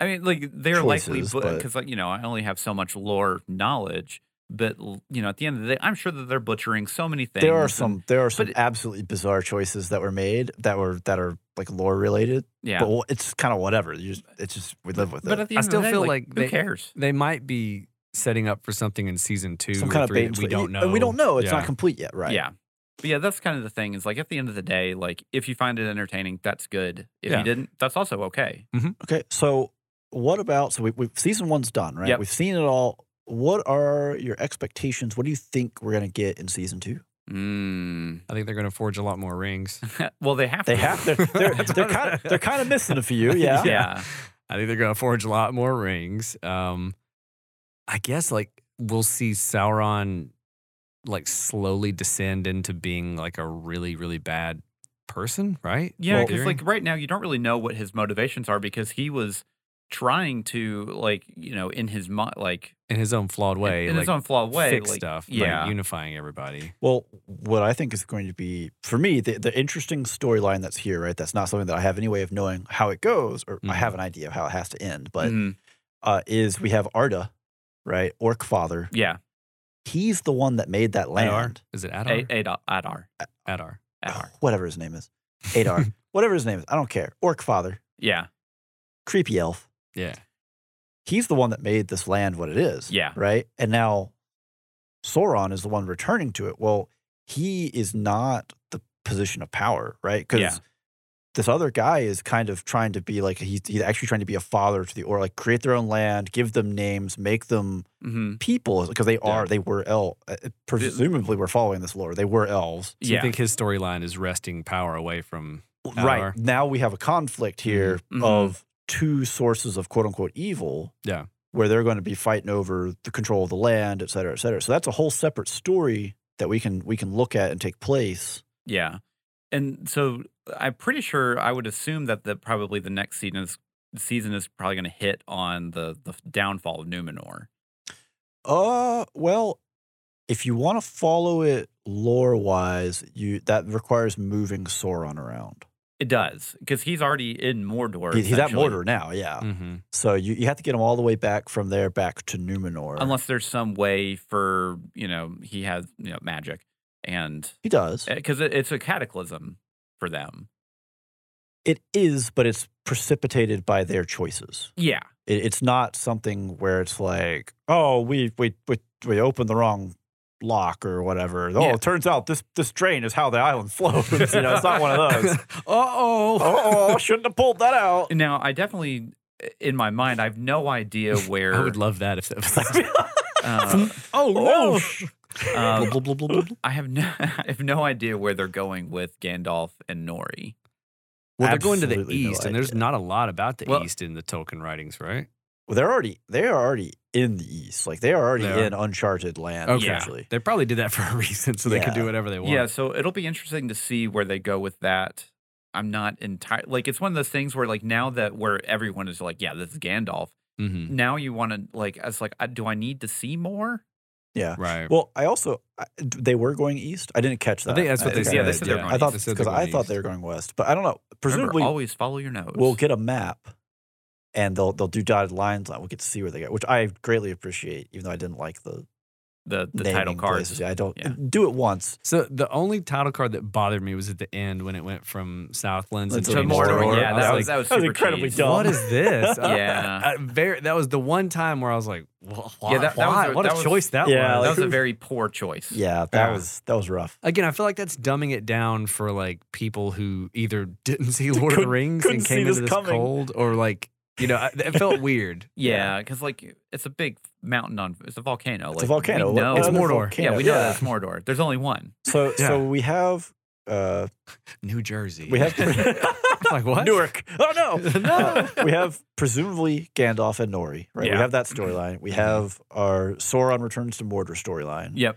Speaker 3: I mean, like they're
Speaker 1: Choices,
Speaker 3: likely
Speaker 1: but-
Speaker 3: because, like you know, I only have so much lore knowledge. But l- you know, at the end of the day, I'm sure that they're butchering so many things.
Speaker 1: There are
Speaker 3: and-
Speaker 1: some there are some
Speaker 3: but it-
Speaker 1: absolutely bizarre choices that were made that were that are like lore related,
Speaker 3: yeah.
Speaker 1: but well, it's kind of whatever. You just, it's just we live with
Speaker 3: But
Speaker 1: it.
Speaker 3: at the
Speaker 2: I
Speaker 3: end
Speaker 2: still
Speaker 3: of the day,
Speaker 2: feel
Speaker 3: like,
Speaker 2: like
Speaker 3: who
Speaker 2: they-
Speaker 3: cares?
Speaker 2: they might be setting up for something in season two
Speaker 1: Some
Speaker 2: or
Speaker 1: kind of
Speaker 2: three
Speaker 1: bait and
Speaker 2: that we
Speaker 1: switch.
Speaker 2: don't know
Speaker 1: And we don't know. It's
Speaker 2: Yeah.
Speaker 1: not complete yet, right?
Speaker 3: Yeah. But yeah, that's kind of the thing is like at the end of the day, like if you find it entertaining, that's good. If
Speaker 2: Yeah.
Speaker 3: you didn't, that's also okay.
Speaker 1: Okay. So what about so we, we season one's done, right?
Speaker 3: Yep.
Speaker 1: We've seen it all. What are your expectations? What do you think we're gonna get in season two?
Speaker 3: Mm.
Speaker 2: i think they're going to forge a lot more rings
Speaker 3: well, they have
Speaker 1: They
Speaker 3: to.
Speaker 1: have they're they're, they're kind of they're kind of missing a few, yeah.
Speaker 3: Yeah.
Speaker 2: I think they're going to forge a lot more rings. Um, I guess like we'll see Sauron like slowly descend into being like a really really bad person, right?
Speaker 3: Yeah,
Speaker 1: Well-
Speaker 3: because like right now you don't really know what his motivations are because he was trying to like you know in his mind like
Speaker 2: in his own flawed
Speaker 3: in-
Speaker 2: way,
Speaker 3: in,
Speaker 2: like
Speaker 3: his own flawed way
Speaker 2: fix
Speaker 3: like,
Speaker 2: stuff,
Speaker 3: yeah
Speaker 2: like unifying everybody.
Speaker 1: Well, what I think is going to be for me the, the interesting storyline that's here, right? That's not something that I have any way of knowing how it goes, or I
Speaker 2: Mhm.
Speaker 1: have an idea of how it has to end, but
Speaker 3: Mhm.
Speaker 1: uh, is we have Arda, right? Orc father.
Speaker 3: yeah
Speaker 1: He's the one that made that land.
Speaker 2: Is it
Speaker 3: A-
Speaker 2: Adar?
Speaker 3: Adar Adar
Speaker 2: Adar.
Speaker 3: Adar
Speaker 1: Whatever his name is. Adar. whatever his name is. I don't care. Orc father.
Speaker 3: yeah
Speaker 1: Creepy elf.
Speaker 2: Yeah.
Speaker 1: He's the one that made this land what it is.
Speaker 3: Yeah.
Speaker 1: Right? And now Sauron is the one returning to it. Well, he is not the position of power, right? Because
Speaker 3: Yeah.
Speaker 1: this other guy is kind of trying to be like he's, he's actually trying to be a father to the or like create their own land, give them names, make them
Speaker 3: hmm
Speaker 1: people because they are they were el uh, presumably we're following this lore. They were elves.
Speaker 2: So you
Speaker 3: Yeah.
Speaker 2: think his storyline is wresting power away from Power.
Speaker 1: Right. Now we have a conflict here
Speaker 3: Mhm. Mhm.
Speaker 1: of two sources of quote unquote evil.
Speaker 2: Yeah.
Speaker 1: Where they're going to be fighting over the control of the land, et cetera, et cetera. So that's a whole separate story that we can we can look at and take place.
Speaker 3: Yeah. And so I'm pretty sure I would assume that the probably the next season is season is probably going to hit on the the downfall of Numenor.
Speaker 1: Uh well, if you want to follow it lore wise, you that requires moving Sauron around.
Speaker 3: It does because he's already in Mordor.
Speaker 1: He- he's at
Speaker 3: essentially.
Speaker 1: Mordor now, yeah.
Speaker 2: hmm
Speaker 1: So you, you have to get him all the way back from there back to Numenor.
Speaker 3: unless there's some way for you know he has you know magic and
Speaker 1: he does.
Speaker 3: because it, it's a cataclysm for them.
Speaker 1: It is, but it's precipitated by their choices.
Speaker 3: Yeah.
Speaker 1: It, it's not something where it's like, oh, we we we we opened the wrong lock or whatever. Oh,
Speaker 3: Yeah.
Speaker 1: it turns out this this drain is how the island flows. you know, it's not one of those.
Speaker 2: uh oh.
Speaker 1: oh, shouldn't have pulled that out.
Speaker 3: Now I definitely in my mind I have no idea where.
Speaker 2: I would love that if that was.
Speaker 1: Hmm?
Speaker 3: uh,
Speaker 1: Oh,
Speaker 2: oh
Speaker 1: Blah,
Speaker 3: um,
Speaker 1: blah, blah, blah, blah.
Speaker 3: I have no I have no idea where they're going with Gandalf and Nori.
Speaker 2: Well, they're going to the
Speaker 1: Absolutely no
Speaker 2: east, and there's
Speaker 1: idea.
Speaker 2: not a lot about the
Speaker 3: Well-
Speaker 2: east in the Tolkien writings, right?
Speaker 1: Well, they're already they are already in the east. Like they are already
Speaker 2: They are.
Speaker 1: in uncharted land.
Speaker 2: Okay.
Speaker 1: Essentially.
Speaker 2: They probably did that for a reason, so they could do
Speaker 1: Yeah.
Speaker 2: whatever they want.
Speaker 3: Yeah, so it'll be interesting to see where they go with that. I'm not entire like it's one of those things where like now that where everyone is like, yeah, this is Gandalf.
Speaker 2: hmm
Speaker 3: Now you want to like, it's like, I, do I need to see more?
Speaker 2: Right.
Speaker 1: Well, I also I, they were going east. I didn't catch that.
Speaker 2: I think that's what they
Speaker 3: Yeah,
Speaker 2: said.
Speaker 3: they said they're
Speaker 1: I
Speaker 3: going
Speaker 1: thought
Speaker 2: They said
Speaker 1: because
Speaker 2: they're
Speaker 1: I
Speaker 2: going
Speaker 1: thought
Speaker 2: east.
Speaker 1: they were going west, but I don't know. Presumably,
Speaker 3: Remember, always follow your nose.
Speaker 1: we'll get a map, and they'll they'll do dotted lines. on. We'll get to see where they go, which I greatly appreciate, even though I didn't like the
Speaker 3: the the title
Speaker 1: naming
Speaker 3: cards.
Speaker 1: places. Yeah, I don't
Speaker 3: Yeah.
Speaker 1: do it once.
Speaker 2: So the only title card that bothered me was at the end when it went from Southlands
Speaker 1: Let's
Speaker 2: into
Speaker 3: To
Speaker 1: James
Speaker 3: Mordor,
Speaker 1: Mordor.
Speaker 2: I
Speaker 3: yeah,
Speaker 2: was like,
Speaker 3: that was, that was
Speaker 1: that was
Speaker 3: super
Speaker 1: incredibly
Speaker 3: cheese.
Speaker 1: dumb.
Speaker 2: What is this? Uh,
Speaker 3: Yeah.
Speaker 2: uh, very, that was the one time where I was like, well, why,
Speaker 3: Yeah, that- that was
Speaker 2: why?
Speaker 3: a-
Speaker 2: what
Speaker 3: that
Speaker 2: a
Speaker 3: was-
Speaker 2: choice that
Speaker 1: Yeah,
Speaker 3: That
Speaker 2: was.
Speaker 1: like-
Speaker 3: was a very poor choice.
Speaker 1: Yeah, that
Speaker 2: Yeah.
Speaker 1: was that was rough.
Speaker 2: Again, I feel like that's dumbing it down for like people who either didn't see Lord of the
Speaker 1: Couldn't-
Speaker 2: Rings
Speaker 1: couldn't
Speaker 2: and
Speaker 1: see
Speaker 2: came
Speaker 1: this
Speaker 2: into this
Speaker 1: coming.
Speaker 2: cold or like, you know, I- it felt weird.
Speaker 3: Yeah, because like it's a big mountain on it's a volcano.
Speaker 1: It's
Speaker 3: like,
Speaker 1: a volcano.
Speaker 3: We know,
Speaker 1: It's
Speaker 2: It's Mordor.
Speaker 3: Yeah, we know that's Mordor. There's only one.
Speaker 1: So
Speaker 2: Yeah.
Speaker 1: so we have uh
Speaker 2: New Jersey.
Speaker 1: we have
Speaker 2: like what?
Speaker 1: Newark. Oh no.
Speaker 2: no.
Speaker 1: we have presumably Gandalf and Nori, right?
Speaker 3: Yeah. Mm-hmm.
Speaker 1: We have that storyline. We have our Sauron returns to Mordor storyline.
Speaker 3: Yep.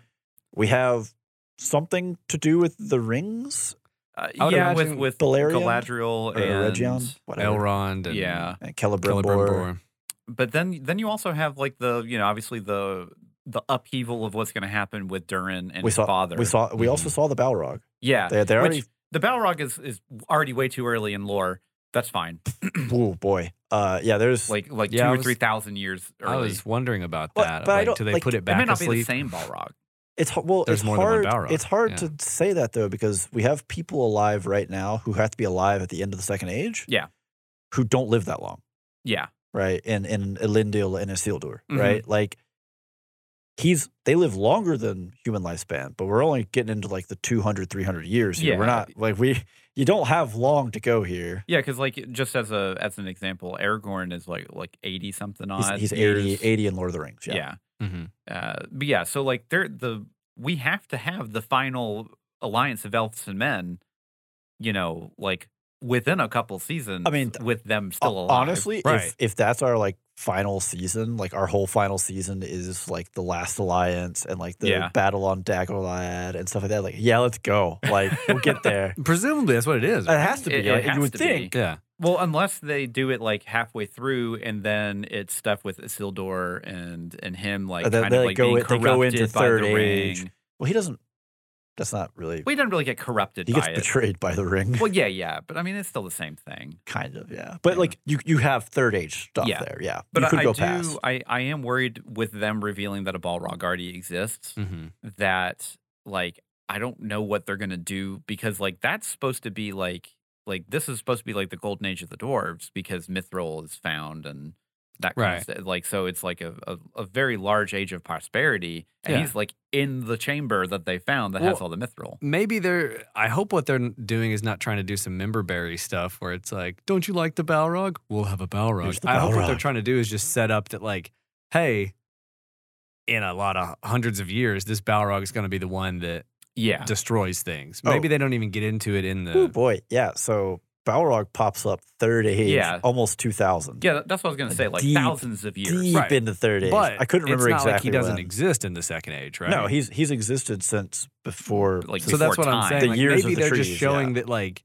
Speaker 1: We have something to do with the rings,
Speaker 3: Uh,
Speaker 2: I would
Speaker 3: yeah, with
Speaker 2: imagine
Speaker 3: with
Speaker 1: Beleriand
Speaker 3: Galadriel
Speaker 1: or
Speaker 3: and
Speaker 1: Region, whatever,
Speaker 2: Elrond and
Speaker 3: yeah.
Speaker 1: and
Speaker 2: Celebrimbor.
Speaker 1: Celebrimbor.
Speaker 3: But then then you also have like the you know obviously the the upheaval of what's going to happen with Durin and
Speaker 1: We
Speaker 3: his
Speaker 1: saw,
Speaker 3: father.
Speaker 1: we saw,
Speaker 2: Mm-hmm.
Speaker 1: we also saw the Balrog.
Speaker 2: Ah,
Speaker 3: yeah.
Speaker 1: They, they're
Speaker 3: Which the Balrog is is already way too early in lore. That's fine.
Speaker 1: already, oh boy, uh, yeah. There's
Speaker 3: Like like
Speaker 2: Yeah,
Speaker 3: two
Speaker 2: I
Speaker 3: or
Speaker 2: was-
Speaker 3: three thousand years early.
Speaker 2: I was wondering about
Speaker 1: But-
Speaker 2: that.
Speaker 1: but I
Speaker 2: like,
Speaker 1: don't-
Speaker 2: do they
Speaker 1: like,
Speaker 2: put it
Speaker 3: it
Speaker 2: back
Speaker 3: may not
Speaker 2: to
Speaker 3: be the
Speaker 2: sleep?
Speaker 3: same Balrog.
Speaker 1: it's h- well,
Speaker 2: There's
Speaker 1: it's
Speaker 2: more than one
Speaker 1: hard.
Speaker 2: Balrog,
Speaker 1: It's hard
Speaker 2: yeah.
Speaker 1: to say that though because we have people alive right now who have to be alive at the end of the Second Age.
Speaker 3: Yeah.
Speaker 1: who don't live that long.
Speaker 3: Yeah.
Speaker 1: right? In in Elendil and Isildur,
Speaker 3: Mhm.
Speaker 1: right? Like he's they live longer than human lifespan, but we're only getting into like the 200 300 years here. We're
Speaker 3: Yeah.
Speaker 1: not like we you don't have long to go here.
Speaker 3: Yeah, because like just as a as an example, Aragorn is like like eighty something
Speaker 1: He's,
Speaker 3: odd.
Speaker 1: he's
Speaker 3: years.
Speaker 1: 80 80 in Lord of the Rings. Yeah.
Speaker 3: Yeah.
Speaker 2: Mhm.
Speaker 3: Uh, but yeah, so like there the we have to have the final alliance of elves and men, you know, like within a couple seasons.
Speaker 1: mean, th-
Speaker 3: with them still
Speaker 1: Ho-
Speaker 3: alive.
Speaker 1: Honestly,
Speaker 2: Right.
Speaker 1: if if that's our like final season, like our whole final season is like the last alliance and like the
Speaker 3: Yeah.
Speaker 1: battle on Dagorlad and stuff like that. Like, yeah, let's go. Like, we'll get there.
Speaker 2: Presumably, that's what it is.
Speaker 1: It has to be.
Speaker 3: It- it
Speaker 1: like,
Speaker 3: has
Speaker 1: you would
Speaker 3: to be.
Speaker 1: think.
Speaker 2: Yeah.
Speaker 3: well, unless they do it like halfway through, and then it's stuff with Isildur and and him like
Speaker 1: Uh, They-
Speaker 3: kind
Speaker 1: they
Speaker 3: of like
Speaker 1: go
Speaker 3: being
Speaker 1: in- they
Speaker 3: corrupted
Speaker 1: go into
Speaker 3: by
Speaker 1: Third
Speaker 3: the
Speaker 1: Age.
Speaker 3: ring.
Speaker 1: Well, he doesn't. That's not really.
Speaker 3: We didn't really get corrupted
Speaker 1: He
Speaker 3: by
Speaker 1: gets
Speaker 3: it.
Speaker 1: betrayed by the ring.
Speaker 3: Well, yeah, yeah, but I mean, it's still the same thing.
Speaker 1: kind of yeah but
Speaker 3: Yeah.
Speaker 1: like you you have third age stuff
Speaker 3: Yeah.
Speaker 1: there yeah
Speaker 3: But
Speaker 1: you could
Speaker 3: I,
Speaker 1: go
Speaker 3: I do.
Speaker 1: past
Speaker 3: I, I am worried with them revealing that a Balrog already exists.
Speaker 2: hmm
Speaker 3: That like I don't know what they're gonna do because like that's supposed to be like like this is supposed to be like the golden age of the dwarves because Mithril is found and that kind
Speaker 2: Right.
Speaker 3: of stuff. Like, so it's like a, a, a very large age of prosperity. And
Speaker 2: Yeah.
Speaker 3: he's like in the chamber that they found that has
Speaker 2: Well-
Speaker 3: all the mithril.
Speaker 2: Maybe they're. I hope what they're doing is not trying to do some member berry stuff where it's like, don't you like the Balrog? We'll have a Balrog.
Speaker 1: Here's the
Speaker 2: I hope what they're
Speaker 1: Balrog.
Speaker 2: trying to do is just set up that, like, hey, in a lot of hundreds of years, this Balrog is going to be the one that
Speaker 3: Yeah.
Speaker 2: destroys things.
Speaker 1: Oh.
Speaker 2: Maybe they don't even get into it in the.
Speaker 1: Oh boy, yeah. So Balrog pops up third age,
Speaker 3: Yeah.
Speaker 1: almost two thousand.
Speaker 3: Yeah. that- That's what I was going to say. Like
Speaker 1: Deep,
Speaker 3: thousands of years.
Speaker 1: deep
Speaker 2: Right.
Speaker 1: into third age.
Speaker 2: But
Speaker 1: I couldn't remember
Speaker 2: it's not
Speaker 1: exactly.
Speaker 2: like he doesn't
Speaker 1: when.
Speaker 2: exist in the second age, right?
Speaker 1: No, he's he's existed since before.
Speaker 3: Like,
Speaker 2: so that's what
Speaker 3: before
Speaker 2: I'm
Speaker 3: time.
Speaker 2: saying.
Speaker 1: The
Speaker 2: like,
Speaker 1: years
Speaker 2: maybe
Speaker 1: of the
Speaker 2: they're just
Speaker 1: trees,
Speaker 2: showing
Speaker 1: yeah.
Speaker 2: that, like,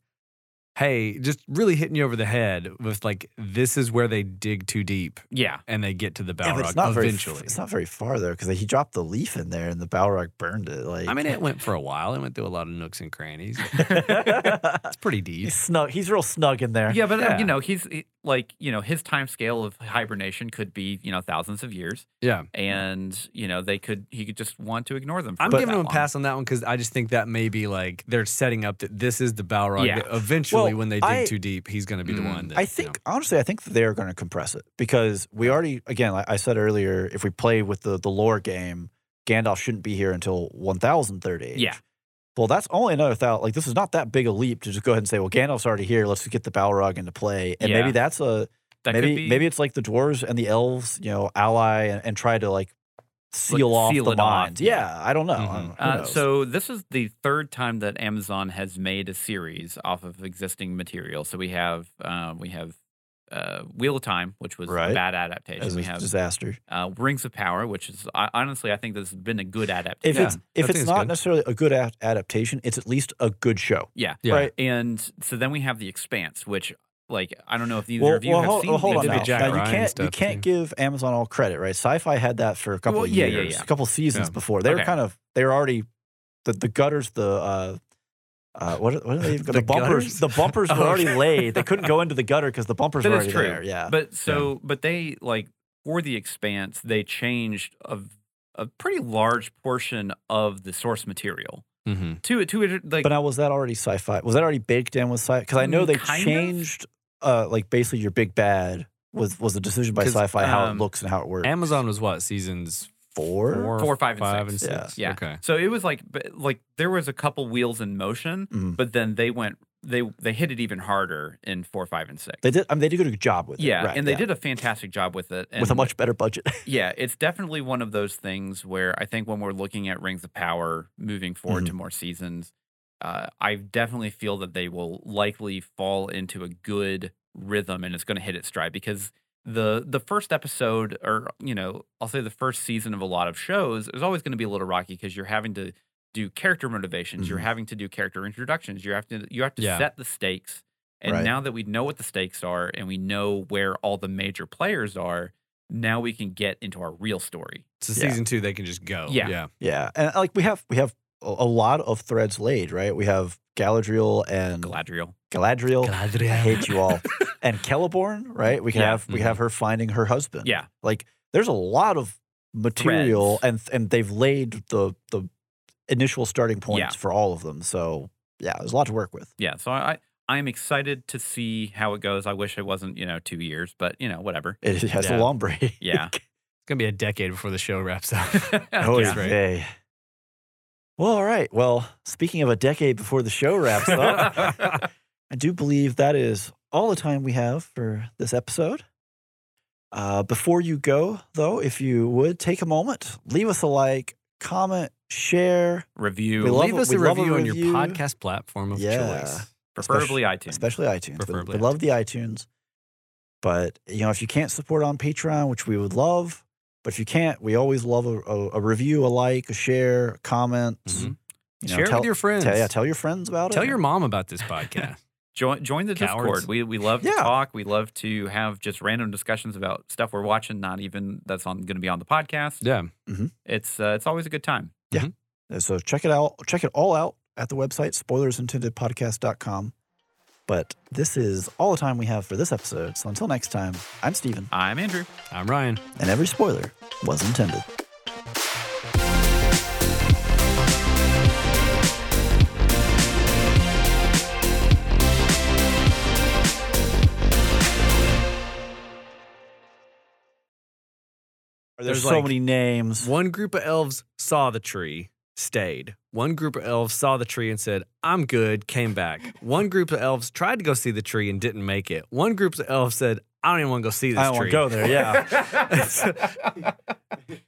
Speaker 2: hey, just really hitting you over the head with like this is where they dig too deep
Speaker 3: Yeah.
Speaker 2: and they get to the
Speaker 1: yeah,
Speaker 2: Balrog
Speaker 1: but it's not very.
Speaker 2: eventually.
Speaker 1: f- It's not very far though, because he dropped the leaf in there, and the Balrog burned it. Like
Speaker 2: I mean, it went for a while. It went through a lot of nooks and crannies. It's pretty deep.
Speaker 1: he's snug. He's real snug in there.
Speaker 3: Yeah, but uh
Speaker 2: Yeah.
Speaker 3: you know, he's he- like, you know, his time scale of hibernation could be, you know, thousands of years.
Speaker 2: Yeah.
Speaker 3: And, you know, they could, he could just want to ignore them. For
Speaker 2: I'm
Speaker 3: that
Speaker 2: giving him a
Speaker 1: um,
Speaker 3: long.
Speaker 2: pass on that one because I just think that maybe like they're setting up that this is the Balrog.
Speaker 3: Yeah.
Speaker 2: That eventually,
Speaker 1: Well,
Speaker 2: when they dig
Speaker 1: I-
Speaker 2: too deep, he's going to be the
Speaker 3: Mm.
Speaker 2: one. That,
Speaker 1: I
Speaker 2: you
Speaker 1: think honestly, I think they're going to compress it because we already, again, like I said earlier, if we play with the the lore game, Gandalf shouldn't be here until 1030 age.
Speaker 3: Yeah.
Speaker 1: Well, that's only another thousand. Like this is not that big a leap to just go ahead and say, well, Gandalf's already here. Let's just get the Balrog into play, and maybe
Speaker 3: Yeah.
Speaker 1: that's a
Speaker 3: That
Speaker 1: maybe
Speaker 3: could be,
Speaker 1: maybe it's like the dwarves and the elves, you know, ally and, and try to like seal off
Speaker 3: seal
Speaker 1: the
Speaker 3: it off,
Speaker 1: minds.
Speaker 3: yeah.
Speaker 1: Yeah, I don't know. I
Speaker 2: Mhm.
Speaker 1: don't- who
Speaker 3: Uh,
Speaker 1: knows?
Speaker 3: so this is the third time that Amazon has made a series off of existing material. So we have um, we have uh, Wheel of Time, which was
Speaker 1: Right.
Speaker 3: a bad
Speaker 1: It was
Speaker 3: adaptation.
Speaker 1: a
Speaker 3: We have
Speaker 1: disaster.
Speaker 3: uh, Rings of Power, which is I, honestly I think this has been a good adaptation.
Speaker 1: If
Speaker 2: Yeah,
Speaker 1: it's if
Speaker 2: I think
Speaker 1: it's
Speaker 2: it's
Speaker 1: not
Speaker 2: good.
Speaker 1: necessarily a good ad- adaptation, it's at least a good show.
Speaker 3: yeah.
Speaker 2: Yeah.
Speaker 1: Right.
Speaker 3: And so then we have The Expanse, which like I don't know if either
Speaker 1: Well,
Speaker 3: of you
Speaker 1: well,
Speaker 3: have
Speaker 1: hold,
Speaker 3: seen
Speaker 1: well, hold
Speaker 3: The
Speaker 1: on
Speaker 2: They did
Speaker 1: now.
Speaker 2: the Jack
Speaker 1: now you
Speaker 2: Ryan
Speaker 1: can't you
Speaker 2: stuff,
Speaker 1: can't give Amazon all credit, right? Sci-fi had that for a couple
Speaker 3: Well,
Speaker 1: of
Speaker 3: yeah,
Speaker 1: years,
Speaker 3: yeah, yeah.
Speaker 1: a couple of seasons
Speaker 2: Yeah.
Speaker 1: before. They were
Speaker 3: Okay.
Speaker 1: kind of they were already the, the gutters, the uh, uh, what, are- what are they? The,
Speaker 2: The
Speaker 1: bumpers,
Speaker 2: gutters?
Speaker 1: the bumpers were
Speaker 2: Oh,
Speaker 1: already
Speaker 2: okay.
Speaker 1: laid. They couldn't go into the gutter because the bumpers
Speaker 3: That
Speaker 1: were already
Speaker 3: is true.
Speaker 1: there. Uh, Yeah,
Speaker 3: But so, but they like for the expanse, they changed a, a pretty large portion of the source material
Speaker 2: hmm
Speaker 3: to it to it like
Speaker 1: Mm. but now was that already sci-fi? Was that already baked in with sci? Because I know
Speaker 3: Mm,
Speaker 1: they
Speaker 3: kind of.
Speaker 1: changed, uh, like basically your big bad was was a decision by
Speaker 2: 'Cause,
Speaker 1: sci-fi how it
Speaker 3: um,
Speaker 1: looks and how it works.
Speaker 2: Amazon was what seasons
Speaker 1: four.
Speaker 3: Four, five, and six. Yeah.
Speaker 2: Okay.
Speaker 3: so it was like but, like there was a couple wheels in motion,
Speaker 1: Mm.
Speaker 3: but then they went they they hit it even harder in four, five, and six.
Speaker 1: They did. I mean, they did a good job with it.
Speaker 3: yeah,
Speaker 1: right,
Speaker 3: and they
Speaker 1: yeah.
Speaker 3: did a fantastic job with it. And
Speaker 1: with a much better budget.
Speaker 3: yeah, it's definitely one of those things where I think when we're looking at Rings of Power moving forward to more seasons, uh, I definitely feel that they will likely fall into a good rhythm and it's going to hit its stride because the the first episode or you know I'll say the first season of a lot of shows is always going to be a little rocky because you're having to do character motivations, you're
Speaker 1: Mhm.
Speaker 3: having to do character introductions, you have to you have to
Speaker 2: Yeah.
Speaker 3: set the stakes. And
Speaker 1: Right.
Speaker 3: now that we know what the stakes are and we know where all the major players are, now we can get into our real story.
Speaker 2: So
Speaker 1: Yeah.
Speaker 2: season two, they can just go.
Speaker 3: Yeah.
Speaker 2: Yeah.
Speaker 1: Yeah, and like we have we have a, a lot of threads laid, right? We have Galadriel and
Speaker 3: Galadriel.
Speaker 1: Galadriel. I hate you all.
Speaker 2: Galadriel.
Speaker 1: and Celeborn, right? We can
Speaker 3: Yeah.
Speaker 1: have we have her finding her husband.
Speaker 3: Yeah.
Speaker 1: like there's a lot of material, and and they've laid the the initial starting points for all of them. So yeah, there's a lot to work with.
Speaker 3: Yeah. So I I'm excited to see how it goes. I wish it wasn't, you know, two years, but you know, whatever.
Speaker 1: It has
Speaker 2: Yeah.
Speaker 1: a long break.
Speaker 3: Yeah.
Speaker 2: It's gonna be a decade before the show wraps up.
Speaker 1: Oh
Speaker 2: Yeah.
Speaker 1: yeah. Well, all right. Well, speaking of a decade before the show wraps up. I do believe that is all the time we have for this episode. Uh, before you go, though, if you would take a moment, leave us a like, comment, share,
Speaker 3: Review.
Speaker 1: We love
Speaker 2: Leave
Speaker 1: a-
Speaker 2: us a
Speaker 1: love a
Speaker 2: review on your
Speaker 1: review.
Speaker 2: podcast platform of
Speaker 1: Yeah.
Speaker 2: choice.
Speaker 3: preferably iTunes.
Speaker 1: especially iTunes. We-
Speaker 2: Preferably
Speaker 1: we love the iTunes. But you know, if you can't support on Patreon, which we would love, but if you can't, we always love a, a, a review, a like, a share, a comment.
Speaker 2: Mhm.
Speaker 1: You know,
Speaker 2: Share it
Speaker 1: Mm-hmm. tell-
Speaker 2: with your friends.
Speaker 1: Tell, yeah, tell your friends about
Speaker 2: Tell
Speaker 1: it.
Speaker 2: your mom about this podcast.
Speaker 3: Join join the
Speaker 2: Cowards.
Speaker 3: Discord. We we love
Speaker 1: Yeah.
Speaker 3: to talk. We love to have just random discussions about stuff we're watching, not even that's on going to be on the podcast.
Speaker 2: yeah.
Speaker 3: It's uh, it's always a good time.
Speaker 1: Uh, So check it out. Check it all out at the website, spoilersintendedpodcast.com. But this is all the time we have for this episode. So until next time, I'm Steven,
Speaker 3: I'm Andrew.
Speaker 2: I'm Ryan.
Speaker 1: and every spoiler was intended. There's,
Speaker 2: There's,
Speaker 1: so
Speaker 2: like,
Speaker 1: many names.
Speaker 2: One group of elves saw the tree, stayed. One group of elves saw the tree and said, I'm good, came back. One group of elves tried to go see the tree and didn't make it. One group of elves said, I don't even want to go see this
Speaker 1: I don't want
Speaker 2: tree.
Speaker 1: to go there. Yeah.
Speaker 2: It's-